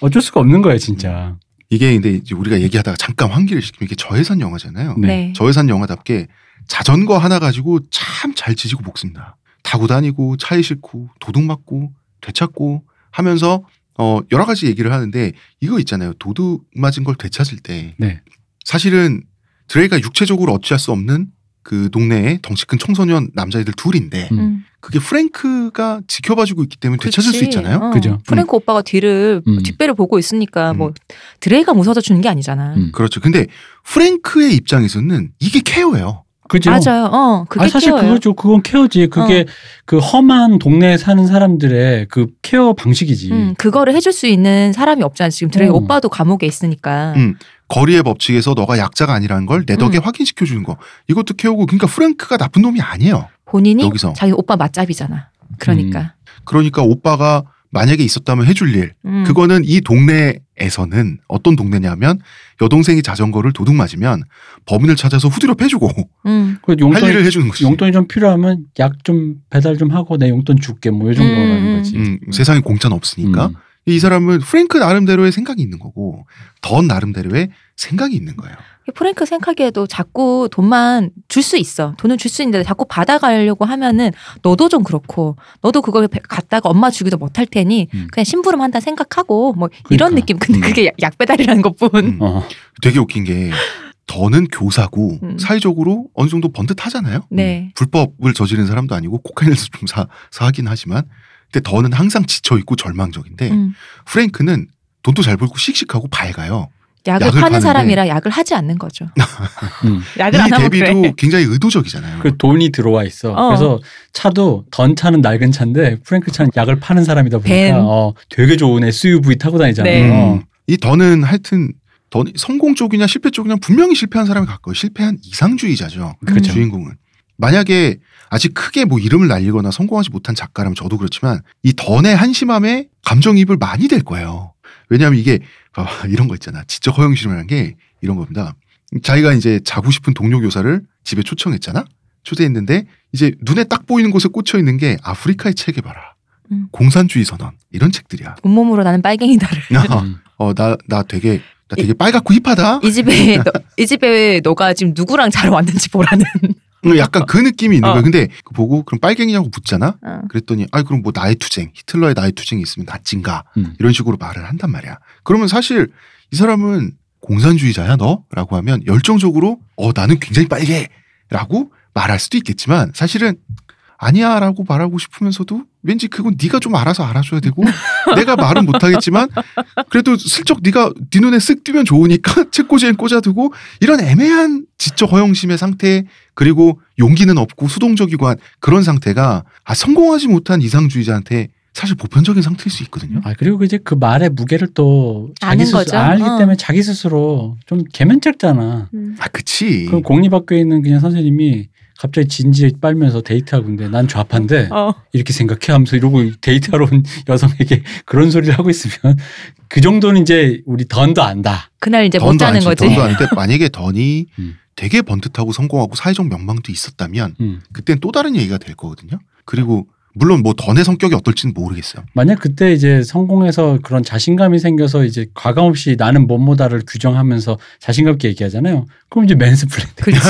C: 어쩔 수가 없는 거예요, 진짜.
A: 이게 근데 이제 우리가 얘기하다가 잠깐 환기를 시키면 이게 저예산 영화잖아요.
C: 네.
A: 저예산 영화답게 자전거 하나 가지고 참 잘 지지고 볶습니다. 타고 다니고 차에 싣고 도둑 맞고 되찾고 하면서 어 여러 가지 얘기를 하는데 이거 있잖아요. 도둑 맞은 걸 되찾을 때
C: 네.
A: 사실은 드레이가 육체적으로 어찌할 수 없는 그 동네의 덩치 큰 청소년 남자애들 둘인데
C: 음.
B: 음.
A: 그게 프랭크가 지켜봐주고 있기 때문에 되찾을 수
B: 그렇지.
A: 있잖아요.
B: 어.
C: 그죠.
B: 프랭크 오빠가 뒤를
C: 음.
B: 뒷배를 보고 있으니까
A: 음.
B: 뭐 드레이가 무서워서 주는 게 아니잖아.
C: 음.
A: 그렇죠. 근데 프랭크의 입장에서는 이게 케어예요.
C: 그죠?
B: 맞아요. 어, 그게
C: 아, 사실
B: 케어예요.
C: 그거죠. 그건 케어지. 그게 그 험한 동네에 사는 사람들의 그 케어 방식이지.
B: 음, 그거를 해줄 수 있는 사람이 없잖아. 지금 드레이
C: 음.
B: 오빠도 감옥에 있으니까.
A: 음. 거리의 법칙에서 너가 약자가 아니라는 걸 내 덕에
B: 음.
A: 확인시켜 주는 거. 이것도 케어고 그러니까 프랭크가 나쁜 놈이 아니에요.
B: 본인이
A: 여기서.
B: 자기 오빠 맞잡이잖아. 그러니까.
A: 그러니까 오빠가 만약에 있었다면 해줄 일.
B: 음.
A: 그거는 이 동네에서는 어떤 동네냐면 여동생이 자전거를 도둑 맞으면 범인을 찾아서 후드려 패주고
B: 음.
C: 그
A: 할
C: 용돈이,
A: 일을 해주는 거지.
C: 용돈이 좀 필요하면 약 좀 배달 좀 하고 내 용돈 줄게. 뭐 이 정도라는
B: 음,
C: 거지.
A: 음, 그러니까? 세상에 공짜는 없으니까
C: 음.
A: 이 사람은 프랭크 나름대로의 생각이 있는 거고 던 나름대로의 생각이 있는 거예요.
B: 프랭크 생각하기에도 자꾸 돈만 줄 수 있어. 돈은 줄 수 있는데 자꾸 받아가려고 하면은 너도 좀 그렇고 너도 그걸 배- 갖다가 엄마 주기도 못할 테니
C: 음.
B: 그냥 심부름 한다 생각하고 뭐 이런
C: 그러니까.
B: 느낌. 근데
C: 음.
B: 그게 약- 약 배달이라는 것뿐.
A: 음.
C: 어.
A: 되게 웃긴 게 더는 교사고
B: 음.
A: 사회적으로 어느 정도 번듯하잖아요.
B: 네.
A: 불법을 저지른 사람도 아니고 코카인을 좀 사, 사긴 하지만 근데 더는 항상 지쳐 있고 절망적인데
B: 음.
A: 프랭크는 돈도 잘 벌고 씩씩하고 밝아요.
B: 약을,
A: 약을 파는데. 아.
B: 파는 사람이라 약을 하지 않는 거죠.
C: 음.
B: 약을
A: 이
B: 안 하면
A: 대비도
B: 그래.
A: 굉장히 의도적이잖아요.
C: 그 돈이 들어와 있어.
B: 어.
C: 그래서 차도 던 차는 낡은 차인데 프랭크 차는 약을 파는 사람이다
B: 벤.
C: 보니까 어, 되게 좋은 SUV 타고 다니잖아요.
B: 네.
C: 어.
A: 음. 이 더는 하여튼 더 성공 쪽이냐 실패 쪽이냐 분명히 실패한 사람이 가까워요. 실패한 이상주의자죠.
C: 그렇죠.
A: 주인공은 만약에 아직 크게 뭐 이름을 날리거나 성공하지 못한 작가라면 저도 그렇지만 이 던의 한심함에 감정이입을 많이 될 거예요. 왜냐하면 이게 봐봐, 이런 거 있잖아. 지적 허영심이라는 게 이런 겁니다. 자기가 이제 자고 싶은 동료 교사를 집에 초청했잖아. 초대했는데 이제 눈에 딱 보이는 곳에 꽂혀 있는 게 아프리카의 책에 봐라.
B: 음.
A: 공산주의 선언 이런 책들이야.
B: 온몸으로 나는 빨갱이다를
A: 아.
C: 음.
A: 어나 나 되게 나 되게 빨갛고 힙하다.
B: 이 집에 너, 이 집에 너가 지금 누구랑 잘 왔는지 보라는
A: 어, 약간 그 느낌이 있는
B: 어.
A: 거야. 근데 그거 보고 그럼 빨갱이냐고 묻잖아.
B: 어.
A: 그랬더니 아 그럼 뭐 나의 투쟁 히틀러의 나의 투쟁이 있으면 나인가
C: 음.
A: 이런 식으로 말을 한단 말이야. 그러면 사실 이 사람은 공산주의자야 너? 라고 하면 열정적으로 어 나는 굉장히 빨개 라고 말할 수도 있겠지만 사실은 아니야 라고 말하고 싶으면서도 왠지 그건 네가 좀 알아서 알아줘야 되고 내가 말은 못하겠지만 그래도 슬쩍 네가 네 눈에 쓱 띄면 좋으니까 책꽂이엔 꽂아두고 이런 애매한 지적 허영심의 상태 그리고 용기는 없고 수동적이고 한 그런 상태가 아, 성공하지 못한 이상주의자한테 사실 보편적인 상태일 수 있거든요.
C: 아 그리고 이제 그 말의 무게를 또 자기
B: 아는
C: 스스로
B: 거죠.
C: 알기
B: 어.
C: 때문에 자기 스스로 좀 개면책잖아.
A: 아 그치.
C: 그럼 공립학교에 있는 그냥 선생님이 갑자기 진지에 빨면서 데이트하고 있는데 난 좌파인데
B: 어.
C: 이렇게 생각해 하면서 이러고 데이트하러 온 여성에게 그런 소리를 하고 있으면 그 정도는 이제 우리 던도 안다.
B: 그날 이제 못
A: 던도
B: 자는
A: 아니지,
B: 거지.
A: 던도 아닌데 만약에 던이
C: 음.
A: 되게 번듯하고 성공하고 사회적 명망도 있었다면
C: 음.
A: 그땐 또 다른 얘기가 될 거거든요. 그리고 물론 뭐 던의 성격이 어떨지는 모르겠어요.
C: 만약 그때 이제 성공해서 그런 자신감이 생겨서 이제 과감 없이 나는 뭐뭐다를 규정하면서 자신감 있게 얘기하잖아요. 그럼 이제 맨스플레인.
B: 그렇지.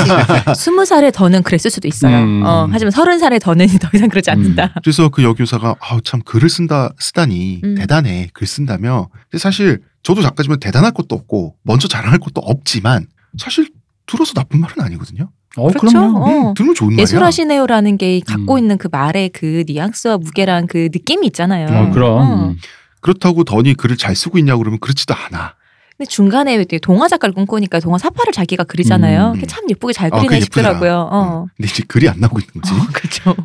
B: 스무 살에 더는 그랬을 수도 있어요.
C: 음.
B: 어, 하지만 서른 살에 더는 더 이상 그러지 않는다.
A: 그래서 그 여교사가 아우 참 글을 쓴다 쓰다니
B: 음.
A: 대단해 글 쓴다며 근데 사실 저도 작가지만 대단할 것도 없고 먼저 자랑할 것도 없지만 사실 들어서 나쁜 말은 아니거든요.
C: 어,
B: 그렇죠.
C: 그럼요.
B: 어.
A: 음, 들으면 좋은 말이야.
B: 예술하시네요라는 게 갖고
C: 음.
B: 있는 그 말의 그 뉘앙스와 무게랑 그 느낌이 있잖아요.
A: 어,
C: 그럼.
B: 어.
A: 그렇다고 던이 글을 잘 쓰고 있냐고 그러면 그렇지도 않아.
B: 근데 중간에 이렇게 동화 작가를 꿈꾸니까 동화 사파를 자기가
C: 음.
B: 그리잖아요. 그게 참 예쁘게 잘
A: 아,
B: 그리네
A: 그게 예쁘더라.
B: 싶더라고요. 어.
A: 음. 근데 이제 글이 안 나오고 있는 거지.
B: 어, 그렇죠.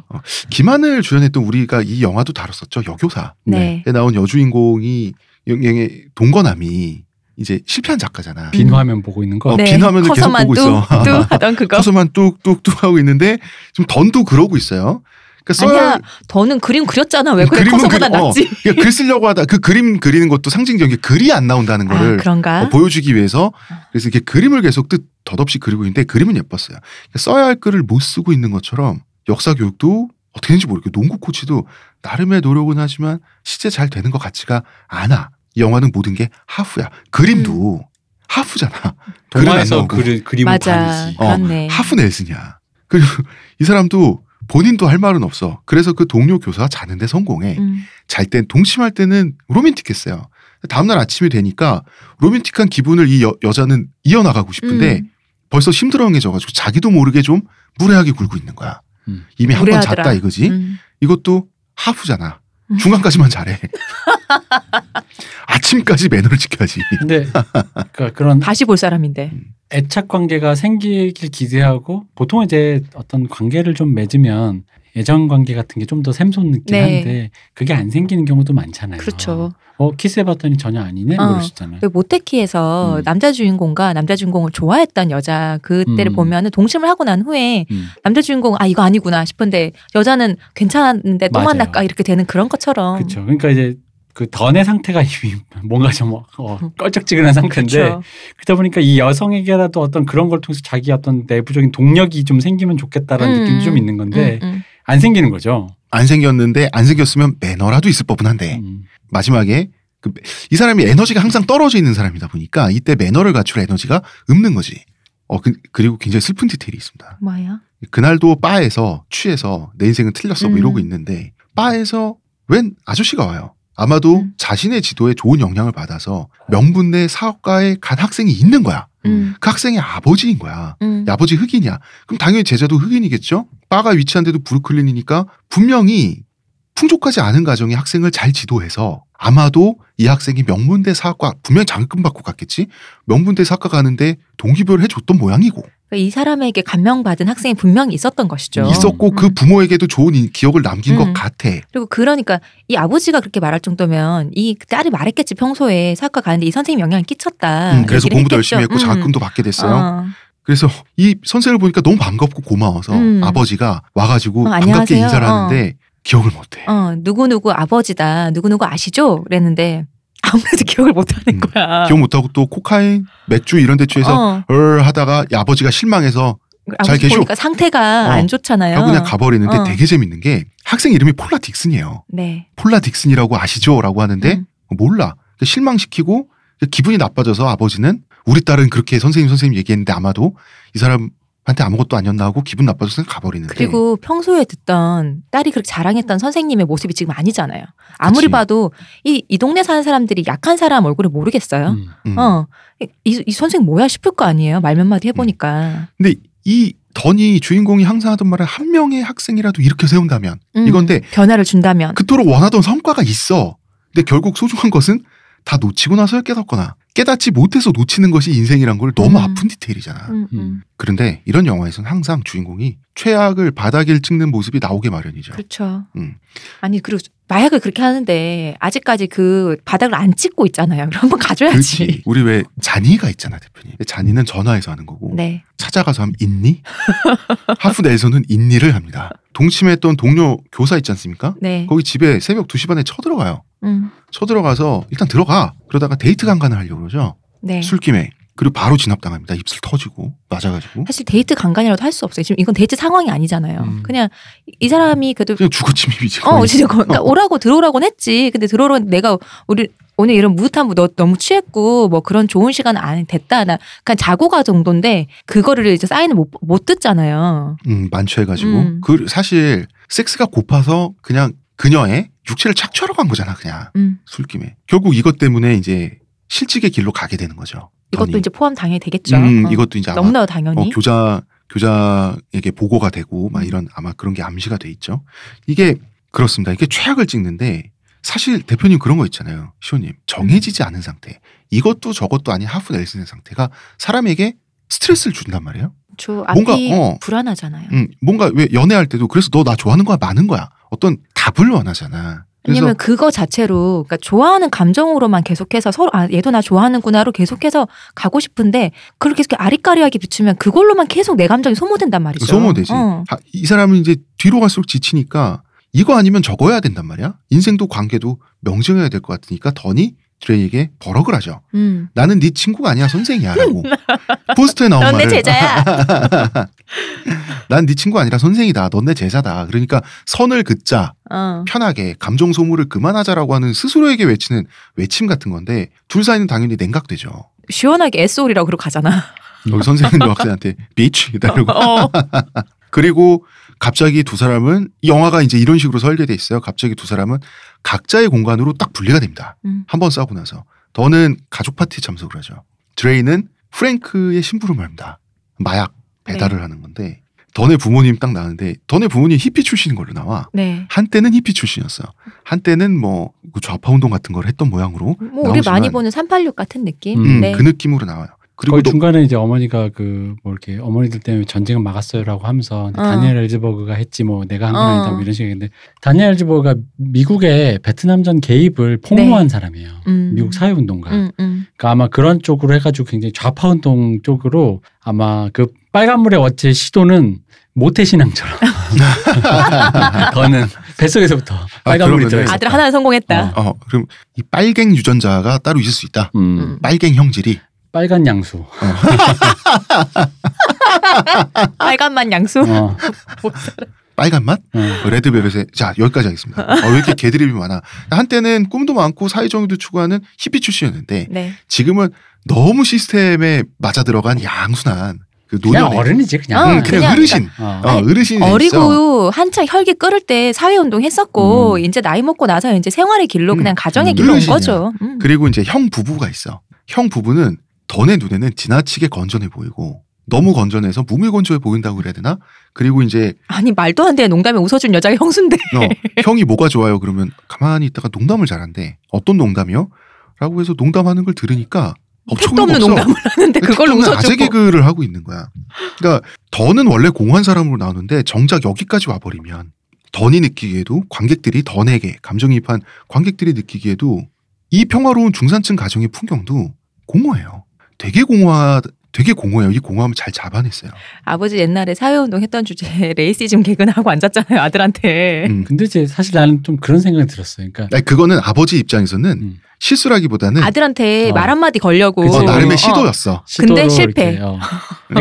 A: 김한을 주연했던 우리가 이 영화도 다뤘었죠. 여교사.
B: 네.
A: 에 나온 여주인공이 영영의 동거남이 이제 실패한 작가잖아.
C: 빈 화면 보고 있는 거.
A: 어,
B: 네.
A: 빈 화면을 계속
B: 커서만
A: 보고 있어.
B: 뚝, 뚝 하던 그거.
A: 커서만 뚝뚝뚝 하고 있는데 지금 던도 그러고 있어요. 그러니까 써야
B: 아니야, 더는 그림 그렸잖아. 왜 그래?
A: 그림은
B: 커서보다
A: 그리- 어,
B: 낫지.
A: 그러니까 글 쓰려고 하다 그 그림 그리는 것도 상징적인 게 글이 안 나온다는
B: 아,
A: 거를
B: 그런가?
A: 어, 보여주기 위해서 그래서 이렇게 그림을 계속 뜻 덧없이 그리고 있는데 그림은 예뻤어요. 그러니까 써야 할 글을 못 쓰고 있는 것처럼 역사 교육도 어떻게 되는지 모르겠고 농구 코치도 나름의 노력은 하지만 실제 잘 되는 것 같지가 않아. 이 영화는 모든 게 하프야. 그림도 하프잖아. 글은 안
C: 동화에서
A: 나오고.
C: 그리, 그림을
B: 맞아.
C: 반이지.
A: 어,
B: 그렇네.
A: 하프 넬슨이야. 그리고 이 사람도 본인도 할 말은 없어. 그래서 그 동료 교사가 자는데 성공해.
B: 음.
A: 잘 땐 동침할 때는 로맨틱했어요. 다음날 아침이 되니까 로맨틱한 기분을 이 여, 여자는 이어나가고 싶은데
B: 음.
A: 벌써 심드렁해져가지고 자기도 모르게 좀 무례하게 굴고 있는 거야.
C: 음.
A: 이미 한 번
B: 무례하더라.
A: 잤다 이거지.
B: 음.
A: 이것도 하프잖아.
B: 음.
A: 중간까지만 잘해. 아침까지 매너를 지켜야지.
C: 근데 그러니까 그런
B: 다시 볼 사람인데.
C: 애착 관계가 생기길 기대하고 보통 이제 어떤 관계를 좀 맺으면 예전 관계 같은 게 좀 더 샘솟는 긴
B: 네.
C: 한데 그게 안 생기는 경우도 많잖아요.
B: 그렇죠.
C: 어 키스해봤더니 전혀 아니네
B: 어.
C: 그럴 수 있잖아요.
B: 그 모태키에서
C: 음.
B: 남자 주인공과 남자 주인공을 좋아했던 여자 그때를
C: 음.
B: 보면은 동심을 하고 난 후에
C: 음.
B: 남자 주인공 아 이거 아니구나 싶은데 여자는 괜찮았는데 또
C: 맞아요.
B: 만날까 이렇게 되는 그런 것처럼
C: 그렇죠. 그러니까 이제 그 던의 상태가 이미 뭔가 좀 어, 어, 껄쩍지근한 상태인데
B: 그렇죠.
C: 그러다 보니까 이 여성에게라도 어떤 그런 걸 통해서 자기 어떤 내부적인 동력이 좀 생기면 좋겠다라는
B: 음,
C: 느낌이 좀 있는 건데
B: 음, 음.
C: 안 생기는 거죠.
A: 안 생겼는데 안 생겼으면 매너라도 있을 법은 한데
B: 네.
C: 음.
A: 마지막에 그, 이 사람이 에너지가 항상 떨어져 있는 사람이다 보니까 이때 매너를 갖출 에너지가 없는 거지. 어, 그, 리고 굉장히 슬픈 디테일이 있습니다.
B: 뭐야?
A: 그날도 바에서 취해서 내 인생은 틀렸어 뭐
B: 음.
A: 이러고 있는데 바에서 웬 아저씨가 와요. 아마도
B: 음.
A: 자신의 지도에 좋은 영향을 받아서 명분 내 사업가에 간 학생이 있는 거야.
B: 음,
A: 그 학생의 아버지인 거야.
B: 음.
A: 이 아버지 흑인이야. 그럼 당연히 제자도 흑인이겠죠? 바가 위치한 데도 브루클린이니까 분명히 풍족하지 않은 가정의 학생을 잘 지도해서 아마도 이 학생이 명문대 사학과 분명히 장학금 받고 갔겠지? 명문대 사학과 가는데 동기부여를 해줬던 모양이고
B: 그러니까 이 사람에게 감명받은 학생이 분명히 있었던 것이죠.
A: 있었고 그
B: 음.
A: 부모에게도 좋은 인- 기억을 남긴 것
B: 음.
A: 같아.
B: 그리고 그러니까 이 아버지가 그렇게 말할 정도면 이 딸이 말했겠지 평소에 사학과 가는데 이 선생님 영향을 끼쳤다.
A: 음, 그래서
B: 아, 얘기를
A: 공부도
B: 했겠죠.
A: 열심히 했고
B: 음.
A: 장학금도 받게 됐어요.
B: 어.
A: 그래서 이 선생을 보니까 너무 반갑고 고마워서
B: 음.
A: 아버지가 와가지고
B: 어,
A: 반갑게
B: 안녕하세요.
A: 인사를 하는데 기억을 못해.
B: 어, 누구누구 아버지다, 누구누구 아시죠? 그랬는데, 아무래도 기억을 못
A: 음,
B: 하는 거야.
A: 기억 못하고 또 코카인, 맥주 이런 데 취해서
B: 어,
A: 헐 하다가 이 아버지가 실망해서 잘
B: 아버지
A: 계셔.
B: 보니까 상태가
A: 어,
B: 안 좋잖아요.
A: 하고 그냥 가버리는데
B: 어.
A: 되게 재밌는 게 학생 이름이 폴라 딕슨이에요.
B: 네.
A: 폴라 딕슨이라고 아시죠? 라고 하는데
B: 음.
A: 몰라. 그러니까 실망시키고 기분이 나빠져서 아버지는 우리 딸은 그렇게 선생님 선생님 얘기했는데 아마도 이 사람한테 한테 아무것도 아니었나 하고 기분 나빠서 그냥 가버리는데
B: 그리고 평소에 듣던 딸이 그렇게 자랑했던 선생님의 모습이 지금 아니잖아요. 아무리
A: 그치.
B: 봐도 이, 이 동네 사는 사람들이 약한 사람 얼굴을 모르겠어요.
C: 음.
A: 음.
B: 어, 이, 이 선생 뭐야 싶을 거 아니에요. 말 몇 마디 해보니까.
A: 근데 이 던이 주인공이 항상 하던 말을 한 명의 학생이라도 이렇게 세운다면
B: 음,
A: 이건데
B: 변화를 준다면.
A: 그토록 원하던 성과가 있어. 근데 결국 소중한 것은 다 놓치고 나서 깨닫거나 깨닫지 못해서 놓치는 것이 인생이란 걸 너무
B: 음.
A: 아픈 디테일이잖아.
B: 음, 음.
C: 음.
A: 그런데 이런 영화에선 항상 주인공이 최악을 바닥을 찍는 모습이 나오게 마련이죠.
B: 그렇죠.
A: 음.
B: 아니 그리고 마약을 그렇게 하는데 아직까지 그 바닥을 안 찍고 있잖아요. 그럼 한번 가줘야지.
A: 그렇지. 우리 왜 잔이가 있잖아 대표님. 근데 잔이는 전화해서 하는 거고
B: 네.
A: 찾아가서 하면 있니? 하프대에서는 있니를 합니다. 동침했던 동료 교사 있지 않습니까?
B: 네.
A: 거기 집에 새벽 2시 반에 쳐들어가요.
B: 음.
A: 쳐들어가서 일단 들어가. 그러다가 데이트 강간을 하려고 그러죠.
B: 네.
A: 술김에. 그리고 바로 진압당합니다. 입술 터지고 맞아가지고
B: 사실 데이트 간간이라도 할 수 없어요. 지금 이건 데이트 상황이 아니잖아요.
C: 음.
B: 그냥 이- 이 사람이 그래도
A: 그냥 주거 침입이지.
B: 어,
A: 거의.
B: 진짜 거- 그러니까 오라고 들어오라고는 했지. 근데 들어오라 내가 우리 오늘 이런 무탄무 너 너무 취했고 뭐 그런 좋은 시간 안 됐다. 나 그냥 자고 가 정도인데 그거를 이제 사인을 못, 못 듣잖아요.
A: 음, 만취해가지고
B: 음.
A: 그 사실 섹스가 고파서 그냥 그녀의 육체를 착취하러 간 거잖아 그냥
B: 음.
A: 술김에 결국 이것 때문에 이제 실직의 길로 가게 되는 거죠.
B: 이것도
A: 던이.
B: 이제 포함 당연히 되겠죠.
A: 음,
B: 어.
A: 이것도 이제 아마
B: 너무나 당연히.
A: 어, 교자 교자에게 보고가 되고
B: 음.
A: 막 이런 아마 그런 게 암시가 돼 있죠. 이게 그렇습니다. 이게 최악을 찍는데 사실 대표님 그런 거 있잖아요. 시호님 정해지지 않은 상태 이것도 저것도 아닌 하프 넬슨의 상태가 사람에게 스트레스를 준단 말이에요.
B: 저 앞이
A: 뭔가, 어.
B: 불안하잖아요.
A: 음, 뭔가 왜 연애할 때도 그래서 너 나 좋아하는 거야 많은 거야 어떤 답을 원하잖아. 그래서
B: 왜냐면 그거 자체로 그러니까 좋아하는 감정으로만 계속해서 서로 아 얘도 나 좋아하는구나로 계속해서 가고 싶은데 그렇게 계속 아리까리하게 비추면 그걸로만 계속 내 감정이 소모된단 말이죠.
A: 소모되지.
B: 어.
A: 아, 이 사람은 이제 뒤로 갈수록 지치니까 이거 아니면 저거 해야 된단 말이야. 인생도 관계도 명정해야 될 것 같으니까 더니 드레이에게 버럭을 하죠.
B: 음.
A: 나는 네 친구가 아니야 선생이야라고 포스터에 나온
B: 넌 내
A: 아, 말을
B: 제자야.
A: 난 네 친구 아니라 선생이다 넌 내 제자다 그러니까 선을 긋자
B: 어.
A: 편하게 감정 소모를 그만하자라고 하는 스스로에게 외치는 외침 같은 건데 둘 사이는 당연히 냉각되죠
B: 시원하게 애소리라고 그러고 가잖아.
A: 여기 어, 선생님도 학생한테 비치 이러고
B: 음. 어.
A: 그리고 갑자기 두 사람은 이 영화가 이제 이런 식으로 설계돼 있어요 갑자기 두 사람은 각자의 공간으로 딱 분리가 됩니다
B: 음.
A: 한 번 싸우고 나서 더는 가족 파티 참석을 하죠. 드레이는 프랭크의 심부름을 합니다. 마약 배달을
B: 네.
A: 하는 건데 더네 부모님 딱 나왔는데 더네 부모님 히피 출신인 걸로 나와.
B: 네.
A: 한때는 히피 출신이었어. 요 한때는 뭐그 좌파 운동 같은 걸 했던 모양으로
B: 뭐 우리
A: 나오지만-
B: 많이 보는 386 같은 느낌.
A: 음,
B: 네.
A: 그 느낌으로 나와요. 그리고
C: 거의
A: 너-
C: 중간에 이제 어머니가 그 뭐 이렇게 어머니들 때문에 전쟁을 막았어요라고 하면서 근데
B: 어.
C: 다니엘 엘즈버그가 했지 뭐 내가 한 건 아니다
B: 어.
C: 뭐 이런 식인데 다니엘 엘즈버그가 미국의 베트남전 개입을 폭로한 사람이에요.
B: 음.
C: 미국 사회운동가.
B: 음, 음.
C: 그러니까 아마 그런 쪽으로 해가지고 굉장히 좌파 운동 쪽으로 아마 그 빨간물의 어체 시도는 모태 신앙처럼 더는 뱃속에서부터 빨간물이
A: 그러면은-
C: 들어 있었다.
B: 아들 하나는 성공했다.
C: 어.
A: 어, 그럼 이 빨갱 유전자가 따로 있을 수 있다.
C: 음,
A: 빨갱 형질이
C: 빨간 양수.
B: 빨간만 양수.
A: 음.
C: 어,
A: 빨간 맛? 그
C: 어.
A: 레드벨벳의 자 여기까지 하겠습니다. 어, 왜 이렇게 개드립이 많아? 한때는 꿈도 많고 사회정의도 추구하는 히피 출신이었는데
B: 네.
A: 지금은 너무 시스템에 맞아 들어간 양순한 그
C: 그냥
A: 노년의
C: 어른이지 아, 그냥.
B: 어,
A: 음, 그냥,
B: 그냥
A: 어르신
C: 어.
A: 어, 어르신이 있어.
B: 어리고 한창 혈기 끓을 때 사회운동 했었고
C: 음.
B: 이제 나이 먹고 나서 이제 생활의 길로
A: 음.
B: 그냥 가정의
C: 음.
B: 길로 온
A: 어르신이야.
B: 거죠. 음.
A: 그리고 이제 형 부부가 있어. 형 부부는 던의 눈에는 지나치게 건전해 보이고 너무 건전해서 무미건조해 보인다고 그래야 되나? 그리고 이제
B: 아니 말도 안 되는 농담에 웃어준 여자가 형수인데.
A: 어,
B: 예?
A: 형이 뭐가 좋아요? 그러면 가만히 있다가 농담을 잘한대. 어떤 농담이요? 라고 해서 농담하는 걸 들으니까 어처구니가
B: 택도 없는
A: 없어.
B: 농담을 하는데 그걸로
A: 틱톡은 아재
B: 웃어주고.
A: 개그를 하고 있는 거야. 그러니까 더는 원래 공허한 사람으로 나오는데 정작 여기까지 와버리면 던이 느끼기에도 관객들이 던에게 감정이입한 관객들이 느끼기에도 이 평화로운 중산층 가정의 풍경도 공허해요. 되게 공허, 되게 공허해요. 이 공허함을 잘 잡아냈어요.
B: 아버지 옛날에 사회운동 했던 주제에 레이시즘 개그나 하고 앉았잖아요 아들한테.
A: 음.
C: 근데 이제 사실 나는 좀 그런 생각이 들었어요. 그러니까
A: 아니, 그거는 아버지 입장에서는
C: 음.
A: 실수라기보다는
B: 아들한테
C: 어.
B: 말 한마디 걸려고.
C: 그치.
A: 어,
C: 어.
A: 음. 나름의 시도였어.
C: 시도로
B: 근데 실패.
C: 이렇게, 어.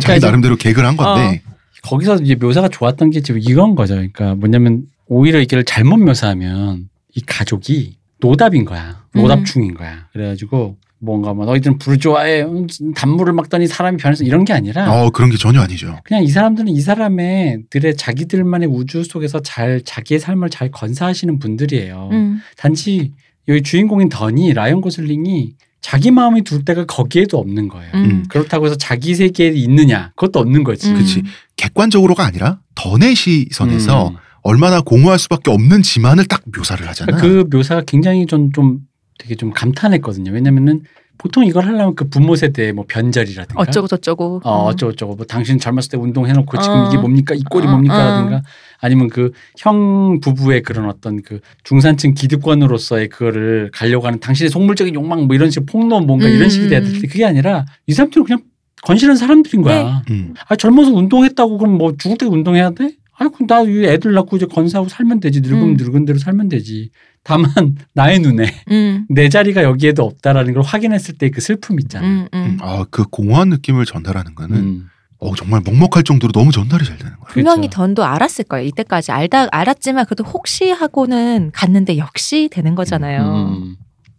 A: 자기 나름대로 개그를 한 건데
C: 거기서 이제 묘사가 좋았던 게 지금 이런 거죠. 그러니까 뭐냐면 오히려 이걸 잘못 묘사하면 이 가족이 노답인 거야.
B: 음.
C: 노답충인 거야. 그래가지고 뭔가 뭐 너희들은 불을 좋아해 음, 단물을 막더니 사람이 변해서 이런 게 아니라
A: 어 그런 게 전혀 아니죠.
C: 그냥 이 사람들은 이 사람의 들의 자기들만의 우주 속에서 잘 자기의 삶을 잘 건사하시는 분들이에요.
B: 음.
C: 단지 여기 주인공인 더니 라이언 고슬링이 자기 마음이 둘 데가 거기에도 없는 거예요.
B: 음.
C: 그렇다고 해서 자기 세계에 있느냐 그것도 없는 거지.
B: 음.
A: 그치. 객관적으로가 아니라 더내 시선에서
C: 음.
A: 얼마나 공허할 수밖에 없는 지만을 딱 묘사를 하잖아.
C: 그러니까 그 묘사가 굉장히 좀, 좀 되게 좀 감탄했거든요. 왜냐면은 보통 이걸 하려면 그 부모 세대의 뭐 변절이라든가
B: 어쩌고 저쩌고. 음.
C: 어, 어쩌고 저쩌고 뭐 당신 젊었을 때 운동해놓고 지금
B: 어.
C: 이게 뭡니까 이 꼴이
B: 어,
C: 뭡니까라든가 아니면 그 형 부부의 그런 어떤 그 중산층 기득권으로서의 그거를 가려고 하는 당신의 속물적인 욕망 뭐 이런 식으로 폭로 뭔가
B: 음,
C: 이런 식이 돼야
B: 음, 네.
C: 될
B: 음.
C: 때 그게 아니라 이 사람들은 그냥 건실한 사람들인 거야.
A: 음.
C: 아 젊어서 운동했다고 그럼 뭐 죽을 때 운동해야 돼? 아니 그럼 나이 애들 낳고 이제 건사하고 살면 되지 늙으면
B: 음.
C: 늙은 대로 살면 되지. 다만 나의 눈에
B: 음.
C: 내 자리가 여기에도 없다라는 걸 확인했을 때 그 슬픔 있잖아. 요
B: 음, 음.
A: 아그 공허한 느낌을 전달하는 거는
C: 음.
A: 어, 정말 먹먹할 정도로 너무 전달이 잘 되는 거야.
B: 분명히
C: 그렇죠.
B: 던도 알았을 거예요. 이때까지 알다 알았지만 그래도 혹시 하고는 갔는데 역시 되는
C: 음.
B: 거잖아요.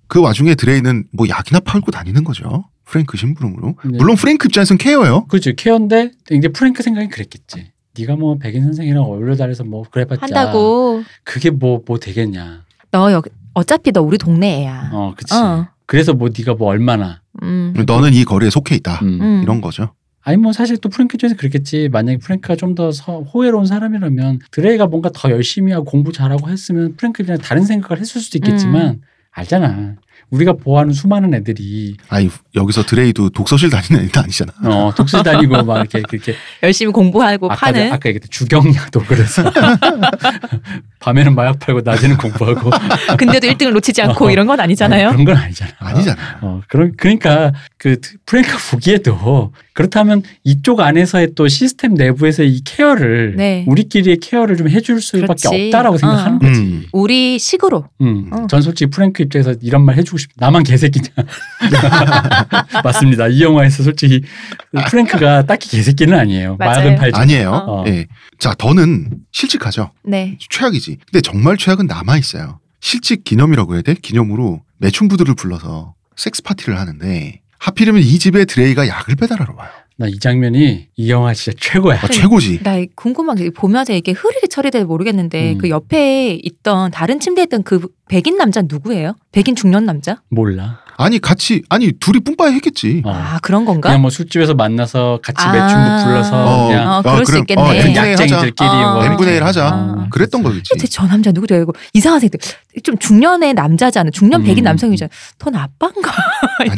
A: 그 와중에 드레이는 뭐 약이나 팔고 다니는 거죠. 프랭크 심부름으로.
C: 네.
A: 물론 프랭크 입장에선 케어요.
C: 그렇죠. 케어인데 이제 프랭크 생각이 그랬겠지. 네가 뭐 백인 선생이랑 어울려 다녀서 뭐 그래봤자
B: 한다고
C: 그게 뭐 뭐 되겠냐.
B: 너 여, 어차피 너 우리 동네 애야.
C: 어, 그치.
B: 어.
C: 그래서 뭐 네가 뭐 얼마나.
B: 음.
A: 너는 이 거리에 속해 있다.
B: 음.
A: 이런 거죠.
C: 아니 뭐 사실 또 프랭크 쪽에서 그랬겠지. 만약에 프랭크가 좀 더 호혜로운 사람이라면 드레이가 뭔가 더 열심히 하고 공부 잘하고 했으면 프랭크랑 다른 생각을 했을 수도 있겠지만
B: 음.
C: 알잖아. 우리가 보아하는 수많은 애들이
A: 아니 여기서 드레이도 독서실 다니는 애도 아니잖아.
C: 어, 독서 다니고 막 이렇게 그렇게
B: 열심히 공부하고
C: 아까
B: 파는
C: 아까 얘기했던 주경야도 그래서 밤에는 마약 팔고 낮에는 공부하고
B: 근데도 1등을 놓치지 않고
C: 어.
B: 이런 건 아니잖아요.
C: 아니, 그런 건 아니잖아.
A: 아니잖아.
C: 어, 그런 그러니까 그 트- 프랭크 보기에도 그렇다면 이쪽 안에서의 또 시스템 내부에서의 이 케어를
B: 네.
C: 우리끼리의 케어를 좀 해줄 수밖에
B: 그렇지.
C: 없다라고 생각하는
B: 어.
C: 거지.
A: 음.
B: 우리 식으로
C: 음.
B: 어.
C: 전 솔직히 프랭크 입장에서 이런 말 해주고 싶. 나만 개새끼냐? 맞습니다. 이 영화에서 솔직히 프랭크가 딱히 개새끼는 아니에요.
B: 맞아요.
C: 마약은 팔지.
A: 아니에요.
B: 어.
A: 예. 자, 더는 실직하죠.
B: 네.
A: 최악이지. 근데 정말 최악은 남아 있어요. 실직 기념이라고 해야 돼? 기념으로 매춘부들을 불러서 섹스 파티를 하는데 하필이면 이 집에 드레이가 약을 배달하러 와요.
C: 나 이 장면이 이 영화 진짜 최고야.
A: 아, 최고지.
B: 나 궁금한 게 보면서 이게 흐리게 처리돼 모르겠는데
C: 음.
B: 그 옆에 있던 다른 침대에 있던 그 백인 남자 누구예요? 백인 중년 남자?
C: 몰라.
A: 아니 같이 아니 둘이 뿜빠이 했겠지.
C: 어.
B: 아 그런 건가?
C: 그냥 뭐 술집에서 만나서 같이
B: 아.
C: 매춘도 불러서
A: 어,
C: 그냥
B: 어,
A: 아,
B: 그럴 수
A: 그럼,
B: 있겠네.
A: 어,
C: 그
A: 네.
C: 약쟁이들끼리
B: 하자.
C: 뭐
B: 어.
A: 분의 일 하자.
C: 아,
A: 그랬던 거겠지.
B: 대체 저 남자 누구죠? 이거 이상한 생각. 좀 중년의 남자잖아. 중년 백인
C: 음.
B: 남성이잖아. 넌 아빠인가?
A: 아니,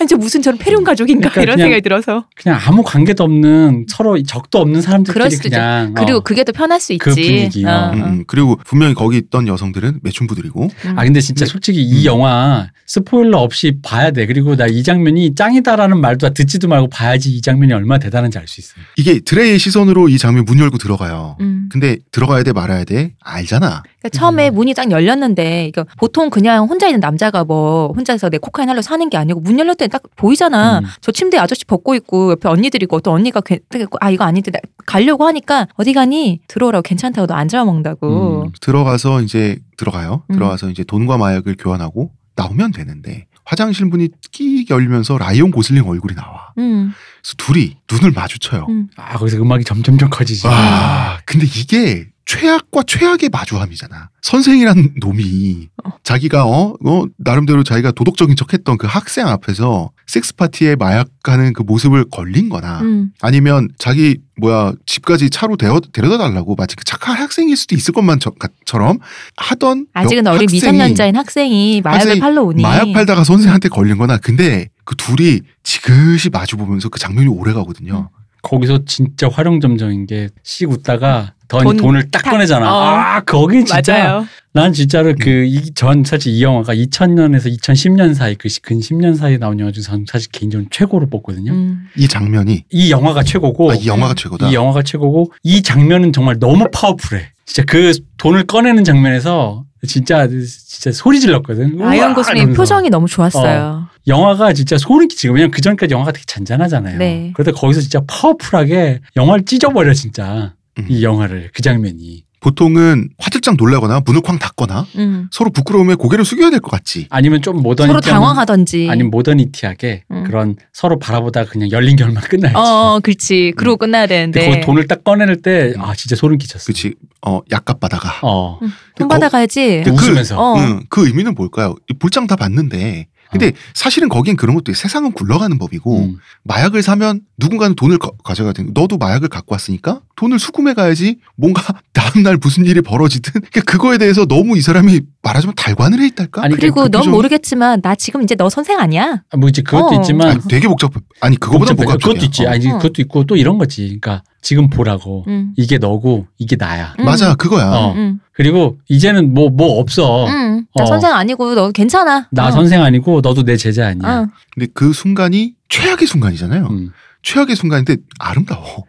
B: 아니 저 무슨 저런
A: 음.
B: 폐륜 가족인가?
C: 그러니까
B: 이런
C: 그냥-
B: 생각이 들어서.
C: 그냥 아무 관계도 없는 서로 적도 없는
B: 그럴
C: 사람들끼리
B: 수도
C: 그냥
B: 그리고
C: 어.
B: 그게 더 편할 수 있지.
C: 그 분위기,
B: 어,
C: 어.
A: 음, 음. 그리고 분명히 거기 있던 여성들은 매춘부들이고
C: 아 근데 진짜 솔직히 이
A: 음.
C: 영화 스포일러 없이 봐야 돼. 그리고 나 이 장면이 짱이다라는 말도 다 듣지도 말고 봐야지 이 장면이 얼마나 대단한지 알 수 있어요.
A: 이게 드레이의 시선으로 이 장면 문 열고 들어가요.
B: 음.
A: 근데 들어가야 돼 말아야 돼 알잖아.
B: 그러니까 처음에
C: 음.
B: 문이 딱 열렸는데 이거 보통 그냥 혼자 있는 남자가 뭐 혼자서 내 코카인 하려 사는 게 아니고 문 열렸을 때 딱 보이잖아.
C: 음.
B: 저 침대 아저씨 벗고 있고 옆에 언니들 있고 또 언니가 괜- 되게 아 이거 아닌데 나 가려고 하니까 어디 가니 들어오라고 괜찮다고 너 안 잡아먹는다고.
C: 음.
A: 들어가서 이제 들어가요.
B: 음.
A: 들어가서 이제 돈과 마약을 교환하고 나오면 되는데 화장실 문이 끼익 열면서 라이온 고슬링 얼굴이 나와.
B: 음.
A: 그래서 둘이 눈을 마주쳐요.
B: 음.
C: 아 거기서 음악이 점점점 커지지.
A: 와, 근데 이게 최악과 최악의 마주함이잖아. 선생이란 놈이 자기가 어, 어 나름대로 자기가 도덕적인 척했던 그 학생 앞에서 섹스 파티에 마약하는 그 모습을 걸린거나
B: 음.
A: 아니면 자기 뭐야 집까지 차로 데려, 데려다 달라고 마치 그 착한 학생일 수도 있을 것만 저- 처럼 하던
B: 아직은
A: 여-
B: 어린
A: 학생이
B: 미성년자인 학생이 마약을
A: 학생이
B: 팔러 오니
A: 마약 팔다가 선생한테 걸린거나 근데 그 둘이 지그시 마주 보면서 그 장면이 오래 가거든요.
B: 음.
C: 거기서 진짜 활용점정인 게 씩 웃다가 더
B: 돈
C: 돈, 을딱
B: 탁-
C: 꺼내잖아.
B: 어.
C: 아 거기 진짜
B: 맞아요.
C: 난 진짜로
A: 음.
C: 그 이 전 사실 이 영화가 2000년에서 2010년 사이 그 근 10년 사이에 나온 영화 중 저는 사실 개인적으로 최고로 뽑거든요.
B: 음.
A: 이 장면이
C: 이 영화가 최고고
A: 아, 이 영화가 최고다.
C: 어, 이 영화가 최고고 이 장면은 정말 너무 파워풀해. 진짜 그 돈을 꺼내는 장면에서 진짜 진짜 소리 질렀거든.
B: 아이언
C: 우와!
B: 고슬링
C: 이러면서.
B: 표정이 너무 좋았어요.
C: 영화가 진짜 소름 끼치고 왜냐면 그 전까지 영화가 되게 잔잔하잖아요.
B: 네.
C: 그러다 거기서 진짜 파워풀하게 영화를 찢어버려 진짜
A: 음.
C: 이 영화를 그 장면이
A: 보통은 화들짝 놀라거나 문을 쾅 닫거나
B: 음.
A: 서로 부끄러움에 고개를 숙여야 될 것 같지.
C: 아니면 좀 모던
B: 서로 당황하던지.
C: 아니면 뭐, 모더니티하게
B: 음.
C: 그런 서로 바라보다 그냥 열린 결말 끝나야지.
B: 어, 네. 어, 그렇지. 그러고 끝나야
C: 근데
B: 되는데.
C: 그 돈을 딱 꺼내낼 때 아 진짜 소름 끼쳤어.
A: 음. 그렇지. 어, 약값 받아가.
C: 어.
B: 돈 받아가야지.
A: 그-
C: 웃으면서
B: 어.
A: 응, 그 의미는 뭘까요? 이 볼장 다 봤는데. 근데
C: 어.
A: 사실은 거긴 그런 것도 있어요. 세상은 굴러가는 법이고
C: 음.
A: 마약을 사면 누군가는 돈을 거- 가져가야 되는 너도 마약을 갖고 왔으니까 돈을 수금해 가야지 뭔가 다음날 무슨 일이 벌어지든 그러니까 그거에 대해서 너무 이 사람이 말하자면 달관을 해 있달까?
C: 아니,
B: 그리고
A: 그
B: 넌
A: 표정이-
B: 모르겠지만 나 지금 이제 너 선생 아니야.
C: 아, 뭐 이제 그것도
B: 어.
C: 있지만
A: 아니, 되게 복잡해. 아니 그거보다
C: 복잡해.
A: 복잡해.
C: 그러니까 그것도 있지. 아니
B: 어.
C: 그것도 있고 또 이런 거지. 그러니까 지금 보라고
B: 음.
C: 이게 너고 이게 나야.
B: 음.
A: 맞아 그거야.
C: 어.
B: 음.
C: 그리고 이제는 뭐 뭐 없어.
B: 음. 나
C: 어.
B: 선생 아니고 너 괜찮아.
C: 나
B: 어.
C: 선생 아니고 너도 내 제자 아니야.
B: 어.
A: 근데 그 순간이 최악의 순간이잖아요.
C: 음.
A: 최악의 순간인데 아름다워.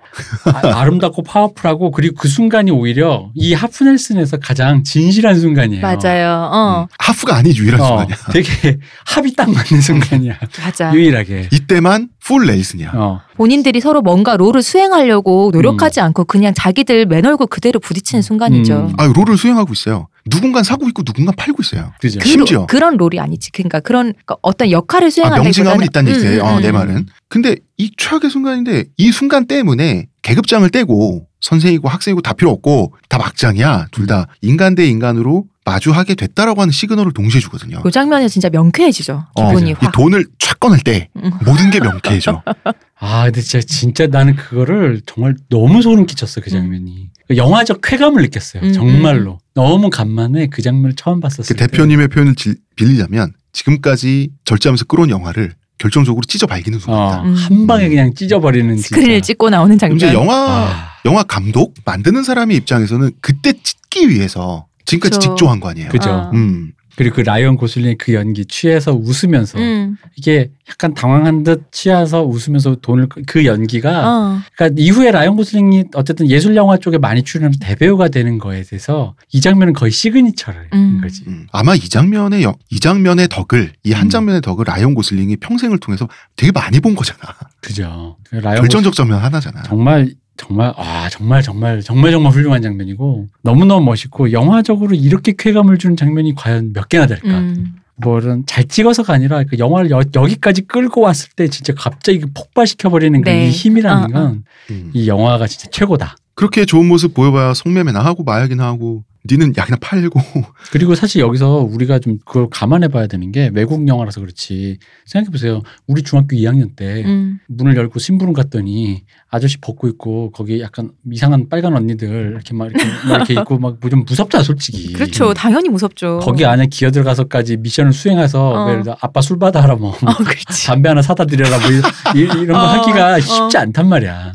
C: 아, 름답고 파워풀하고 그리고 그 순간이 오히려 이 하프넬슨에서 가장 진실한 순간이에요.
B: 맞아요. 어.
A: 음.
C: 음.
A: 하프가 아니 유일한
C: 어,
A: 순간이야.
C: 되게 합이 딱 맞는 순간이야.
B: 맞아.
C: 유일하게.
A: 이때만 풀 레이슨이야.
C: 어.
B: 본인들이 서로 뭔가 롤을 수행하려고 노력하지 않고 그냥 자기들 맨얼굴 그대로 부딪히는 순간이죠.
C: 음.
A: 아유 롤을 수행하고 있어요. 누군가 사고 있고 누군가 팔고 있어요.
C: 그죠.
B: 그
A: 네, 심지어.
B: 로- 그런 롤이 아니지. 그러니까 그런 그러니까 어떤 역할을
A: 아,
B: 수행한다기보다는
A: 명징함은 있다는 얘기예요.
B: 음, 음,
A: 어, 내
B: 음.
A: 말은. 근데 이 최악의 순간인데 이 순간 때문에 계급장을 떼고 선생이고 학생이고 다 필요 없고 다 막장이야. 둘 다 인간 대 인간으로 마주하게 됐다라고 하는 시그널을 동시에 주거든요.
B: 그 장면이 진짜 명쾌해지죠.
A: 어,
B: 기분이
A: 이
B: 확.
A: 돈을 촥 꺼낼 때
B: 음.
A: 모든 게 명쾌해져. 그
C: 아, 근데 진짜, 진짜 나는 그거를 정말 너무 소름 끼쳤어, 그
B: 음.
C: 장면이. 그 영화적 쾌감을 느꼈어요,
B: 음,
C: 정말로. 너무 간만에 그 장면을 처음
A: 그
C: 봤었어요.
A: 대표님의 표현을 질- 빌리자면 지금까지 절제하면서 끌어온 영화를 결정적으로 찢어 발기는 순간이다.
B: 음.
C: 한 방에 그냥 찢어버리는
B: 스크린을
C: 진짜.
B: 찍고 나오는
A: 그럼
B: 장면.
A: 이제 영화
C: 아,
A: 영화 감독 만드는 사람의 입장에서는 그때 찢기 위해서 지금까지
B: 그쵸.
A: 직조한 거 아니에요.
C: 그죠.
B: 아.
A: 음.
C: 그리고 그 라이언 고슬링의 그 연기 취해서 웃으면서
B: 음.
C: 이게 약간 당황한 듯 취해서 웃으면서 돈을 끄- 그 연기가
B: 어.
C: 그러니까 이후에 라이언 고슬링이 어쨌든 예술 영화 쪽에 많이 출연하면서 대배우가 되는 거에 대해서 이 장면은 거의 시그니처를
B: 음.
C: 한 거지.
A: 음. 아마 이 장면의 여- 이 장면의 덕을 이 한
C: 음.
A: 장면의 덕을 라이온 고슬링이 평생을 통해서 되게 많이 본 거잖아.
C: 그죠. 그 라이언 고슬링
A: 결정적 장면 하나잖아.
C: 정말 정말 아 정말 정말 정말 정말 훌륭한 장면이고 너무너무 멋있고 영화적으로 이렇게 쾌감을 주는 장면이 과연 몇 개나 될까?
B: 음.
C: 뭐는 잘 찍어서가 아니라 그 영화를 여, 기까지 끌고 왔을 때 진짜 갑자기 그 폭발시켜 버리는
B: 네.
C: 그이 힘이라는
B: 어,
C: 건 이
A: 음.
C: 영화가 진짜 최고다.
A: 그렇게 좋은 모습 보여봐야 성매매나 하고 마약이나 하고 니는 약이나 팔고
C: 그리고 사실 여기서 우리가 좀 그걸 감안해 봐야 되는 게 외국 영화라서 그렇지 생각해 보세요. 우리 중학교 2학년 때
B: 음.
C: 문을 열고 심부름 갔더니 아저씨 벗고 있고 거기 약간 이상한 빨간 언니들 이렇게 막 이렇게, 막 이렇게 있고 막뭐 좀 무섭잖아 솔직히.
B: 그렇죠. 당연히 무섭죠.
C: 거기 안에 기어 들어가서까지 미션을 수행해서
B: 어.
C: 뭐 예를 들어 아빠 술 받아라 뭐
B: 어, 그렇지.
C: 담배 하나 사다 드려라 뭐 이- 이- 이런 거
B: 어,
C: 하기가
B: 어.
C: 쉽지 않단 말이야.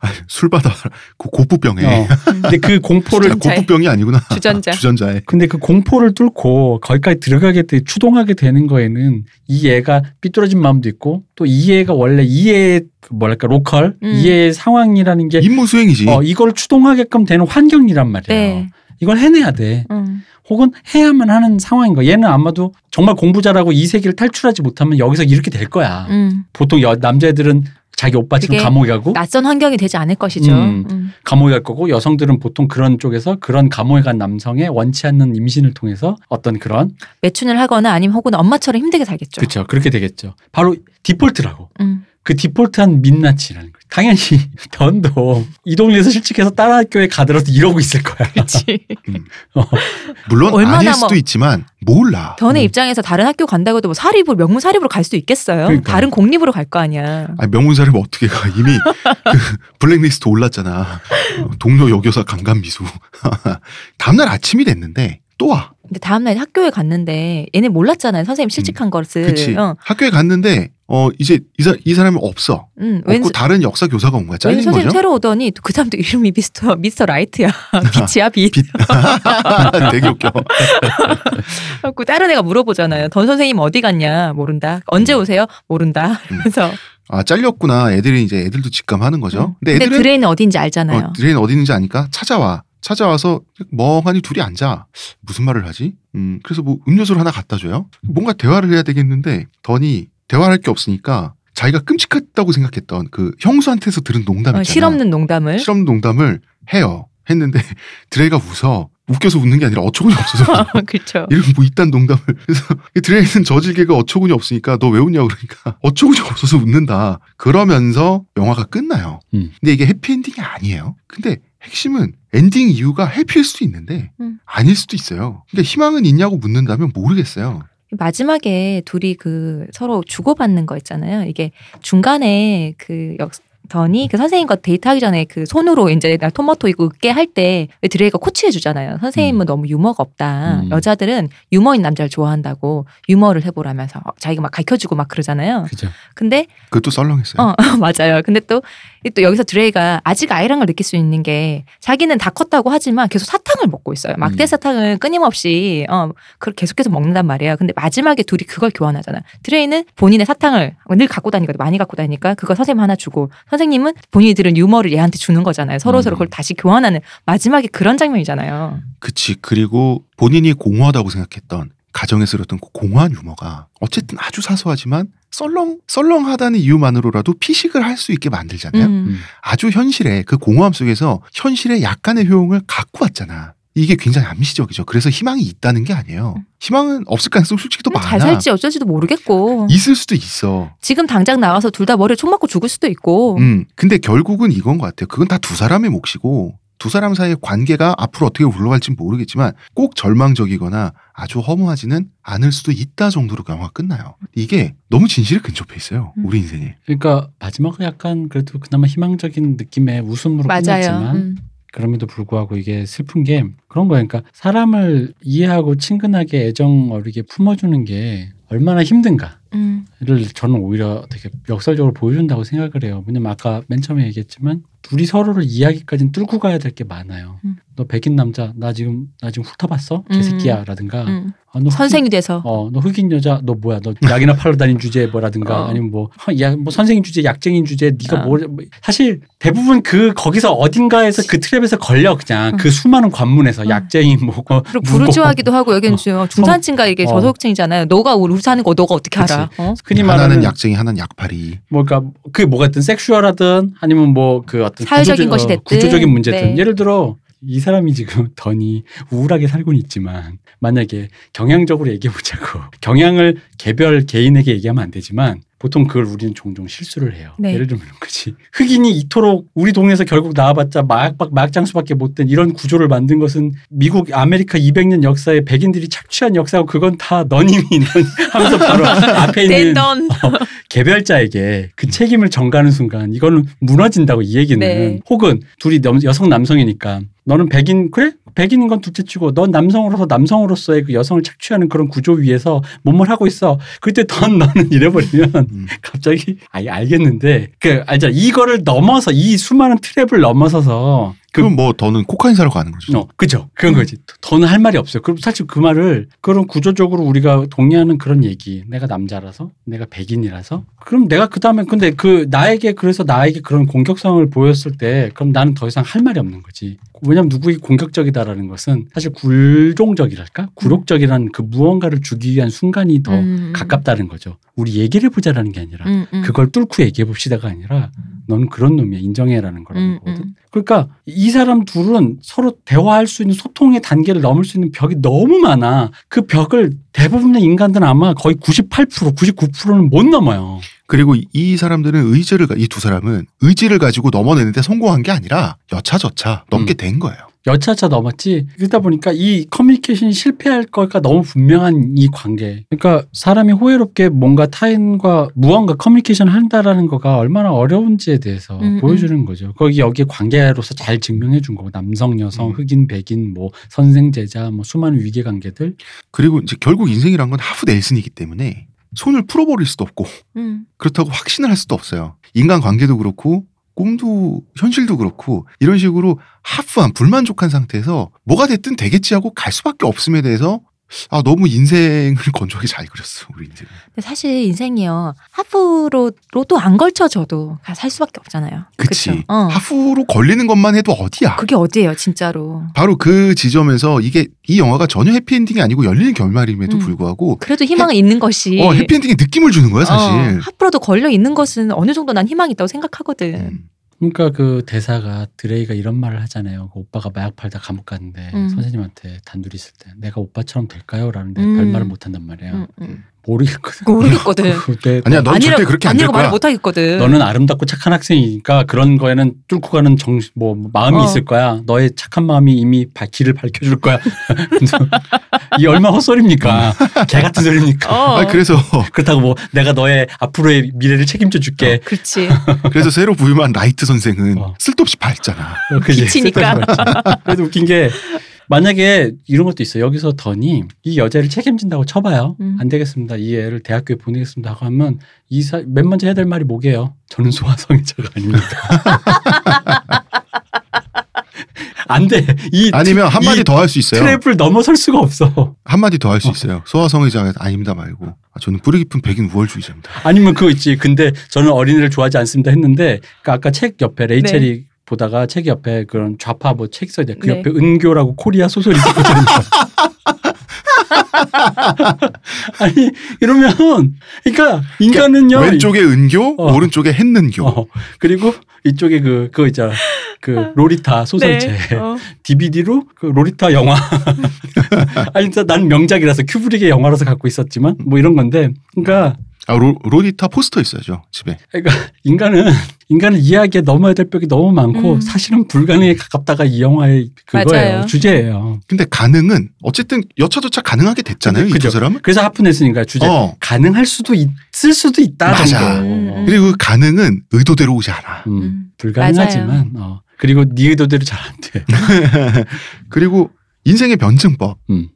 A: 아, 술 받아 그 고부병에
C: 어. 근데 그 공포를
A: 아, 고부병이 아니구나
B: 주전자.
A: 주전자에
C: 근데 그 공포를 뚫고 거기까지 들어가게 돼 추동하게 되는 거에는 이 애가 삐뚤어진 마음도 있고 또 이 애가 원래 이 애의 그 뭐랄까 로컬
B: 음.
C: 이 애의 상황이라는 게
A: 임무 수행이지.
C: 어, 이걸 추동하게끔 되는 환경이란 말이에요.
B: 네.
C: 이걸 해내야 돼.
B: 음.
C: 혹은 해야만 하는 상황인 거야. 얘는 아마도 정말 공부자라고 이 세계를 탈출하지 못하면 여기서 이렇게 될 거야.
B: 음.
C: 보통 여- 남자애들은 자기 오빠처럼
B: 그게
C: 감옥에 가고
B: 낯선 환경이 되지 않을 것이죠.
C: 음.
B: 음.
C: 감옥에 갈 거고 여성들은 보통 그런 쪽에서 그런 감옥에 간 남성의 원치 않는 임신을 통해서 어떤 그런
B: 매춘을 하거나 아니면 혹은 엄마처럼 힘들게 살겠죠.
C: 그렇죠. 그렇게 되겠죠. 바로 디폴트라고.
B: 음.
C: 그 디폴트한 민낯이라는 거예요. 당연히 던도 이동리에서 실직해서 다른 학교에 가더라도 이러고 있을 거야.
B: 그렇지.
A: 아. 물론
B: 얼마나
A: 아닐
B: 뭐-
A: 수도 있지만 몰라.
B: 변의
C: 음.
B: 입장에서 다른 학교 간다고 해도 뭐 사립으로 명문 사립으로 갈 수도 있겠어요.
C: 그러니까.
B: 다른 공립으로 갈 거 아니야.
A: 아니, 명문사를 뭐 어떻게 가 이미 그 블랙리스트 올랐잖아. 어, 동료 여교사 감감 미수. 다음날 아침이 됐는데 또 와.
B: 근데 다음 날 학교에 갔는데 얘네 몰랐잖아요. 선생님 실직한 것을.
A: 음. 그치.
B: 어.
A: 학교에 갔는데, 어, 이제 이, 사, 이 사람이 없어.
B: 음. 웬
A: 없고 다른 역사 교사가 온 거야.
B: 웬
A: 잘린
B: 선생님
A: 거죠?
B: 새로 오더니 또 그 사람도 이름이 미스터 미스터 라이트야. 빛이야 빛.
A: 빛. 아, 되게 웃겨.
B: 하고 다른 애가 물어보잖아요. 던 선생님 어디 갔냐? 모른다. 언제
A: 음.
B: 오세요? 모른다. 그래서
A: 아, 잘렸구나. 애들이 이제 애들도 직감하는 거죠. 근데
B: 음. 근데
A: 애들은
B: 드레인은 어디인지 알잖아요.
A: 어, 드레인 어디 있는지 아니까 찾아와. 찾아와서 멍하니 둘이 앉아. 무슨 말을 하지? 음, 그래서 뭐 음료수를 하나 갖다 줘요. 뭔가 대화를 해야 되겠는데 더니 대화할 게 없으니까 자기가 끔찍했다고 생각했던 그 형수한테서 들은 농담
B: 어,
A: 있잖아.
B: 실없는 농담을.
A: 실험 농담을 해요. 했는데 드레이가 웃어. 웃겨서 웃는 게 아니라 어처구니 없어서.
B: 그렇죠.
A: 이런 뭐 이딴 농담을 그래서 이 드레이는 저질개가 어처구니 없으니까 너 왜 웃냐 고 그러니까 어처구니 없어서 웃는다 그러면서 영화가 끝나요
C: 음.
A: 근데 이게 해피엔딩이 아니에요 근데 핵심은 엔딩 이유가 해피일 수도 있는데
B: 음.
A: 아닐 수도 있어요 그러니까 희망은 있냐고 묻는다면 모르겠어요
B: 마지막에 둘이 그 서로 주고받는 거 있잖아요. 이게 중간에 그 역, 던이 그 선생님과 데이트하기 전에 그 손으로 이제 나 토마토 이거 으깨 할 때그 드레이가 코치해 주잖아요. 선생님은 너무 유머가 없다.
C: 음.
B: 여자들은 유머인 남자를 좋아한다고 유머를 해보라면서 어, 자기가 막 가르쳐 주고 막 그러잖아요.
C: 그죠.
B: 근데
A: 그것도 썰렁했어요
B: 어, 맞아요. 근데 또, 이또 여기서 드레이가 아직 아이랑을 느낄 수 있는 게 자기는 다 컸다고 하지만 계속 사탕을 먹고 있어요. 막대
C: 음.
B: 사탕을 끊임없이 어, 그걸 계속해서 먹는단 말이에요. 근데 마지막에 둘이 그걸 교환하잖아. 드레이는 본인의 사탕을 늘 갖고 다니거든. 많이 갖고 다니니까 그거 선생님 한테 하나 주고 선생님은 본인이 들은 유머를 얘한테 주는 거잖아요. 서로 서로
C: 음.
B: 그걸 다시 교환하는 마지막에 그런 장면이잖아요.
A: 그치 그리고 본인이 공허하다고 생각했던 가정에 쓰였던 그 공허한 유머가 어쨌든 아주 사소하지만 썰렁 썰렁하다는 이유만으로라도 피식을 할 수 있게 만들잖아요
B: 음.
C: 음.
A: 아주 현실에 그 공허함 속에서 현실에 약간의 효용을 갖고 왔잖아. 이게 굉장히 암시적이죠. 그래서 희망이 있다는 게 아니에요.
B: 음.
A: 희망은 없을 가능성 솔직히 더
B: 근데
A: 많아.
B: 잘 살지 뭐. 어쩔지도 모르겠고
A: 있을 수도 있어.
B: 지금 당장 나가서 둘 다 머리에 총 맞고 죽을 수도 있고
A: 음. 근데 결국은 이건 것 같아요. 그건 다 두 사람의 몫이고 두 사람 사이의 관계가 앞으로 어떻게 굴러갈지 는 모르겠지만 꼭 절망적이거나 아주 허무하지는 않을 수도 있다 정도로 영화가 끝나요. 이게 너무 진실에 근접해 있어요.
B: 음.
A: 우리 인생에.
C: 그러니까 마지막은 약간 그래도 그나마 희망적인 느낌의 웃음으로
B: 맞아요.
C: 끝났지만
B: 음.
C: 그럼에도 불구하고 이게 슬픈 게 그런 거예요. 그러니까 사람을 이해하고 친근하게 애정 어리게 품어주는 게 얼마나 힘든가.
B: 음.
C: 를 저는 오히려 되게 역설적으로 보여준다고 생각을 해요. 왜냐면 아까 맨 처음에 얘기했지만 둘이 서로를 이야기까지는 뚫고 가야 될 게 많아요.
B: 음.
C: 너 백인 남자 나 지금 나 지금 훑어봤어
B: 음.
C: 개새끼야라든가
B: 음.
C: 아, 너
B: 선생이 돼서
C: 어, 너 흑인 여자, 너 뭐야, 너 약이나 팔러 다닌 주제에 뭐라든가,
B: 어.
C: 아니면 뭐, 허, 야, 뭐 선생님 주제, 약쟁인 주제,
B: 어.
C: 네가 뭐, 뭐, 사실 대부분 그, 거기서 어딘가에서 그 트랩에서 걸려, 그냥.
B: 음.
C: 그 수많은 관문에서
B: 음.
C: 약쟁인 뭐고.
B: 그리고 부르주아기도 하고 여기는
A: 어.
B: 지금 중산층과 이게
C: 어.
B: 저소득층이잖아요. 너가 우리 사는 거 너가 어떻게 알아? 어?
C: 흔히
A: 하나는
C: 말하는
A: 약쟁이, 하나는 약팔이.
C: 뭐, 그니까, 그게 뭐가 있든 섹슈얼하든 아니면 뭐, 그 어떤.
B: 사회적인 것이
C: 어,
B: 됐든.
C: 구조적인 문제든.
B: 네.
C: 예를 들어, 이 사람이 지금 던이 우울하게 살고는 있지만, 만약에 경향적으로 얘기해보자고. 경향을 개별 개인에게 얘기하면 안 되지만, 보통 그걸 우리는 종종 실수를 해요.
B: 네.
C: 예를 들면 그지 흑인이 이토록 우리 동네에서 결국 나와봤자 마약, 마약장수밖에 못된 이런 구조를 만든 것은 미국 아메리카 200년 역사에 백인들이 착취한 역사고 그건 다 너님이 너니 하면서 바로 앞에 있는
B: 넌
C: 개별자에게 그 책임을 전가하는 순간 이거는 무너진다고 이 얘기는
B: 네.
C: 혹은 둘이 남- 여성 남성이니까 너는 백인 그래 백인인 건 둘째치고 넌 남성으로서 남성으로서의 그 여성을 착취하는 그런 구조 위에서 몸을 하고 있어 그때 넌 너는 이래버리면
A: 음.
C: 갑자기 아 알겠는데 그 알잖아 이거를 넘어서 이 수많은 트랩을 넘어서서 그
A: 그럼 뭐 더는 코카인 사러 가는 거죠.
C: 어, 그죠. 그런
B: 음.
C: 거지. 더는 할 말이 없어요. 그럼 사실 그 말을 그런 구조적으로 우리가 동의하는 그런 얘기. 내가 남자라서, 내가 백인이라서. 그럼 내가 그 다음에 근데 그 나에게 그래서 나에게 그런 공격성을 보였을 때 그럼 나는 더 이상 할 말이 없는 거지. 왜냐면 누구이 공격적이다라는 것은 사실 굴종적이랄까, 굴욕적이라는 그 무언가를 주기 위한 순간이
A: 어,
B: 음,
C: 더 가깝다는 거죠. 우리 얘기를 보자라는 게 아니라
B: 음.
C: 그걸 뚫고 얘기해 봅시다가 아니라 너는 그런 놈이야 인정해라는 거라는
B: 음,
C: 거거든. 그러니까 이 사람 둘은 서로 대화할 수 있는 소통의 단계를 넘을 수 있는 벽이 너무 많아. 그 벽을 대부분의 인간들은 아마 거의 98% 99%는 못 넘어요.
A: 그리고 이- 이 사람들은 의지를 이 두 사람은 의지를 가지고 넘어내는데 성공한 게 아니라 여차저차 넘게
C: 음.
A: 된 거예요.
C: 여차차 넘었지. 그러다 보니까 이 커뮤니케이션이 실패할 걸까 너무 분명한 이 관계. 그러니까 사람이 호혜롭게 뭔가 타인과 무언가 커뮤니케이션 한다라는 거가 얼마나 어려운지에 대해서
B: 음,
C: 보여주는 거죠. 거기 여기 관계로서 잘 증명해 준 거고 남성, 여성,
A: 음.
C: 흑인, 백인, 뭐 선생, 제자, 뭐 수많은 위계 관계들.
A: 그리고 이제 결국 인생이란 건 하프 넬슨이기 때문에 손을 풀어버릴 수도 없고
B: 음.
A: 그렇다고 확신을 할 수도 없어요. 인간 관계도 그렇고 꿈도 현실도 그렇고 이런 식으로 하프한 불만족한 상태에서 뭐가 됐든 되겠지 하고 갈 수밖에 없음에 대해서 아 너무 인생을 건조하게 잘 그렸어 우리 인생.
B: 근데 사실 인생이요 하프로로도 안 걸쳐져도 가- 살 수밖에 없잖아요.
A: 그치.
B: 그쵸? 어.
A: 하프로 걸리는 것만 해도 어디야?
B: 그게 어디예요, 진짜로.
A: 바로 그 지점에서 이게 이 영화가 전혀 해피엔딩이 아니고 열린 결말임에도
B: 음.
A: 불구하고
B: 그래도 희망은 있는 것이.
A: 어 해피엔딩의 느낌을 주는 거야
B: 어,
A: 사실. 음.
B: 하프로도 걸려 있는 것은 어느 정도 난 희망이 있다고 생각하거든.
A: 음.
C: 그러니까 그 대사가 드레이가 이런 말을 하잖아요. 그 오빠가 마약 팔다 감옥 갔는데
B: 음.
C: 선생님한테 단둘이 있을 때 내가 오빠처럼 될까요? 라는데
B: 음.
C: 별말을 못 한단 말이야.
B: 음, 음.
C: 모르겠거든.
B: 모르겠거든.
C: 그때
A: 아니야, 넌
B: 아니라- 네.
A: 절대 그렇게 안 될
B: 아니라고 말을
A: 거야.
B: 못 하겠거든.
C: 너는 아름답고 착한 학생이니까 그런 거에는 뚫고 가는 정신 뭐 마음이
B: 어.
C: 있을 거야. 너의 착한 마음이 이미 바- 길을 밝혀줄 거야. 이 얼마 헛소리입니까? 개 같은 소리입니까?
B: 음. 어.
A: 아 그래서
C: 그렇다고 뭐 내가 너의 앞으로의 미래를 책임져 줄게.
B: 그렇지. 네.
A: 그래서 새로 부임한 라이트 선생은
C: 어.
A: 쓸데없이 밝잖아.
C: 그지?
B: 기치니까.
C: 쓸데없는 거였지. 그래도 웃긴 게 만약에 이런 것도 있어. 요 여기서 더니 이 여자를 책임진다고 쳐봐요.
B: 음.
C: 안 되겠습니다. 이 애를 대학교에 보내겠습니다 하고 하면 이사 맨 먼저 해야 될 말이 뭐게요? 저는 소아성애자가 아닙니다. 안 돼. 이
A: 아니면 한 마디
C: 이
A: 더 할 수 있어요.
C: 트랩을 넘어설 수가 없어.
A: 한 마디 더 할 수
C: 어.
A: 있어요. 소아성애자가 아닙니다 말고 아, 저는 뿌리 깊은 백인 우월주의자입니다.
C: 아니면 그거 있지. 근데 저는 어린이를 좋아하지 않습니다 했는데 그 아까 책 옆에 레이첼이 보다가 책 옆에 그런 좌파 뭐 책 써야 돼. 그
B: 네.
C: 옆에 은교라고 코리아 소설이 있거든요. 아니 이러면 그러니까 인간은요.
A: 왼쪽에 은교,
C: 어.
A: 오른쪽에 햇는교.
C: 어, 그리고 이쪽에 그 그거 있잖아. 그 로리타 소설책
B: 네. 어.
C: DVD로 그 로리타 영화. 아니 진짜 난 명작이라서 큐브릭의 영화라서 갖고 있었지만 뭐 이런 건데. 그러니까
A: 아 로, 로디타 포스터 있어야죠 집에.
C: 그러니까 인간은 인간은 이해하기에 넘어야 될 벽이 너무 많고
B: 음.
C: 사실은 불가능에 가깝다가 이 영화의 그거예요
B: 맞아요.
C: 주제예요.
A: 근데 가능은 어쨌든 여차저차 가능하게 됐잖아요 이
C: 그죠.
A: 두 사람은.
C: 그래서 하프넷이니까 주제
A: 어
C: 가능할 수도 있을 수도 있다
A: 맞아.
C: 정도.
B: 음, 음.
A: 그리고 그 가능은 의도대로 오지 않아.
C: 음,
B: 음.
C: 불가능하지만 어. 그리고 네 의도대로 잘 안 돼.
A: 네. 그리고 인생의 변증법은
C: 음.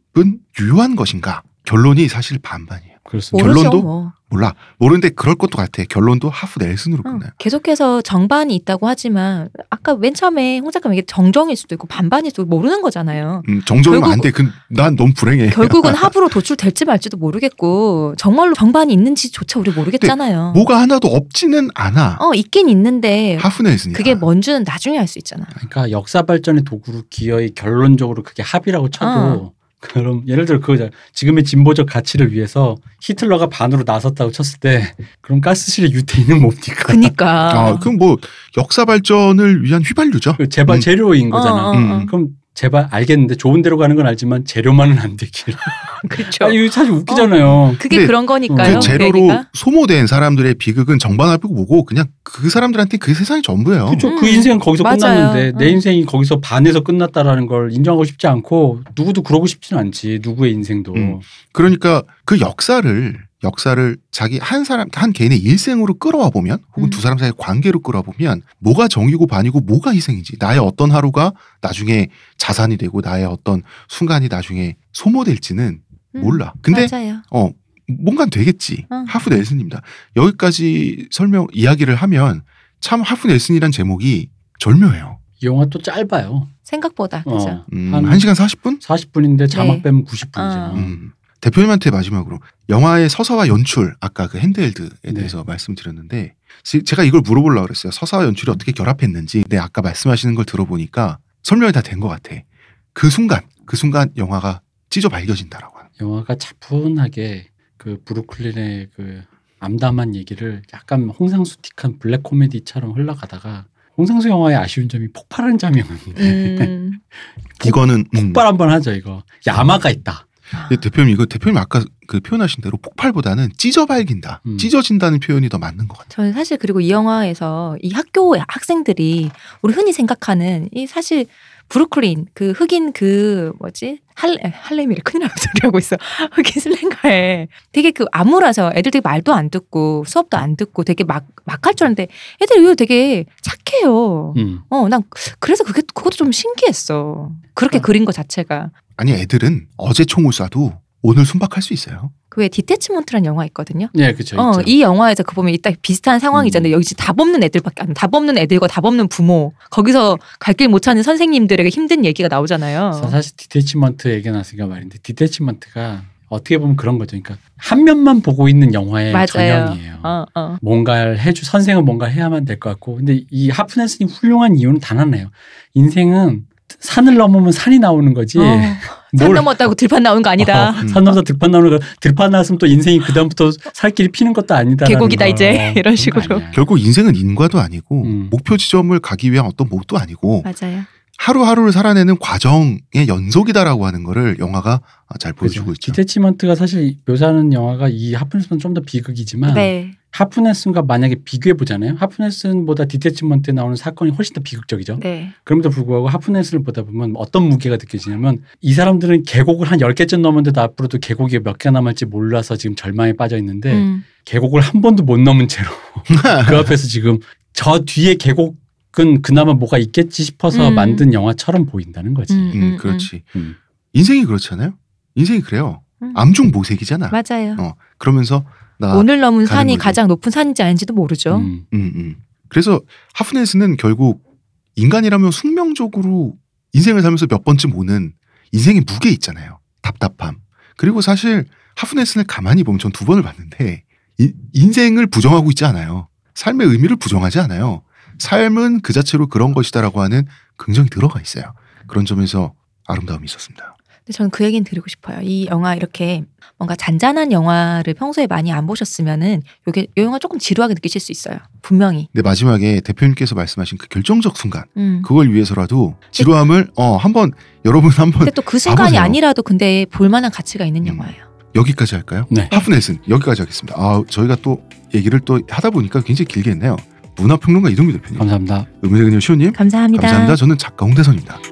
A: 유효한 것인가? 결론이 사실 반반이에요.
C: 그렇습니다.
A: 모르-
B: 모르죠,
A: 결론도?
B: 뭐.
A: 몰라 모르는데 그럴 것도 같아. 결론도 하프 넬슨으로
B: 어,
A: 끝나요.
B: 계속해서 정반이 있다고 하지만 아까 맨 처음에 홍 작가님 얘기 정정일 수도 있고 반반일 수도 있고 모르는 거잖아요.
A: 음, 정정하면
B: 결국-
A: 안 돼. 그 난 너무 불행해.
B: 결국은 합으로 도출될지 말지도 모르겠고 정말로 정반이 있는지조차 우리 모르겠잖아요.
A: 뭐가 하나도 없지는 않아.
B: 어 있긴 있는데
A: 하프 넬슨이.
B: 그게 뭔지는 나중에 알 수 있잖아.
C: 그러니까 역사 발전의 도구로 기여해 결론적으로 그게 합의라고
B: 어.
C: 쳐도 그럼 예를 들어 그거잖아. 지금의 진보적 가치를 위해서 히틀러가 반으로 나섰다고 쳤을 때 그럼 가스실의 유태인은 뭡니까?
B: 그니까. 어,
A: 아, 그럼 뭐 역사 발전을 위한 휘발유죠.
C: 그 제발
A: 음.
C: 재료인
B: 어,
C: 거잖아.
B: 어, 어.
A: 음.
C: 그럼 제발 알겠는데 좋은 데로 가는 건 알지만 재료만은 안 어. 되길.
B: 그렇죠.
C: 아 이거 사실 웃기잖아요.
B: 그게
A: 근데
B: 그런 거니까요.
A: 그 재료로 소모된 사람들의 비극은 정반합이고 뭐고 그냥 그 사람들한테 그게 세상이 전부예요.
C: 그쵸?
B: 음.
C: 그 인생은 거기서
B: 맞아요.
C: 끝났는데 내
B: 음.
C: 인생이 거기서 반에서 끝났다라는 걸 인정하고 싶지 않고 누구도 그러고 싶지는 않지. 누구의 인생도.
A: 음. 그러니까 그 역사를 역사를 자기 한 사람 한 개인의 일생으로 끌어와 보면 혹은
B: 음.
A: 두 사람 사이의 관계로 끌어와 보면 뭐가 정이고 반이고 뭐가 희생인지 나의 어떤 하루가 나중에 자산이 되고 나의 어떤 순간이 나중에 소모될지는 몰라. 근데
B: 음, 맞아요.
A: 어 뭔가 되겠지.
B: 어.
A: 하프 넬슨입니다. 여기까지 설명 이야기를 하면 참 하프 넬슨이란 제목이 절묘해요.
C: 이 영화 또 짧아요.
B: 생각보다
C: 어.
B: 그죠.
A: 음,
C: 한-
A: 한 1시간 40분?
C: 40분인데 자막
B: 네.
C: 빼면 90분이잖아.
B: 어.
A: 음. 대표님한테 마지막으로 영화의 서사와 연출 아까 그 핸드헬드에
C: 네.
A: 대해서 말씀드렸는데 지- 제가 이걸 물어보려고 그랬어요. 서사와 연출이 어떻게 결합했는지. 근데 아까 말씀하시는 걸 들어보니까 설명이 다 된 것 같아. 그 순간 그 순간 영화가 찢어 밝혀진다라고 하는.
C: 영화가 차분하게 그 브루클린의 그 암담한 얘기를 약간 홍상수틱한 블랙 코미디처럼 흘러가다가 홍상수 영화의 아쉬운 점이 폭발한 장면인데
B: 음.
A: 이거는 음.
C: 폭발 한번 하죠 이거 야마가 있다
A: 근데 대표님 이거 대표님 아까 그 표현하신 대로 폭발보다는 찢어 밝힌다,
C: 음.
A: 찢어진다는 표현이 더 맞는 것 같아요.
B: 저는 사실 그리고 이 영화에서 이 학교 학생들이 우리 흔히 생각하는 이 사실 브루클린 그 흑인 그 뭐지 할레 할렘이래 큰일 나는 소리 하고 있어 흑인 슬랭가에 되게 그 암울해서 애들 되게 말도 안 듣고 수업도 안 듣고 되게 막 막 할 줄 알았는데 애들이 의외로 되게 착해요.
C: 음.
B: 어 난 그래서 그게 그것도 좀 신기했어. 그렇게 그린 것 자체가
A: 아니 애들은 어제 총을 쏴도 오늘 순박할 수 있어요.
B: 그왜 디테치먼트라는 영화 있거든요.
C: 네 그죠
B: 어,
C: 있죠.
B: 이 영화에서 그 보면 이딱 비슷한
A: 음.
B: 상황이잖아요. 여기 진짜 답 없는 애들밖에 안, 답 없는 애들과 답 없는 부모. 거기서 갈 길 못 찾는 선생님들에게 힘든 얘기가
C: 사-
B: 나오잖아요.
C: 사실 디테치먼트 얘기 나왔으니까 말인데 디테치먼트가 어떻게 보면 그런 거죠 그러니까 한 면만 보고 있는 영화의
B: 맞아요.
C: 전형이에요
B: 어, 어.
C: 뭔가를 해주 선생은 뭔가 해야만 될 것 같고 근데 이 하프네스님 훌륭한 이유는 단 하나예요 인생은 산을 넘으면 산이 나오는 거지 어,
B: 어, 산 넘었다고 들판 나온 거 아니다.
A: 음.
C: 산넘서 들판 나오는 거 들판 나왔으면 또 인생이 그 다음부터 살길이 피는 것도 아니다.
B: 계곡이다, 이제. 이런 식으로.
A: 결국 인생은 인과도 아니고
C: 음.
A: 목표 지점을 가기 위한 어떤 목도 아니고
B: 맞아요.
A: 하루하루를 살아내는 과정의 연속이다라고 하는 거를 영화가 잘 보여주고 있죠.
C: 디테치먼트가 사실 묘사하는 영화가 이 하프네스는 좀 더
A: 음.
C: 비극이지만
B: 네.
C: 하프네스가 만약에 비교해 보잖아요. 하프네스보다 디테치먼트에 나오는 사건이 훨씬 더 비극적이죠.
B: 네.
C: 그럼에도 불구하고 하프네스를 보다 보면 어떤 무게가 느껴지냐면 이 사람들은 계곡을 한 10개쯤 넘었는데도 앞으로도 계곡이 몇 개 남을지 몰라서 지금 절망에 빠져
A: 예.
C: 있는데
B: 음.
C: 계곡을 한 번도 못 넘은 채로 그 앞에서 지금 저 뒤에 계곡은 그나마 뭐가 있겠지 싶어서
B: 음.
C: 만든 영화처럼 보인다는 거지.
B: 음,
A: 음, 그렇지.
C: 음.
A: 인생이 그렇잖아요. 인생이 그래요.
B: 음.
A: 암중 모색이잖아.
B: 맞아요.
A: 어, 그러면서 나
B: 오늘 넘은
A: 가는
B: 산이
A: 거지.
B: 가장 높은 산인지 아닌지도 모르죠.
C: 음.
A: 음, 음. 그래서 하프네스는 결국 인간이라면 숙명적으로 인생을 살면서 몇 번쯤 오는 인생의 무게 있잖아요. 답답함. 그리고 사실 하프네스는 가만히 보면 전 두 번을 봤는데 이- 인생을 부정하고 있지 않아요. 삶의 의미를 부정하지 않아요. 삶은 그 자체로 그런 것이다라고 하는 긍정이 들어가 있어요. 그런 점에서 아름다움이 있었습니다.
B: 근데 저는 그 얘기는 드리고 싶어요. 이 영화 이렇게 뭔가 잔잔한 영화를 평소에 많이 안 보셨으면은 요게 요 영화 조금 지루하게 느끼실 수 있어요. 분명히.
A: 근데 마지막에 대표님께서 말씀하신 그 결정적 순간
B: 음.
A: 그걸 위해서라도 지루함을 어 한번 여러분 한번
B: 근데 또 그 순간이
A: 봐보세요.
B: 아니라도 근데 볼만한 가치가 있는
A: 음.
B: 영화예요.
A: 여기까지 할까요?
C: 네.
A: 하프넷은 여기까지 하겠습니다. 아 저희가 또 얘기를 또 하다 보니까 굉장히 길게 했네요. 문화평론가 이동규 대표님,
C: 감사합니다.
A: 음색은요 시호님,
B: 감사합니다.
A: 감사합니다. 저는 작가 홍대선입니다.